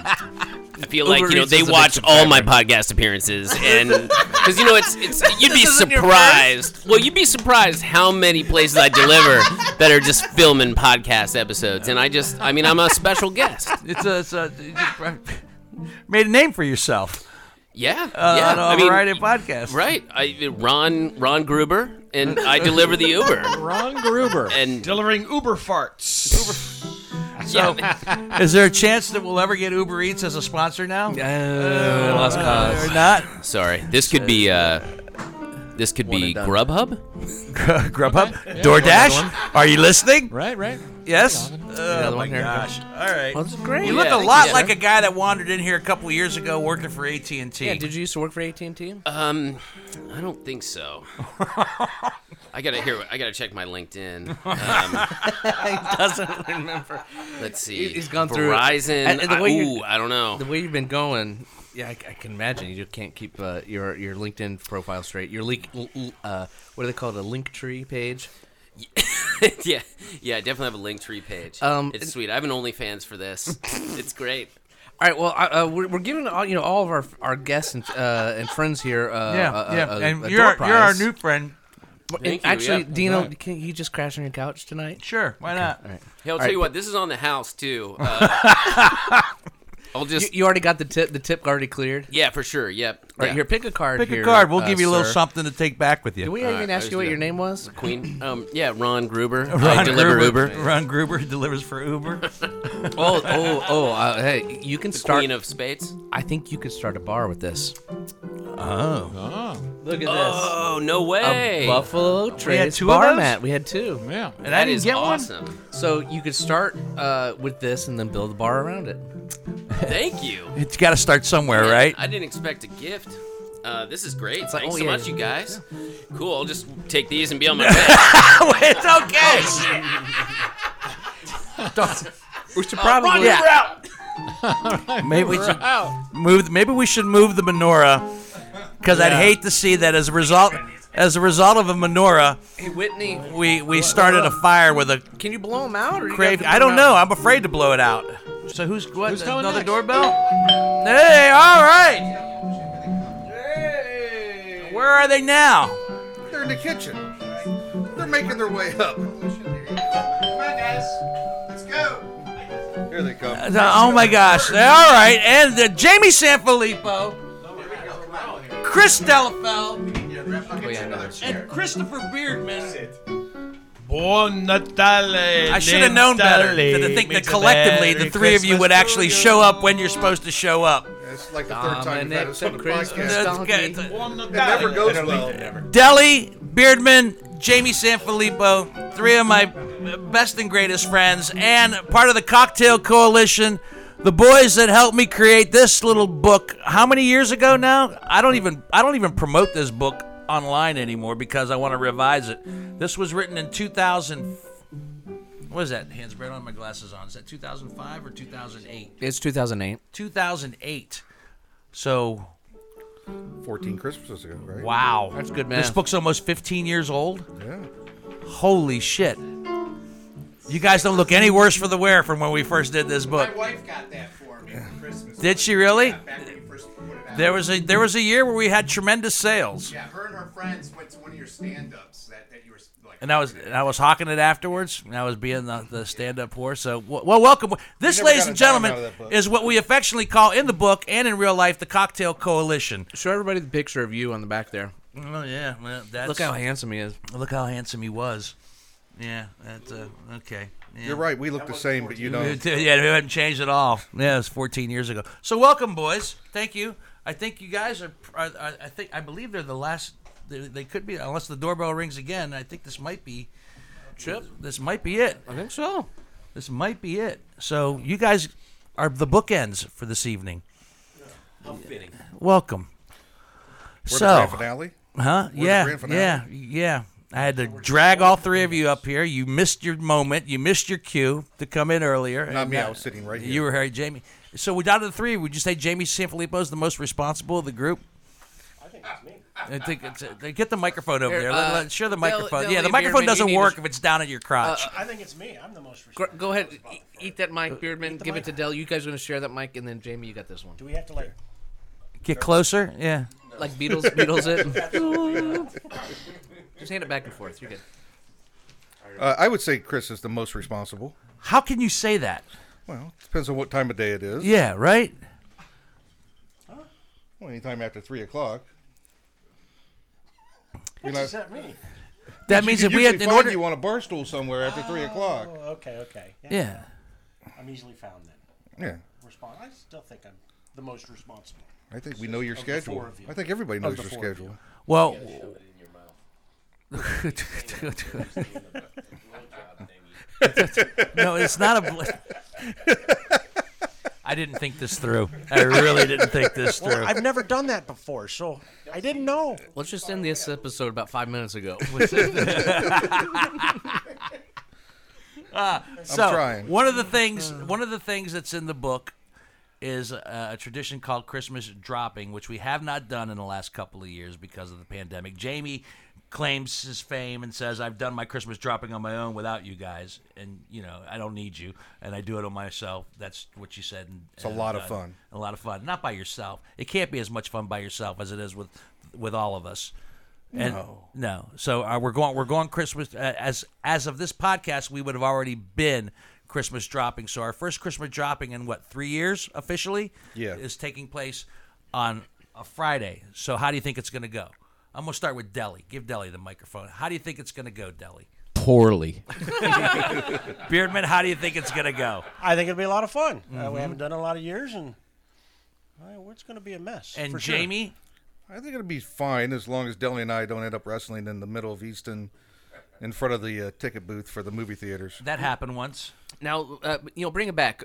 [SPEAKER 17] I feel like
[SPEAKER 2] Uber
[SPEAKER 17] you know
[SPEAKER 2] Eats
[SPEAKER 17] they
[SPEAKER 2] is a
[SPEAKER 17] watch
[SPEAKER 2] big
[SPEAKER 17] all my podcast appearances, and because you know it's it's you'd be surprised. Well, you'd be surprised how many places I deliver that are just filming podcast episodes, and I just, I mean, I'm a special guest.
[SPEAKER 1] It's a, it's a made a name for yourself.
[SPEAKER 17] Yeah,
[SPEAKER 1] Uh,
[SPEAKER 17] yeah.
[SPEAKER 1] on a
[SPEAKER 17] I mean,
[SPEAKER 1] variety of podcasts.
[SPEAKER 17] Right, I, Ron Ron Gruber, and I deliver the Uber.
[SPEAKER 5] Ron
[SPEAKER 17] Gruber and
[SPEAKER 5] delivering Uber farts.
[SPEAKER 1] So, is there a chance that we'll ever get Uber Eats as a sponsor now?
[SPEAKER 17] Uh, lost cause.
[SPEAKER 1] Or not?
[SPEAKER 17] Sorry. This could be. Uh, this could be Grubhub.
[SPEAKER 1] Grubhub.
[SPEAKER 17] Yeah, another one.
[SPEAKER 1] DoorDash. Are you listening?
[SPEAKER 17] Right, right.
[SPEAKER 1] Yes.
[SPEAKER 17] another
[SPEAKER 1] Oh my
[SPEAKER 17] one here.
[SPEAKER 1] gosh. All right.
[SPEAKER 2] Well, that's great.
[SPEAKER 1] You look
[SPEAKER 2] Yeah,
[SPEAKER 1] a
[SPEAKER 2] thank
[SPEAKER 1] lot
[SPEAKER 2] you,
[SPEAKER 1] like
[SPEAKER 2] sir.
[SPEAKER 1] a guy that wandered in here a couple years ago working for AT and T.
[SPEAKER 2] Yeah, did you used to work for AT and T?
[SPEAKER 17] Um, I don't think so. I gotta hear. I gotta check my LinkedIn. Um,
[SPEAKER 2] he doesn't remember.
[SPEAKER 17] Let's see.
[SPEAKER 2] He- He's gone through it.
[SPEAKER 17] Verizon.
[SPEAKER 2] And- and the
[SPEAKER 17] I-
[SPEAKER 2] way you-
[SPEAKER 17] ooh, I don't know.
[SPEAKER 2] The way you've been going, yeah, I, I can imagine you just can't keep uh, your your LinkedIn profile straight. Your link, l- l- uh, what are they called? A link tree page.
[SPEAKER 17] yeah, yeah. I definitely have a Linktree page.
[SPEAKER 2] Um,
[SPEAKER 17] it's sweet. I have an OnlyFans for this. it's great.
[SPEAKER 2] All right. Well, I, uh, we're, we're giving all you know all of our our guests and uh, and friends here. Uh,
[SPEAKER 1] Yeah,
[SPEAKER 2] a- a-
[SPEAKER 1] yeah.
[SPEAKER 2] a-
[SPEAKER 1] And
[SPEAKER 2] a
[SPEAKER 1] you're our-
[SPEAKER 2] door
[SPEAKER 1] you're our
[SPEAKER 2] prize.
[SPEAKER 1] new friend.
[SPEAKER 2] And
[SPEAKER 17] Thank you,
[SPEAKER 2] actually,
[SPEAKER 17] yeah.
[SPEAKER 2] Dino,
[SPEAKER 17] Right.
[SPEAKER 2] can you just crash on your couch tonight?
[SPEAKER 1] Sure. Why not?
[SPEAKER 2] All right.
[SPEAKER 17] Hey, I'll
[SPEAKER 2] All
[SPEAKER 17] tell
[SPEAKER 2] right,
[SPEAKER 17] you
[SPEAKER 2] but-
[SPEAKER 17] what. This is on the house too. Uh, I'll just.
[SPEAKER 2] you, you already got the tip. The tip already cleared.
[SPEAKER 17] yeah, for sure. Yep.
[SPEAKER 2] All right,
[SPEAKER 17] yeah.
[SPEAKER 2] here, pick a card.
[SPEAKER 1] Pick
[SPEAKER 2] here,
[SPEAKER 1] a card. We'll
[SPEAKER 2] uh,
[SPEAKER 1] give you a little
[SPEAKER 2] sir.
[SPEAKER 1] something to take back with you.
[SPEAKER 2] Did we
[SPEAKER 17] All
[SPEAKER 2] even
[SPEAKER 17] right,
[SPEAKER 2] ask you
[SPEAKER 17] there's
[SPEAKER 2] what your
[SPEAKER 17] the-
[SPEAKER 2] name was?
[SPEAKER 17] Queen. Um, yeah, Ron Gruber. I
[SPEAKER 1] Ron
[SPEAKER 17] deliver
[SPEAKER 1] Gruber.
[SPEAKER 17] Uber.
[SPEAKER 1] Ron Gruber delivers for Uber.
[SPEAKER 2] oh, oh, oh! Uh, hey, you can
[SPEAKER 17] The
[SPEAKER 2] start.
[SPEAKER 17] Queen of Spades.
[SPEAKER 2] I think you could start a bar with this.
[SPEAKER 1] Oh.
[SPEAKER 2] Look at this.
[SPEAKER 17] Oh, no way.
[SPEAKER 2] A Buffalo Trace
[SPEAKER 17] two of
[SPEAKER 2] bar
[SPEAKER 17] those?
[SPEAKER 2] mat. We had two. Yeah.
[SPEAKER 17] And I That didn't is get one? awesome.
[SPEAKER 2] So you could start uh, with this and then build a bar around it.
[SPEAKER 17] Thank you.
[SPEAKER 1] It's got to start somewhere,
[SPEAKER 17] Man,
[SPEAKER 1] right?
[SPEAKER 17] I didn't expect a gift. Uh, this is great.
[SPEAKER 2] like-
[SPEAKER 17] Thanks
[SPEAKER 2] oh,
[SPEAKER 17] so
[SPEAKER 2] yeah,
[SPEAKER 17] much,
[SPEAKER 2] yeah,
[SPEAKER 17] you guys. Cool. I'll just take these and be on my way. Oh, it's
[SPEAKER 1] okay.
[SPEAKER 16] Uh,
[SPEAKER 2] we should
[SPEAKER 1] probably- Ron, you're Maybe we should move. Maybe we should move the menorah, because I'd
[SPEAKER 2] Yeah.
[SPEAKER 1] hate to see that as a result. As a result of a menorah,
[SPEAKER 2] Hey, Whitney.
[SPEAKER 1] we we started a fire with a
[SPEAKER 2] Can you blow them out? Or you
[SPEAKER 1] crave.
[SPEAKER 2] have to
[SPEAKER 1] I
[SPEAKER 2] blow
[SPEAKER 1] don't
[SPEAKER 2] 'em out?
[SPEAKER 1] know. I'm afraid to blow it out. So who's what?
[SPEAKER 2] Who's going
[SPEAKER 1] another
[SPEAKER 2] next?
[SPEAKER 1] doorbell? Hey, all right. Where are they now?
[SPEAKER 3] They're in the kitchen. They're making their way up.
[SPEAKER 12] Here they come.
[SPEAKER 1] Uh, Oh my gosh! All right, and uh, Jamie Sanfilippo, Chris Delafeld, and Christopher Beardman.
[SPEAKER 5] Buon Natale.
[SPEAKER 1] I should have known better than to think that collectively the three of you would actually show up when you're supposed to show up.
[SPEAKER 3] It's like the third time you've had us on the
[SPEAKER 1] Christmas
[SPEAKER 3] podcast.
[SPEAKER 1] donkey.
[SPEAKER 3] It never goes well.
[SPEAKER 1] Deli, Beardman, Jamie Sanfilippo, three of my best and greatest friends, and part of the Cocktail Coalition, the boys that helped me create this little book. How many years ago now? I don't even I don't even promote this book online anymore because I want to revise it. This was written in 2000. What is that? Hands bread on my glasses on. Is that 2005 or 2008?
[SPEAKER 2] It's 2008.
[SPEAKER 1] 2008. So
[SPEAKER 3] 14 Christmases ago, right?
[SPEAKER 1] Wow. This book's almost 15 years old?
[SPEAKER 3] Yeah.
[SPEAKER 1] Holy shit. You guys don't look any worse for the wear from when we first did this book.
[SPEAKER 13] wife got that for me for Christmas.
[SPEAKER 1] Did she really? There was a there was a year where we had tremendous sales.
[SPEAKER 18] Yeah, her and her friends went to one of your stand-ups that, that you were like.
[SPEAKER 1] And I was and I was hawking it afterwards, and I was being the, the stand-up whore. So, w- well, welcome. This,
[SPEAKER 18] never
[SPEAKER 1] ladies
[SPEAKER 18] got
[SPEAKER 1] and
[SPEAKER 18] a dime
[SPEAKER 1] gentlemen,
[SPEAKER 18] out of that book.
[SPEAKER 1] is what we affectionately call in the book and in real life the Cocktail Coalition.
[SPEAKER 2] Show everybody the picture of you on the back there.
[SPEAKER 1] Oh yeah, well, that's,
[SPEAKER 2] Look how handsome he is.
[SPEAKER 1] Look how handsome he was. Yeah, that, uh, okay. Yeah.
[SPEAKER 3] You're right. We look the same, but you
[SPEAKER 1] We
[SPEAKER 3] don't.
[SPEAKER 1] do- Yeah, we haven't changed at all. Yeah, it was 14 years ago. So welcome, boys. Thank you. I think you guys are. are, are I think I believe they're the last. They, they could be unless the doorbell rings again. I think this might be. Chip, this might be it. I think so. This might be it. So you guys are the bookends for this evening.
[SPEAKER 18] How fitting.
[SPEAKER 1] Welcome.
[SPEAKER 18] We're the
[SPEAKER 1] so,
[SPEAKER 18] grand finale?
[SPEAKER 1] Huh?
[SPEAKER 18] We're the
[SPEAKER 1] yeah.
[SPEAKER 18] grand finale?
[SPEAKER 1] Yeah. Yeah. I had to drag all three of you up here. You missed your moment. You missed your cue to come in earlier.
[SPEAKER 3] Not
[SPEAKER 1] And
[SPEAKER 3] me, I
[SPEAKER 1] now-
[SPEAKER 3] was sitting right
[SPEAKER 1] You
[SPEAKER 3] here.
[SPEAKER 1] were Harry Jamie. So we're down to the three. Would you say Jamie Sanfilippo is the most responsible of the group? I think it's uh, they get the microphone over
[SPEAKER 2] Here,
[SPEAKER 1] there. Let-
[SPEAKER 2] uh,
[SPEAKER 1] let- share the
[SPEAKER 2] they'll-
[SPEAKER 1] microphone.
[SPEAKER 2] they'll
[SPEAKER 1] yeah, the
[SPEAKER 2] leave here,
[SPEAKER 1] microphone
[SPEAKER 2] man. You
[SPEAKER 1] doesn't
[SPEAKER 2] need to
[SPEAKER 1] work
[SPEAKER 2] sh-
[SPEAKER 1] if it's down at your crotch.
[SPEAKER 2] Uh,
[SPEAKER 18] I think it's me. I'm the most.
[SPEAKER 2] Gr- Go ahead, e- eat that mic, Beardman. Give it to Dell. You guys are gonna share that mic, and then Jamie, you got this one.
[SPEAKER 18] Do we have to like?
[SPEAKER 1] Get closer. Yeah.
[SPEAKER 2] Like Beatles, Beatles it. Just hand it back and forth. You're good.
[SPEAKER 3] Uh, I would say Chris is the most responsible.
[SPEAKER 1] How can you say that?
[SPEAKER 3] Well, it depends on what time of day it is.
[SPEAKER 1] Yeah. Right.
[SPEAKER 3] Well, anytime after three o'clock. You know,
[SPEAKER 18] What's that mean?
[SPEAKER 1] That means
[SPEAKER 3] you
[SPEAKER 1] if
[SPEAKER 3] can
[SPEAKER 1] we had-
[SPEAKER 3] usually
[SPEAKER 1] in
[SPEAKER 3] find
[SPEAKER 1] order-
[SPEAKER 3] you on a bar stool somewhere after three o'clock.
[SPEAKER 18] Oh, okay, okay.
[SPEAKER 1] Yeah.
[SPEAKER 18] I'm easily found then.
[SPEAKER 3] Yeah.
[SPEAKER 18] Respond. I still think I'm the most responsible.
[SPEAKER 3] I think we know your
[SPEAKER 18] Of the
[SPEAKER 3] schedule.
[SPEAKER 18] four of you.
[SPEAKER 3] I think everybody
[SPEAKER 18] Of
[SPEAKER 3] knows
[SPEAKER 18] the
[SPEAKER 3] your
[SPEAKER 18] four of you.
[SPEAKER 3] schedule.
[SPEAKER 1] Well. no, it's not a. Bl- I didn't think this through. I really didn't think this through.
[SPEAKER 18] Well, I've never done that before, so I didn't know.
[SPEAKER 2] Let's just end this episode about five minutes ago.
[SPEAKER 1] Ah,
[SPEAKER 2] I'm
[SPEAKER 1] so
[SPEAKER 2] trying.
[SPEAKER 1] one of the
[SPEAKER 3] Uh.
[SPEAKER 1] things, one of the things that's in the book is a, a tradition called Christmas dropping, which we have not done in the last couple of years because of the pandemic. Jamie claims his fame and says, "I've done my Christmas dropping on my own without you guys, and you know I don't need you, and I do it on myself." That's what you said. And,
[SPEAKER 3] It's a
[SPEAKER 1] and uh,
[SPEAKER 3] lot
[SPEAKER 1] I've
[SPEAKER 3] of
[SPEAKER 1] done.
[SPEAKER 3] fun.
[SPEAKER 1] A lot of fun, not by yourself. It can't be as much fun by yourself as it is with with all of us. And-
[SPEAKER 3] No.
[SPEAKER 1] no. So uh, we're going. We're going Christmas uh, as as of this podcast. We would have already been Christmas dropping. So our first Christmas dropping in what three years officially?
[SPEAKER 3] Yeah.
[SPEAKER 1] is taking place on a Friday. So how do you think it's going to go? I'm going to start with Deli. Give Deli the microphone. How do you think it's going to go, Deli?
[SPEAKER 2] Poorly.
[SPEAKER 1] Beardman, how do you think it's going to go?
[SPEAKER 18] I think it'll be a lot of fun. Uh,
[SPEAKER 1] Mhm.
[SPEAKER 18] we haven't done it in a lot of years, and well, it's going to be a mess.
[SPEAKER 1] And
[SPEAKER 18] for sure.
[SPEAKER 1] Jamie,
[SPEAKER 3] I think it'll be fine as long as Deli and I don't end up wrestling in the middle of Easton in front of the uh, ticket booth for the movie theaters.
[SPEAKER 1] That happened once.
[SPEAKER 2] Now, uh, you know, bring it back.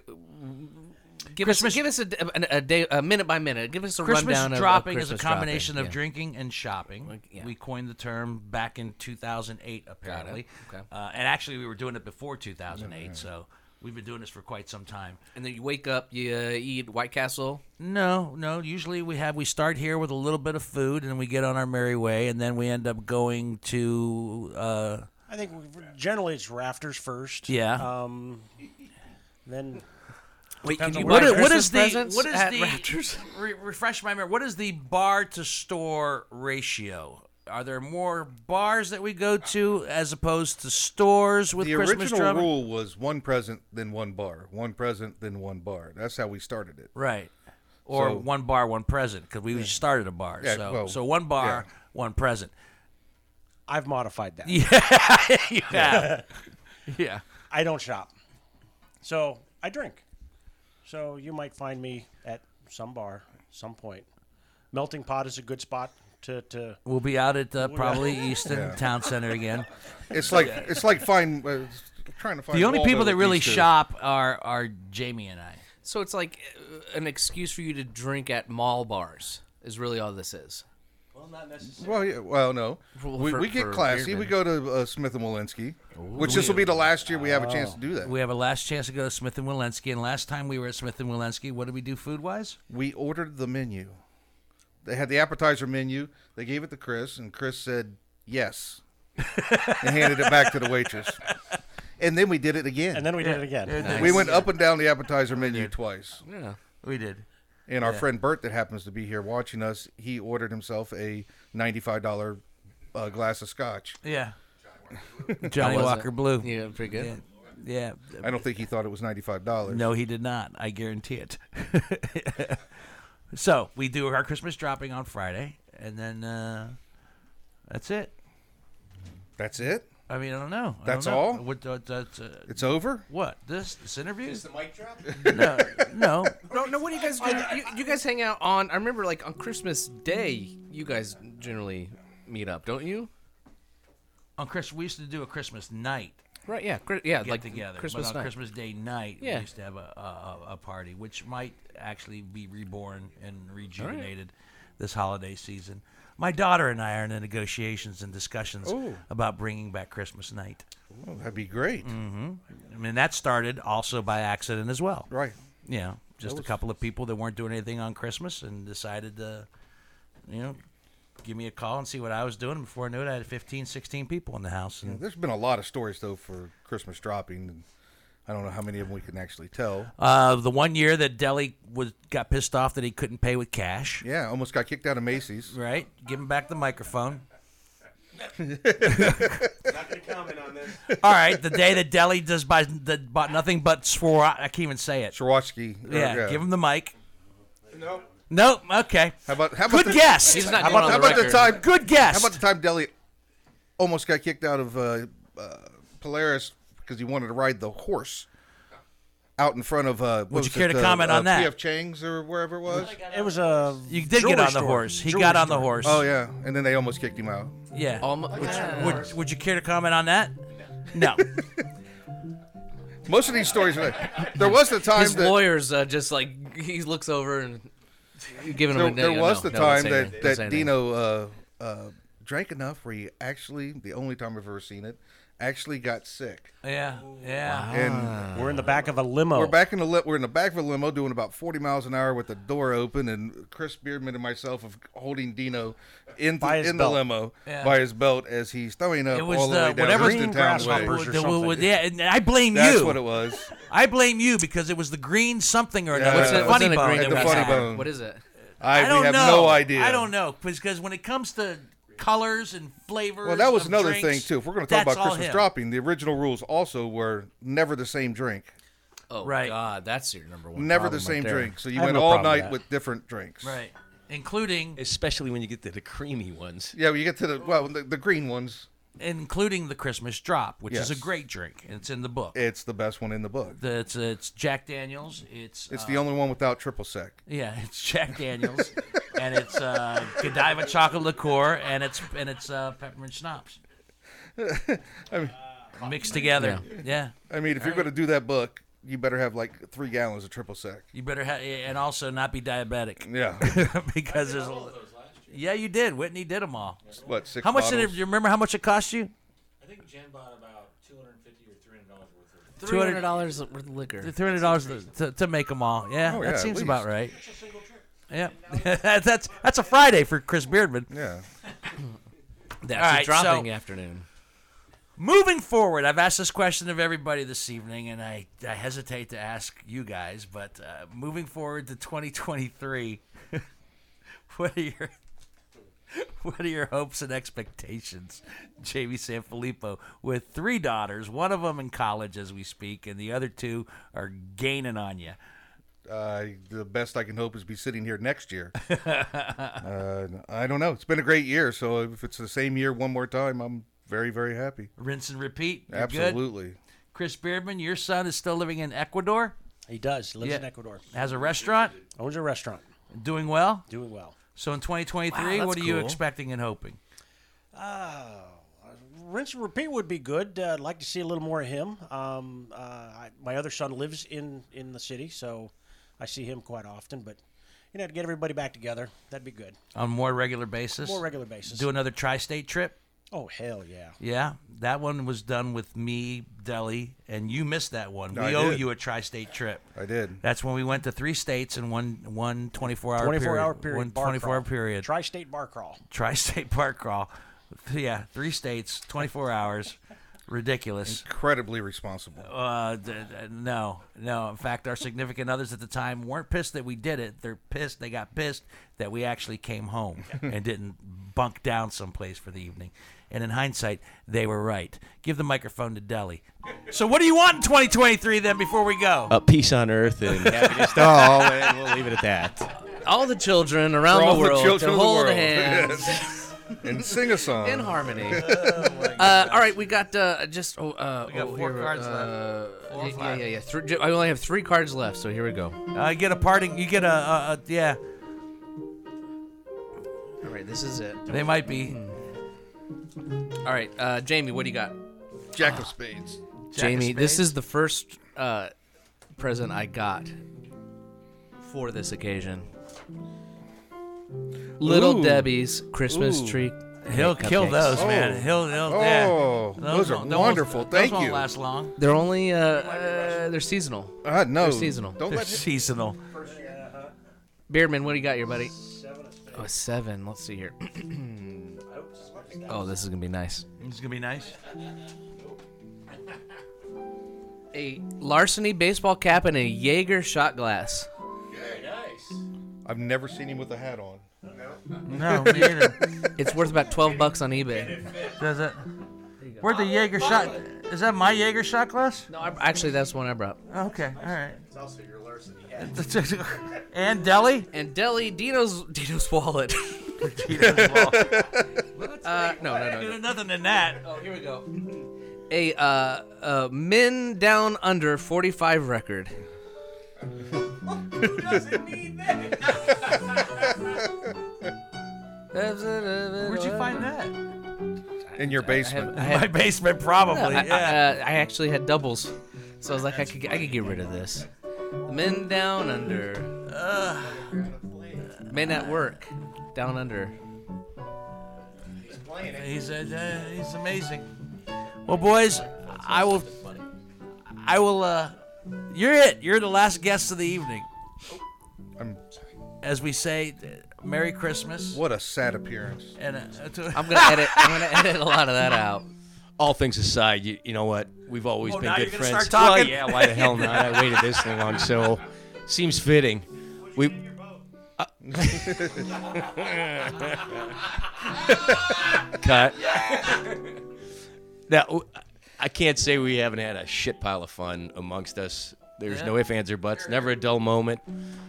[SPEAKER 2] Give us, give us a, a, a day, a minute by minute. Give us a
[SPEAKER 1] Christmas
[SPEAKER 2] rundown of-
[SPEAKER 1] dropping
[SPEAKER 2] of
[SPEAKER 1] is a
[SPEAKER 2] Christmas
[SPEAKER 1] combination
[SPEAKER 2] dropping.
[SPEAKER 1] of drinking and shopping. We coined the term back in 2008, apparently.
[SPEAKER 2] Okay.
[SPEAKER 1] Uh, and actually, we were doing it before 2008, so we've been doing this for quite some time.
[SPEAKER 2] And then you wake up, you uh, eat White Castle.
[SPEAKER 1] No, no. Usually we have we start here with a little bit of food, and we get on our merry way, and then we end up going to. Uh,
[SPEAKER 18] I think we- generally it's rafters first.
[SPEAKER 1] Yeah.
[SPEAKER 18] Um, then.
[SPEAKER 2] Wait,
[SPEAKER 18] Depends
[SPEAKER 2] can
[SPEAKER 18] on
[SPEAKER 2] you
[SPEAKER 18] where
[SPEAKER 1] what
[SPEAKER 18] I
[SPEAKER 1] is,
[SPEAKER 18] go.
[SPEAKER 1] what is the what is the re- refresh my memory? What is the bar to store ratio? Are there more bars that we go to as opposed to stores with
[SPEAKER 3] the
[SPEAKER 1] Christmas
[SPEAKER 3] original
[SPEAKER 1] drumming?
[SPEAKER 3] rule was one present, then one bar. One present, then one bar. That's how we started it.
[SPEAKER 1] Right. Or
[SPEAKER 3] So-
[SPEAKER 1] one bar, one present, because we just started a bar.
[SPEAKER 3] Yeah,
[SPEAKER 1] so,
[SPEAKER 3] well,
[SPEAKER 1] so one bar, one present.
[SPEAKER 18] I've modified that.
[SPEAKER 1] Yeah. you have. yeah.
[SPEAKER 18] I don't shop. So I drink. So you might find me at some bar, some point. Melting Pot is a good spot to. to
[SPEAKER 1] We'll be out at uh,
[SPEAKER 18] We're-
[SPEAKER 1] probably Easton
[SPEAKER 18] Yeah.
[SPEAKER 1] Town Center again.
[SPEAKER 3] It's like it's like fine uh, trying to find
[SPEAKER 1] the only
[SPEAKER 3] Waldo
[SPEAKER 1] people that
[SPEAKER 3] at
[SPEAKER 1] really
[SPEAKER 3] Easton.
[SPEAKER 1] shop are are Jamie and I.
[SPEAKER 2] So it's like uh, an excuse for you to drink at mall bars. Is really all this is.
[SPEAKER 18] Well, not necessarily.
[SPEAKER 3] Well, yeah, well, no.
[SPEAKER 2] For-
[SPEAKER 3] we,
[SPEAKER 2] for-
[SPEAKER 3] we get
[SPEAKER 2] for
[SPEAKER 3] classy. We
[SPEAKER 2] Beardman.
[SPEAKER 3] go to uh, Smith and Walensky, which this will be the last year we have a chance to do that.
[SPEAKER 1] Oh. We have a last chance to go to Smith and Walensky. And last time we were at Smith and Walensky, what did we do food wise?
[SPEAKER 3] We ordered the menu. They had the appetizer menu. They gave it to Chris, and Chris said yes, and handed it back to the waitress. And then we did it again.
[SPEAKER 18] And then we did it again.
[SPEAKER 1] Yeah.
[SPEAKER 3] We
[SPEAKER 1] Nice.
[SPEAKER 3] went up and down the appetizer menu twice.
[SPEAKER 1] Yeah, we did.
[SPEAKER 3] And our
[SPEAKER 1] Yeah.
[SPEAKER 3] friend Bert, that happens to be here watching us, he ordered himself a ninety-five dollar uh, glass of scotch.
[SPEAKER 1] Yeah. Johnny Walker Blue.
[SPEAKER 2] Yeah, pretty good.
[SPEAKER 1] Yeah.
[SPEAKER 3] I don't think he thought it was ninety-five dollars.
[SPEAKER 1] No, he did not. I guarantee it. so we do our Christmas dropping on Friday, and then uh, that's it.
[SPEAKER 3] That's it.
[SPEAKER 1] I mean, I don't know. I
[SPEAKER 3] That's
[SPEAKER 1] don't know.
[SPEAKER 3] all?
[SPEAKER 1] What, what- that's, uh,
[SPEAKER 3] It's over?
[SPEAKER 1] What this this interview? Is the
[SPEAKER 2] mic drop?
[SPEAKER 1] no, no.
[SPEAKER 2] No, no. What do you guys do? You, you guys hang out on. I remember, like on Christmas Day, you guys generally meet up, don't you?
[SPEAKER 1] On Chris, we used to do a Christmas night.
[SPEAKER 2] Right. Yeah. Chri- yeah.
[SPEAKER 1] Get
[SPEAKER 2] like
[SPEAKER 1] together.
[SPEAKER 2] Christmas
[SPEAKER 1] but on
[SPEAKER 2] night.
[SPEAKER 1] Christmas Day night,
[SPEAKER 2] Yeah.
[SPEAKER 1] we used to have a, a a- a party, which might actually be reborn and rejuvenated this holiday season. My daughter and I are in the negotiations and discussions
[SPEAKER 3] Ooh.
[SPEAKER 1] about bringing back Christmas night.
[SPEAKER 3] Oh, that'd be great.
[SPEAKER 1] hmm I mean, that started also by accident as well.
[SPEAKER 3] Right.
[SPEAKER 1] You know, just
[SPEAKER 3] That was-
[SPEAKER 1] a couple of people that weren't doing anything on Christmas and decided to, you know, give me a call and see what I was doing. Before I knew it, I had 15, 16 people in the house.
[SPEAKER 3] Yeah,
[SPEAKER 1] And
[SPEAKER 3] there's been a lot of stories though for Christmas dropping. and I don't know how many of them we can actually tell.
[SPEAKER 1] Uh, the one year that Deli was got pissed off that he couldn't pay with cash.
[SPEAKER 3] Yeah, almost got kicked out of Macy's.
[SPEAKER 1] Right, give him back the microphone.
[SPEAKER 19] Not gonna comment on this.
[SPEAKER 1] All right, the day that Deli does buy that bought nothing but swore I can't even say it.
[SPEAKER 3] Swarovski.
[SPEAKER 1] Yeah,
[SPEAKER 3] yeah.
[SPEAKER 1] give him the mic.
[SPEAKER 3] Nope.
[SPEAKER 1] Nope. Okay.
[SPEAKER 3] How about how about
[SPEAKER 1] good
[SPEAKER 3] the,
[SPEAKER 1] guess?
[SPEAKER 3] how about, how about the time?
[SPEAKER 1] Good guess.
[SPEAKER 3] How about the time Deli almost got kicked out of uh, uh, Polaris because he wanted to ride the horse out in front of. Uh, what
[SPEAKER 1] Would
[SPEAKER 3] was
[SPEAKER 1] you care
[SPEAKER 3] it,
[SPEAKER 1] to
[SPEAKER 3] uh,
[SPEAKER 1] comment
[SPEAKER 3] uh,
[SPEAKER 1] on that?
[SPEAKER 3] PF Chang's or wherever it was.
[SPEAKER 18] It was uh, a.
[SPEAKER 1] You did get on the horse. He got on the horse.
[SPEAKER 3] Oh yeah, and then they almost kicked him out.
[SPEAKER 1] Yeah.
[SPEAKER 2] Almost,
[SPEAKER 1] would, would, would you care to comment on that? No.
[SPEAKER 3] Most of these stories, are like- there was the time
[SPEAKER 2] His
[SPEAKER 3] that
[SPEAKER 2] lawyers uh, just like he looks over and giving him.
[SPEAKER 3] there,
[SPEAKER 2] a, no,
[SPEAKER 3] there
[SPEAKER 2] no,
[SPEAKER 3] was
[SPEAKER 2] no,
[SPEAKER 3] the
[SPEAKER 2] no, don't
[SPEAKER 3] time
[SPEAKER 2] say
[SPEAKER 3] that,
[SPEAKER 2] anything, don't say
[SPEAKER 3] that
[SPEAKER 2] anything.
[SPEAKER 3] Dino uh, uh, drank enough where he actually, the only time I've ever seen it, actually got sick.
[SPEAKER 1] Yeah. Yeah.
[SPEAKER 3] And
[SPEAKER 18] Ah. we're in the back of a limo.
[SPEAKER 3] We're back in the li- we're in the back of a limo doing about forty miles an hour with the door open, and Chris Beardman and myself of holding Dino in
[SPEAKER 1] By
[SPEAKER 3] the,
[SPEAKER 1] his
[SPEAKER 3] in the
[SPEAKER 1] belt.
[SPEAKER 3] limo
[SPEAKER 1] Yeah.
[SPEAKER 3] by his belt as he's throwing up
[SPEAKER 1] It was
[SPEAKER 3] all the,
[SPEAKER 1] the
[SPEAKER 3] way down
[SPEAKER 1] whatever
[SPEAKER 3] Houston Town Way.
[SPEAKER 1] the- the- yeah, and I blame
[SPEAKER 3] That's
[SPEAKER 1] you.
[SPEAKER 3] what it was.
[SPEAKER 1] I blame you because it was the green something or
[SPEAKER 3] Yeah.
[SPEAKER 1] another.
[SPEAKER 3] What's
[SPEAKER 1] the
[SPEAKER 3] that- what's
[SPEAKER 1] funny
[SPEAKER 3] in a
[SPEAKER 1] bone.
[SPEAKER 3] green At the that we funny have? bone.
[SPEAKER 2] What is it?
[SPEAKER 3] I- we
[SPEAKER 1] don't
[SPEAKER 3] have
[SPEAKER 1] know.
[SPEAKER 3] no idea.
[SPEAKER 1] I don't know because when it comes to colors and flavors.
[SPEAKER 3] Well, that was
[SPEAKER 1] of
[SPEAKER 3] another
[SPEAKER 1] drinks,
[SPEAKER 3] thing too. If we're going to talk
[SPEAKER 1] that's
[SPEAKER 3] about
[SPEAKER 1] all
[SPEAKER 3] Christmas
[SPEAKER 1] him.
[SPEAKER 3] dropping, the original rules also were never the same drink.
[SPEAKER 2] Oh
[SPEAKER 1] Right.
[SPEAKER 2] God, that's your number one.
[SPEAKER 3] Never
[SPEAKER 2] problem
[SPEAKER 3] the
[SPEAKER 2] right
[SPEAKER 3] same
[SPEAKER 2] there.
[SPEAKER 3] drink. So you
[SPEAKER 2] I have
[SPEAKER 3] went
[SPEAKER 2] no
[SPEAKER 3] all
[SPEAKER 2] problem with
[SPEAKER 3] night
[SPEAKER 2] that.
[SPEAKER 3] with different drinks.
[SPEAKER 1] Right. Including
[SPEAKER 19] especially when you get to the creamy ones.
[SPEAKER 3] Yeah, well, you get to the well, the, the green ones.
[SPEAKER 1] including the Christmas drop, which is
[SPEAKER 3] Yes.
[SPEAKER 1] a great drink. and It's in the book.
[SPEAKER 3] It's the best one in the book.
[SPEAKER 1] The- It's it's Jack Daniels. It's
[SPEAKER 3] It's
[SPEAKER 1] uh,
[SPEAKER 3] the only one without triple sec.
[SPEAKER 1] Yeah, it's Jack Daniels, and it's uh, Godiva chocolate liqueur, and it's and it's uh, peppermint schnapps
[SPEAKER 3] I mean,
[SPEAKER 1] mixed together. Yeah,
[SPEAKER 3] I mean, if you're
[SPEAKER 1] All right.
[SPEAKER 3] going to do that book, you better have like three gallons of triple sec.
[SPEAKER 1] you better ha- and also not be diabetic.
[SPEAKER 3] Yeah.
[SPEAKER 1] because there's a. Yeah, you did. Whitney did them all.
[SPEAKER 3] What, six
[SPEAKER 1] How much did it,
[SPEAKER 3] bottles?
[SPEAKER 1] do you remember? How much it cost you?
[SPEAKER 15] I think Jen bought about two hundred and fifty or three hundred dollars worth of.
[SPEAKER 1] Two hundred
[SPEAKER 2] $300 worth of liquor.
[SPEAKER 1] Three hundred dollars to, to make them all. Yeah,
[SPEAKER 2] Oh, yeah,
[SPEAKER 1] that
[SPEAKER 2] at
[SPEAKER 1] seems about
[SPEAKER 2] least.
[SPEAKER 1] right. Yeah, that's that's a Friday for Chris Beardman.
[SPEAKER 3] Yeah.
[SPEAKER 2] That's
[SPEAKER 1] All
[SPEAKER 2] a
[SPEAKER 1] right,
[SPEAKER 2] dropping
[SPEAKER 1] so-
[SPEAKER 2] afternoon.
[SPEAKER 1] Moving forward, I've asked this question of everybody this evening, and I, I hesitate to ask you guys, but uh, moving forward to 2023, what are your what are your hopes and expectations, Jamie Sanfilippo, with three daughters, one of them in college as we speak, and the other two are gaining on you.
[SPEAKER 3] Uh, the best I can hope is be sitting here next year. uh, I don't know. It's been a great year, so if it's the same year one more time, I'm very very happy.
[SPEAKER 1] Rinse and repeat. You're good?
[SPEAKER 3] Absolutely.
[SPEAKER 1] Chris Beardman, your son is still living in Ecuador.
[SPEAKER 18] He does. He lives
[SPEAKER 1] Yeah.
[SPEAKER 18] in Ecuador.
[SPEAKER 1] Has a restaurant.
[SPEAKER 18] Owns a restaurant.
[SPEAKER 1] Doing well.
[SPEAKER 18] Doing well.
[SPEAKER 1] So in 2023,
[SPEAKER 18] Wow,
[SPEAKER 1] what are
[SPEAKER 18] that's
[SPEAKER 1] you
[SPEAKER 18] cool.
[SPEAKER 1] expecting and hoping?
[SPEAKER 18] Oh, rinse and repeat would be good. Uh, I'd like to see a little more of him. Um, uh, I, my other son lives in in the city, so I see him quite often. But you know, to get everybody back together, that'd be good.
[SPEAKER 1] On a more regular basis.
[SPEAKER 18] More regular basis.
[SPEAKER 1] Do another tri-state trip.
[SPEAKER 18] Oh hell yeah!
[SPEAKER 1] Yeah, that one was done with me, Delhi, and you missed that one.
[SPEAKER 18] No,
[SPEAKER 1] we
[SPEAKER 18] I
[SPEAKER 1] owe
[SPEAKER 18] did.
[SPEAKER 1] you a tri-state trip.
[SPEAKER 3] I did.
[SPEAKER 1] That's when we went to three states in one one 24-hour
[SPEAKER 18] 24
[SPEAKER 1] period.
[SPEAKER 18] hour period.
[SPEAKER 1] One
[SPEAKER 18] bar
[SPEAKER 1] 24 hour
[SPEAKER 18] crawl.
[SPEAKER 1] period.
[SPEAKER 18] Tri-state bar crawl.
[SPEAKER 1] Tri-state park crawl. Yeah, three states, 24 hours. Ridiculous.
[SPEAKER 3] Incredibly responsible.
[SPEAKER 1] Uh, d- d- no, no. In fact, our significant others at the time weren't pissed that we did it. They're pissed. They got pissed that we actually came home and didn't bunk down someplace for the evening. And in hindsight, they were right. Give the microphone to Deli. So, what do you want in 2023 then? Before we go,
[SPEAKER 19] Uh, peace on earth and happiness to all, and we'll leave it at that.
[SPEAKER 2] All the children around
[SPEAKER 19] all
[SPEAKER 2] the
[SPEAKER 19] the
[SPEAKER 2] world
[SPEAKER 19] children
[SPEAKER 2] to
[SPEAKER 19] of the
[SPEAKER 2] hold
[SPEAKER 19] world.
[SPEAKER 2] hands
[SPEAKER 3] and sing a song Oh,
[SPEAKER 2] in harmony. uh, all right, we got uh, just oh, uh, we got four cards left. yeah, yeah, yeah, yeah. Three, ju- I only have three cards left, so here we go.
[SPEAKER 1] I get a parting. Uh, You get a, a, a yeah.
[SPEAKER 2] All right, this is it.
[SPEAKER 1] They might be.
[SPEAKER 2] All right, uh, Jamie, what do you got?
[SPEAKER 3] Jack of Spades.
[SPEAKER 2] Jamie, this is the first uh, present I got for this occasion. Little
[SPEAKER 1] Ooh.
[SPEAKER 2] Debbie's Christmas
[SPEAKER 1] Ooh.
[SPEAKER 2] tree.
[SPEAKER 1] He'll
[SPEAKER 2] cupcakes.
[SPEAKER 1] kill those,
[SPEAKER 3] Oh.
[SPEAKER 1] man. He'll, he'll yeah. won't- won't- those won't last long.
[SPEAKER 2] They're only uh, uh they're seasal.
[SPEAKER 3] Uh, no.
[SPEAKER 2] they're seasonal.
[SPEAKER 3] Don't
[SPEAKER 1] They're let him- seasonal.
[SPEAKER 2] Beardman, what do you got here, buddy? Oh, seven. Let's see here. oh, this is gonna be nice.
[SPEAKER 1] It's gonna be nice.
[SPEAKER 2] A larceny baseball cap and a Jaeger shot glass.
[SPEAKER 3] Very nice. I've never seen him with a hat on. No.
[SPEAKER 2] No, me either. it's worth about twelve bucks on eBay.
[SPEAKER 1] Does it? Where'd the Jaeger shot? Is that my Jaeger shot glass?
[SPEAKER 2] No, I, actually that's one I brought.
[SPEAKER 1] Okay, all right.
[SPEAKER 19] It's also your larceny.
[SPEAKER 1] and Deli?
[SPEAKER 2] And Deli, Dino's Dino's wallet.
[SPEAKER 1] Dino's wallet.
[SPEAKER 2] uh, no, no, no, no.
[SPEAKER 1] There's nothing in that.
[SPEAKER 2] Oh, here we go. A uh, uh, men down under forty five record.
[SPEAKER 19] Who doesn't need that?
[SPEAKER 1] Where'd you find that?
[SPEAKER 3] In your basement.
[SPEAKER 2] I had-
[SPEAKER 1] My basement, probably,
[SPEAKER 2] No, I,
[SPEAKER 1] yeah.
[SPEAKER 2] I, uh, I actually had doubles, so I was like, I could, I could get rid of this. Men down under. Men at work, down under.
[SPEAKER 1] He's uh, uh, he's amazing. Well, boys, I will. I will. uh You're it. You're the last guest of the evening.
[SPEAKER 3] I'm
[SPEAKER 1] As we say, uh, Merry Christmas.
[SPEAKER 3] What a sad appearance.
[SPEAKER 1] And uh, to-
[SPEAKER 2] I'm gonna edit. I'm gonna edit a lot of that out.
[SPEAKER 19] All things aside, you, you know what? We've always
[SPEAKER 1] Oh,
[SPEAKER 19] been
[SPEAKER 1] now
[SPEAKER 19] good
[SPEAKER 1] you're gonna
[SPEAKER 19] friends.
[SPEAKER 1] start talking?
[SPEAKER 19] Well, yeah, why the hell not? I waited this long, so seems fitting. We. Uh, Cut. Now, w- I can't say we haven't had a shit pile of fun amongst us. There's no ifs, ands, or buts. Never a dull moment.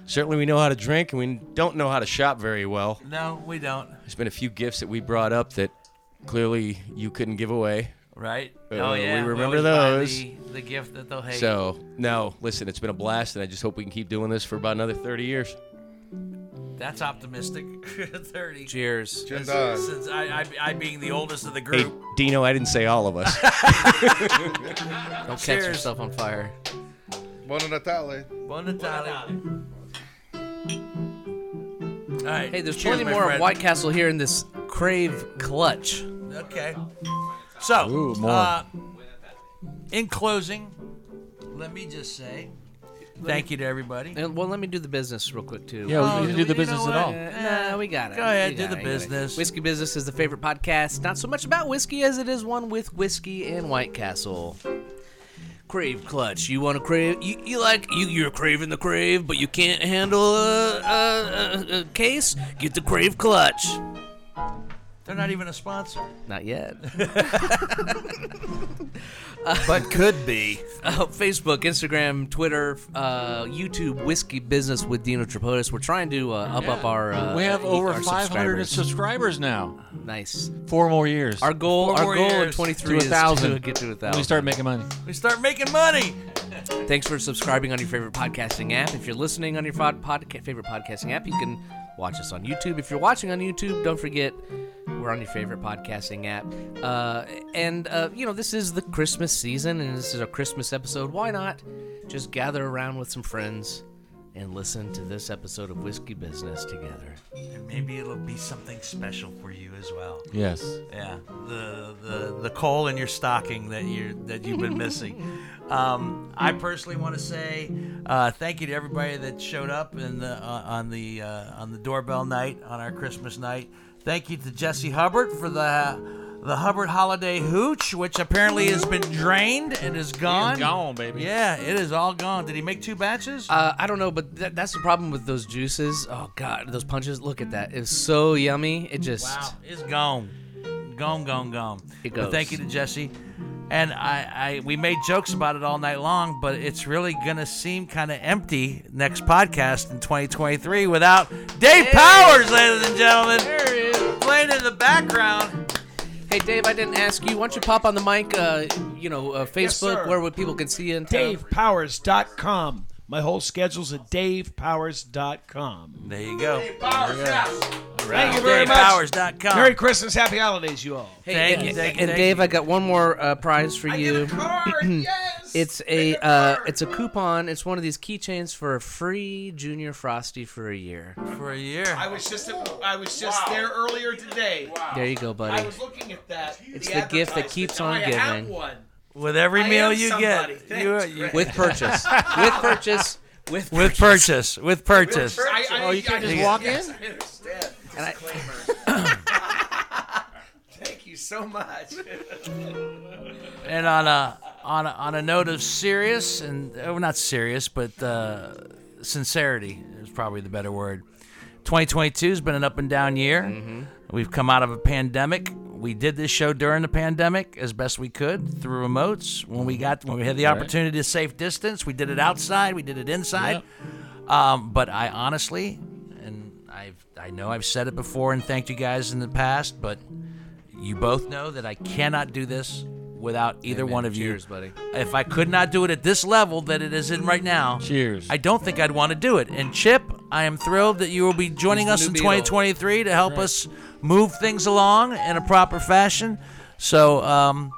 [SPEAKER 19] Certainly, we know how to drink, and we don't know how to shop very well.
[SPEAKER 1] No, we don't.
[SPEAKER 19] There's been a few gifts that we brought up that clearly you couldn't give away.
[SPEAKER 1] Right.
[SPEAKER 19] Uh,
[SPEAKER 1] Oh, yeah.
[SPEAKER 19] We
[SPEAKER 1] We
[SPEAKER 19] remember
[SPEAKER 1] always buy
[SPEAKER 19] those.
[SPEAKER 1] the- the gift that they'll hate.
[SPEAKER 19] So no, listen, it's been a blast, and I just hope we can keep doing this for about another 30 years.
[SPEAKER 1] That's optimistic. Thirty.
[SPEAKER 2] Cheers.
[SPEAKER 1] Since,
[SPEAKER 19] Jindal.
[SPEAKER 1] since I, I, I being the oldest of the
[SPEAKER 19] Hey,
[SPEAKER 1] group.
[SPEAKER 19] Dino, I didn't say all of us.
[SPEAKER 2] Don't catch
[SPEAKER 1] Cheers.
[SPEAKER 2] yourself on fire.
[SPEAKER 3] Buona Natale.
[SPEAKER 1] Buona Natale. All right.
[SPEAKER 2] Hey, there's
[SPEAKER 1] Cheers,
[SPEAKER 2] plenty
[SPEAKER 1] my
[SPEAKER 2] more
[SPEAKER 1] friend.
[SPEAKER 2] of White Castle here in this Crave clutch.
[SPEAKER 1] Okay. So,
[SPEAKER 2] Ooh, more.
[SPEAKER 1] Uh, in closing, let me just say thank you to everybody.
[SPEAKER 2] And, well, let me do the business real quick too.
[SPEAKER 19] Yeah, we Oh, didn't do the
[SPEAKER 1] you know business at what? all.
[SPEAKER 2] Uh, nah, we got it.
[SPEAKER 1] Go ahead,
[SPEAKER 2] We
[SPEAKER 1] do
[SPEAKER 2] got
[SPEAKER 1] the
[SPEAKER 2] it, we got it.
[SPEAKER 1] business.
[SPEAKER 2] Whiskey business is the favorite podcast. Not so much about whiskey as it is one with whiskey and White Castle. Crave clutch. You want to crave? You, you like you? You're craving the crave, but you can't handle a, a, a, a case. Get the crave clutch.
[SPEAKER 1] They're not even a sponsor.
[SPEAKER 2] Not yet.
[SPEAKER 1] but could be.
[SPEAKER 2] Uh, Facebook, Instagram, Twitter, uh, YouTube, Whiskey Business with Dino Tripodis. We're trying to uh, up up our. Uh,
[SPEAKER 7] we have
[SPEAKER 2] e-
[SPEAKER 7] over
[SPEAKER 2] our
[SPEAKER 7] 500 subscribers. now.
[SPEAKER 2] Nice.
[SPEAKER 7] Four more years.
[SPEAKER 2] Our goal,
[SPEAKER 7] Four
[SPEAKER 2] our
[SPEAKER 7] more
[SPEAKER 2] goal in
[SPEAKER 7] years.
[SPEAKER 2] 23
[SPEAKER 7] To a
[SPEAKER 2] is
[SPEAKER 7] thousand.
[SPEAKER 2] to get to a
[SPEAKER 7] When we
[SPEAKER 2] thousand.
[SPEAKER 7] start making money.
[SPEAKER 1] We start making money.
[SPEAKER 2] Thanks for subscribing on your favorite podcasting app. If you're listening on your fod- podca- favorite podcasting app, you can watch us on YouTube. If you're watching on YouTube, don't forget we're on your favorite podcasting app. Uh, and uh, you know this is the Christmas season, and this is our Christmas episode. Why not just gather around with some friends and listen to this episode of Whiskey Business together.
[SPEAKER 1] And maybe it'll be something special for you as well.
[SPEAKER 19] Yes.
[SPEAKER 1] Yeah. The the the coal in your stocking that you that you've been missing. Um, I personally want to say uh, thank you to everybody that showed up in the uh, on the uh, on the doorbell night on our Christmas night. Thank you to Jesse Hubbard for the. The Hubbard Holiday Hooch, which apparently has been drained and is gone.
[SPEAKER 2] gone, baby.
[SPEAKER 1] Yeah, it is all gone. Did he make two batches?
[SPEAKER 2] Uh, I don't know, but th- that's the problem with those juices. Oh God, those punches! Look at that. It's so yummy. It just
[SPEAKER 1] Wow, it's gone, gone, gone, gone.
[SPEAKER 2] It
[SPEAKER 1] But
[SPEAKER 2] goes.
[SPEAKER 1] thank you to Jesse, and I, I. We made jokes about it all night long, but it's really gonna seem kind of empty next podcast in 2023 without Dave Powers, ladies and gentlemen. There he is, playing in the background.
[SPEAKER 2] Hey Dave, I didn't ask you. Why don't you pop on the mic? Uh, you know, uh, Facebook,
[SPEAKER 5] sir.
[SPEAKER 2] where would people can see you? And
[SPEAKER 5] DavePowers.com. My whole schedule's at DavePowers.com.
[SPEAKER 1] There you go.
[SPEAKER 5] Powers,
[SPEAKER 1] right.
[SPEAKER 5] Thank you very much.
[SPEAKER 1] DavePowers.com.
[SPEAKER 5] Merry Christmas. Happy holidays, you all.
[SPEAKER 2] Hey, and, and Dave, I got one more uh, prize for you. It's a uh, it's a coupon. It's one of these keychains for a free Junior Frosty for a year.
[SPEAKER 1] for a year.
[SPEAKER 5] I was just at, I was just there earlier today.
[SPEAKER 2] There you go, buddy.
[SPEAKER 5] I was looking at that.
[SPEAKER 2] It's the gift that keeps on
[SPEAKER 5] advertisement. I have
[SPEAKER 2] giving.
[SPEAKER 5] one.
[SPEAKER 1] With every
[SPEAKER 5] I am
[SPEAKER 1] meal you
[SPEAKER 5] somebody.
[SPEAKER 1] get,
[SPEAKER 5] Thanks,
[SPEAKER 1] you-
[SPEAKER 5] Greg.
[SPEAKER 1] you-
[SPEAKER 2] With purchase. With purchase. With
[SPEAKER 1] With purchase. With purchase.
[SPEAKER 5] I- I-
[SPEAKER 2] Oh, you can't
[SPEAKER 5] I-
[SPEAKER 2] just walk
[SPEAKER 5] yes,
[SPEAKER 2] in?
[SPEAKER 5] I understand.
[SPEAKER 2] And I-
[SPEAKER 5] Disclaimer. Thank you so much.
[SPEAKER 1] And on a on a, on a note of serious and uh, well, not serious, but uh, sincerity is probably the better word. 2022 has been an up and down year. We've come out of a pandemic. We did this show during the pandemic as best we could through remotes. When we got when we had the
[SPEAKER 19] Right.
[SPEAKER 1] opportunity to safe distance, we did it outside. We did it inside. Um, but I honestly, and I've I know I've said it before and thanked you guys in the past, but you both know that I cannot do this without either
[SPEAKER 2] Amen.
[SPEAKER 1] one of
[SPEAKER 2] Cheers,
[SPEAKER 1] you.
[SPEAKER 2] buddy.
[SPEAKER 1] If I could not do it at this level that it is in right now, cheers. I don't think I'd want to do it. And Chip, I am thrilled that you will be joining
[SPEAKER 2] He's the
[SPEAKER 1] us
[SPEAKER 2] new
[SPEAKER 1] in
[SPEAKER 2] Beatle.
[SPEAKER 1] 2023 to help
[SPEAKER 2] Right.
[SPEAKER 1] us move things along in a proper fashion. So, um,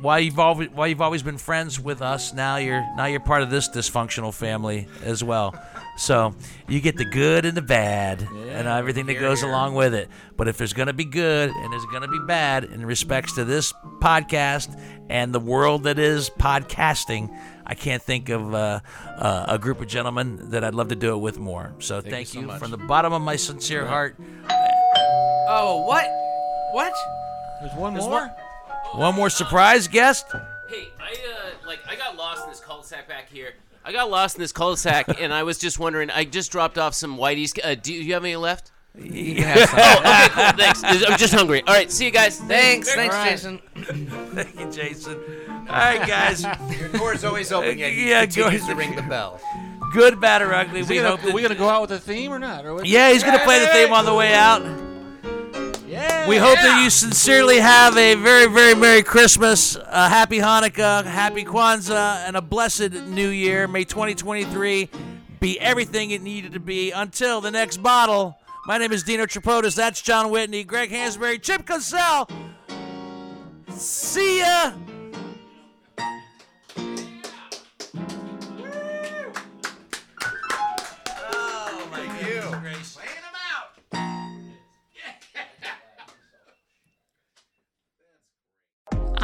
[SPEAKER 1] while you've always while you've always been friends with us, now you're now you're part of this dysfunctional family as well. So you get the good and the bad and everything that goes along with it. But if there's gonna be good and there's gonna be bad in respects to this podcast and the world that is podcasting, I can't think of uh, uh, a group of gentlemen that I'd love to do it with more. So thank,
[SPEAKER 2] you so
[SPEAKER 1] you,
[SPEAKER 2] much.
[SPEAKER 1] from the bottom of my sincere heart.
[SPEAKER 2] Oh, what? What?
[SPEAKER 1] There's one more. One more surprise guest.
[SPEAKER 17] Hey, I uh, like I got lost in this cul-de-sac back here. I got lost in this cul-de-sac, and I was just wondering. I just dropped off some Whitey's. Uh, do you have any left?
[SPEAKER 2] You can have some.
[SPEAKER 17] oh, okay, cool. Thanks. I'm just hungry. All right, see you guys.
[SPEAKER 2] Thanks, thanks,
[SPEAKER 17] All right.
[SPEAKER 2] Jason.
[SPEAKER 1] Thank you, Jason. All right, guys.
[SPEAKER 17] Your door's always
[SPEAKER 19] open,
[SPEAKER 1] Yeah,
[SPEAKER 19] yet he
[SPEAKER 1] yeah
[SPEAKER 19] continues
[SPEAKER 1] doors-
[SPEAKER 19] to ring the bell.
[SPEAKER 1] Good, bad, or ugly.
[SPEAKER 19] Is
[SPEAKER 1] we
[SPEAKER 19] he gonna-
[SPEAKER 1] hope that-
[SPEAKER 19] we gonna go out with a theme or not? Or what-
[SPEAKER 1] Yeah, he's gonna play the theme on the way out.
[SPEAKER 19] Yeah.
[SPEAKER 1] We hope that you sincerely have a very, very Merry Christmas, a Happy Hanukkah, Happy Kwanzaa, and a blessed New Year. May 2023 be everything it needed to be. Until the next bottle. My name is Dino Tripodis. That's John Whitney, Greg Hansberry, Chip Cosell. See ya.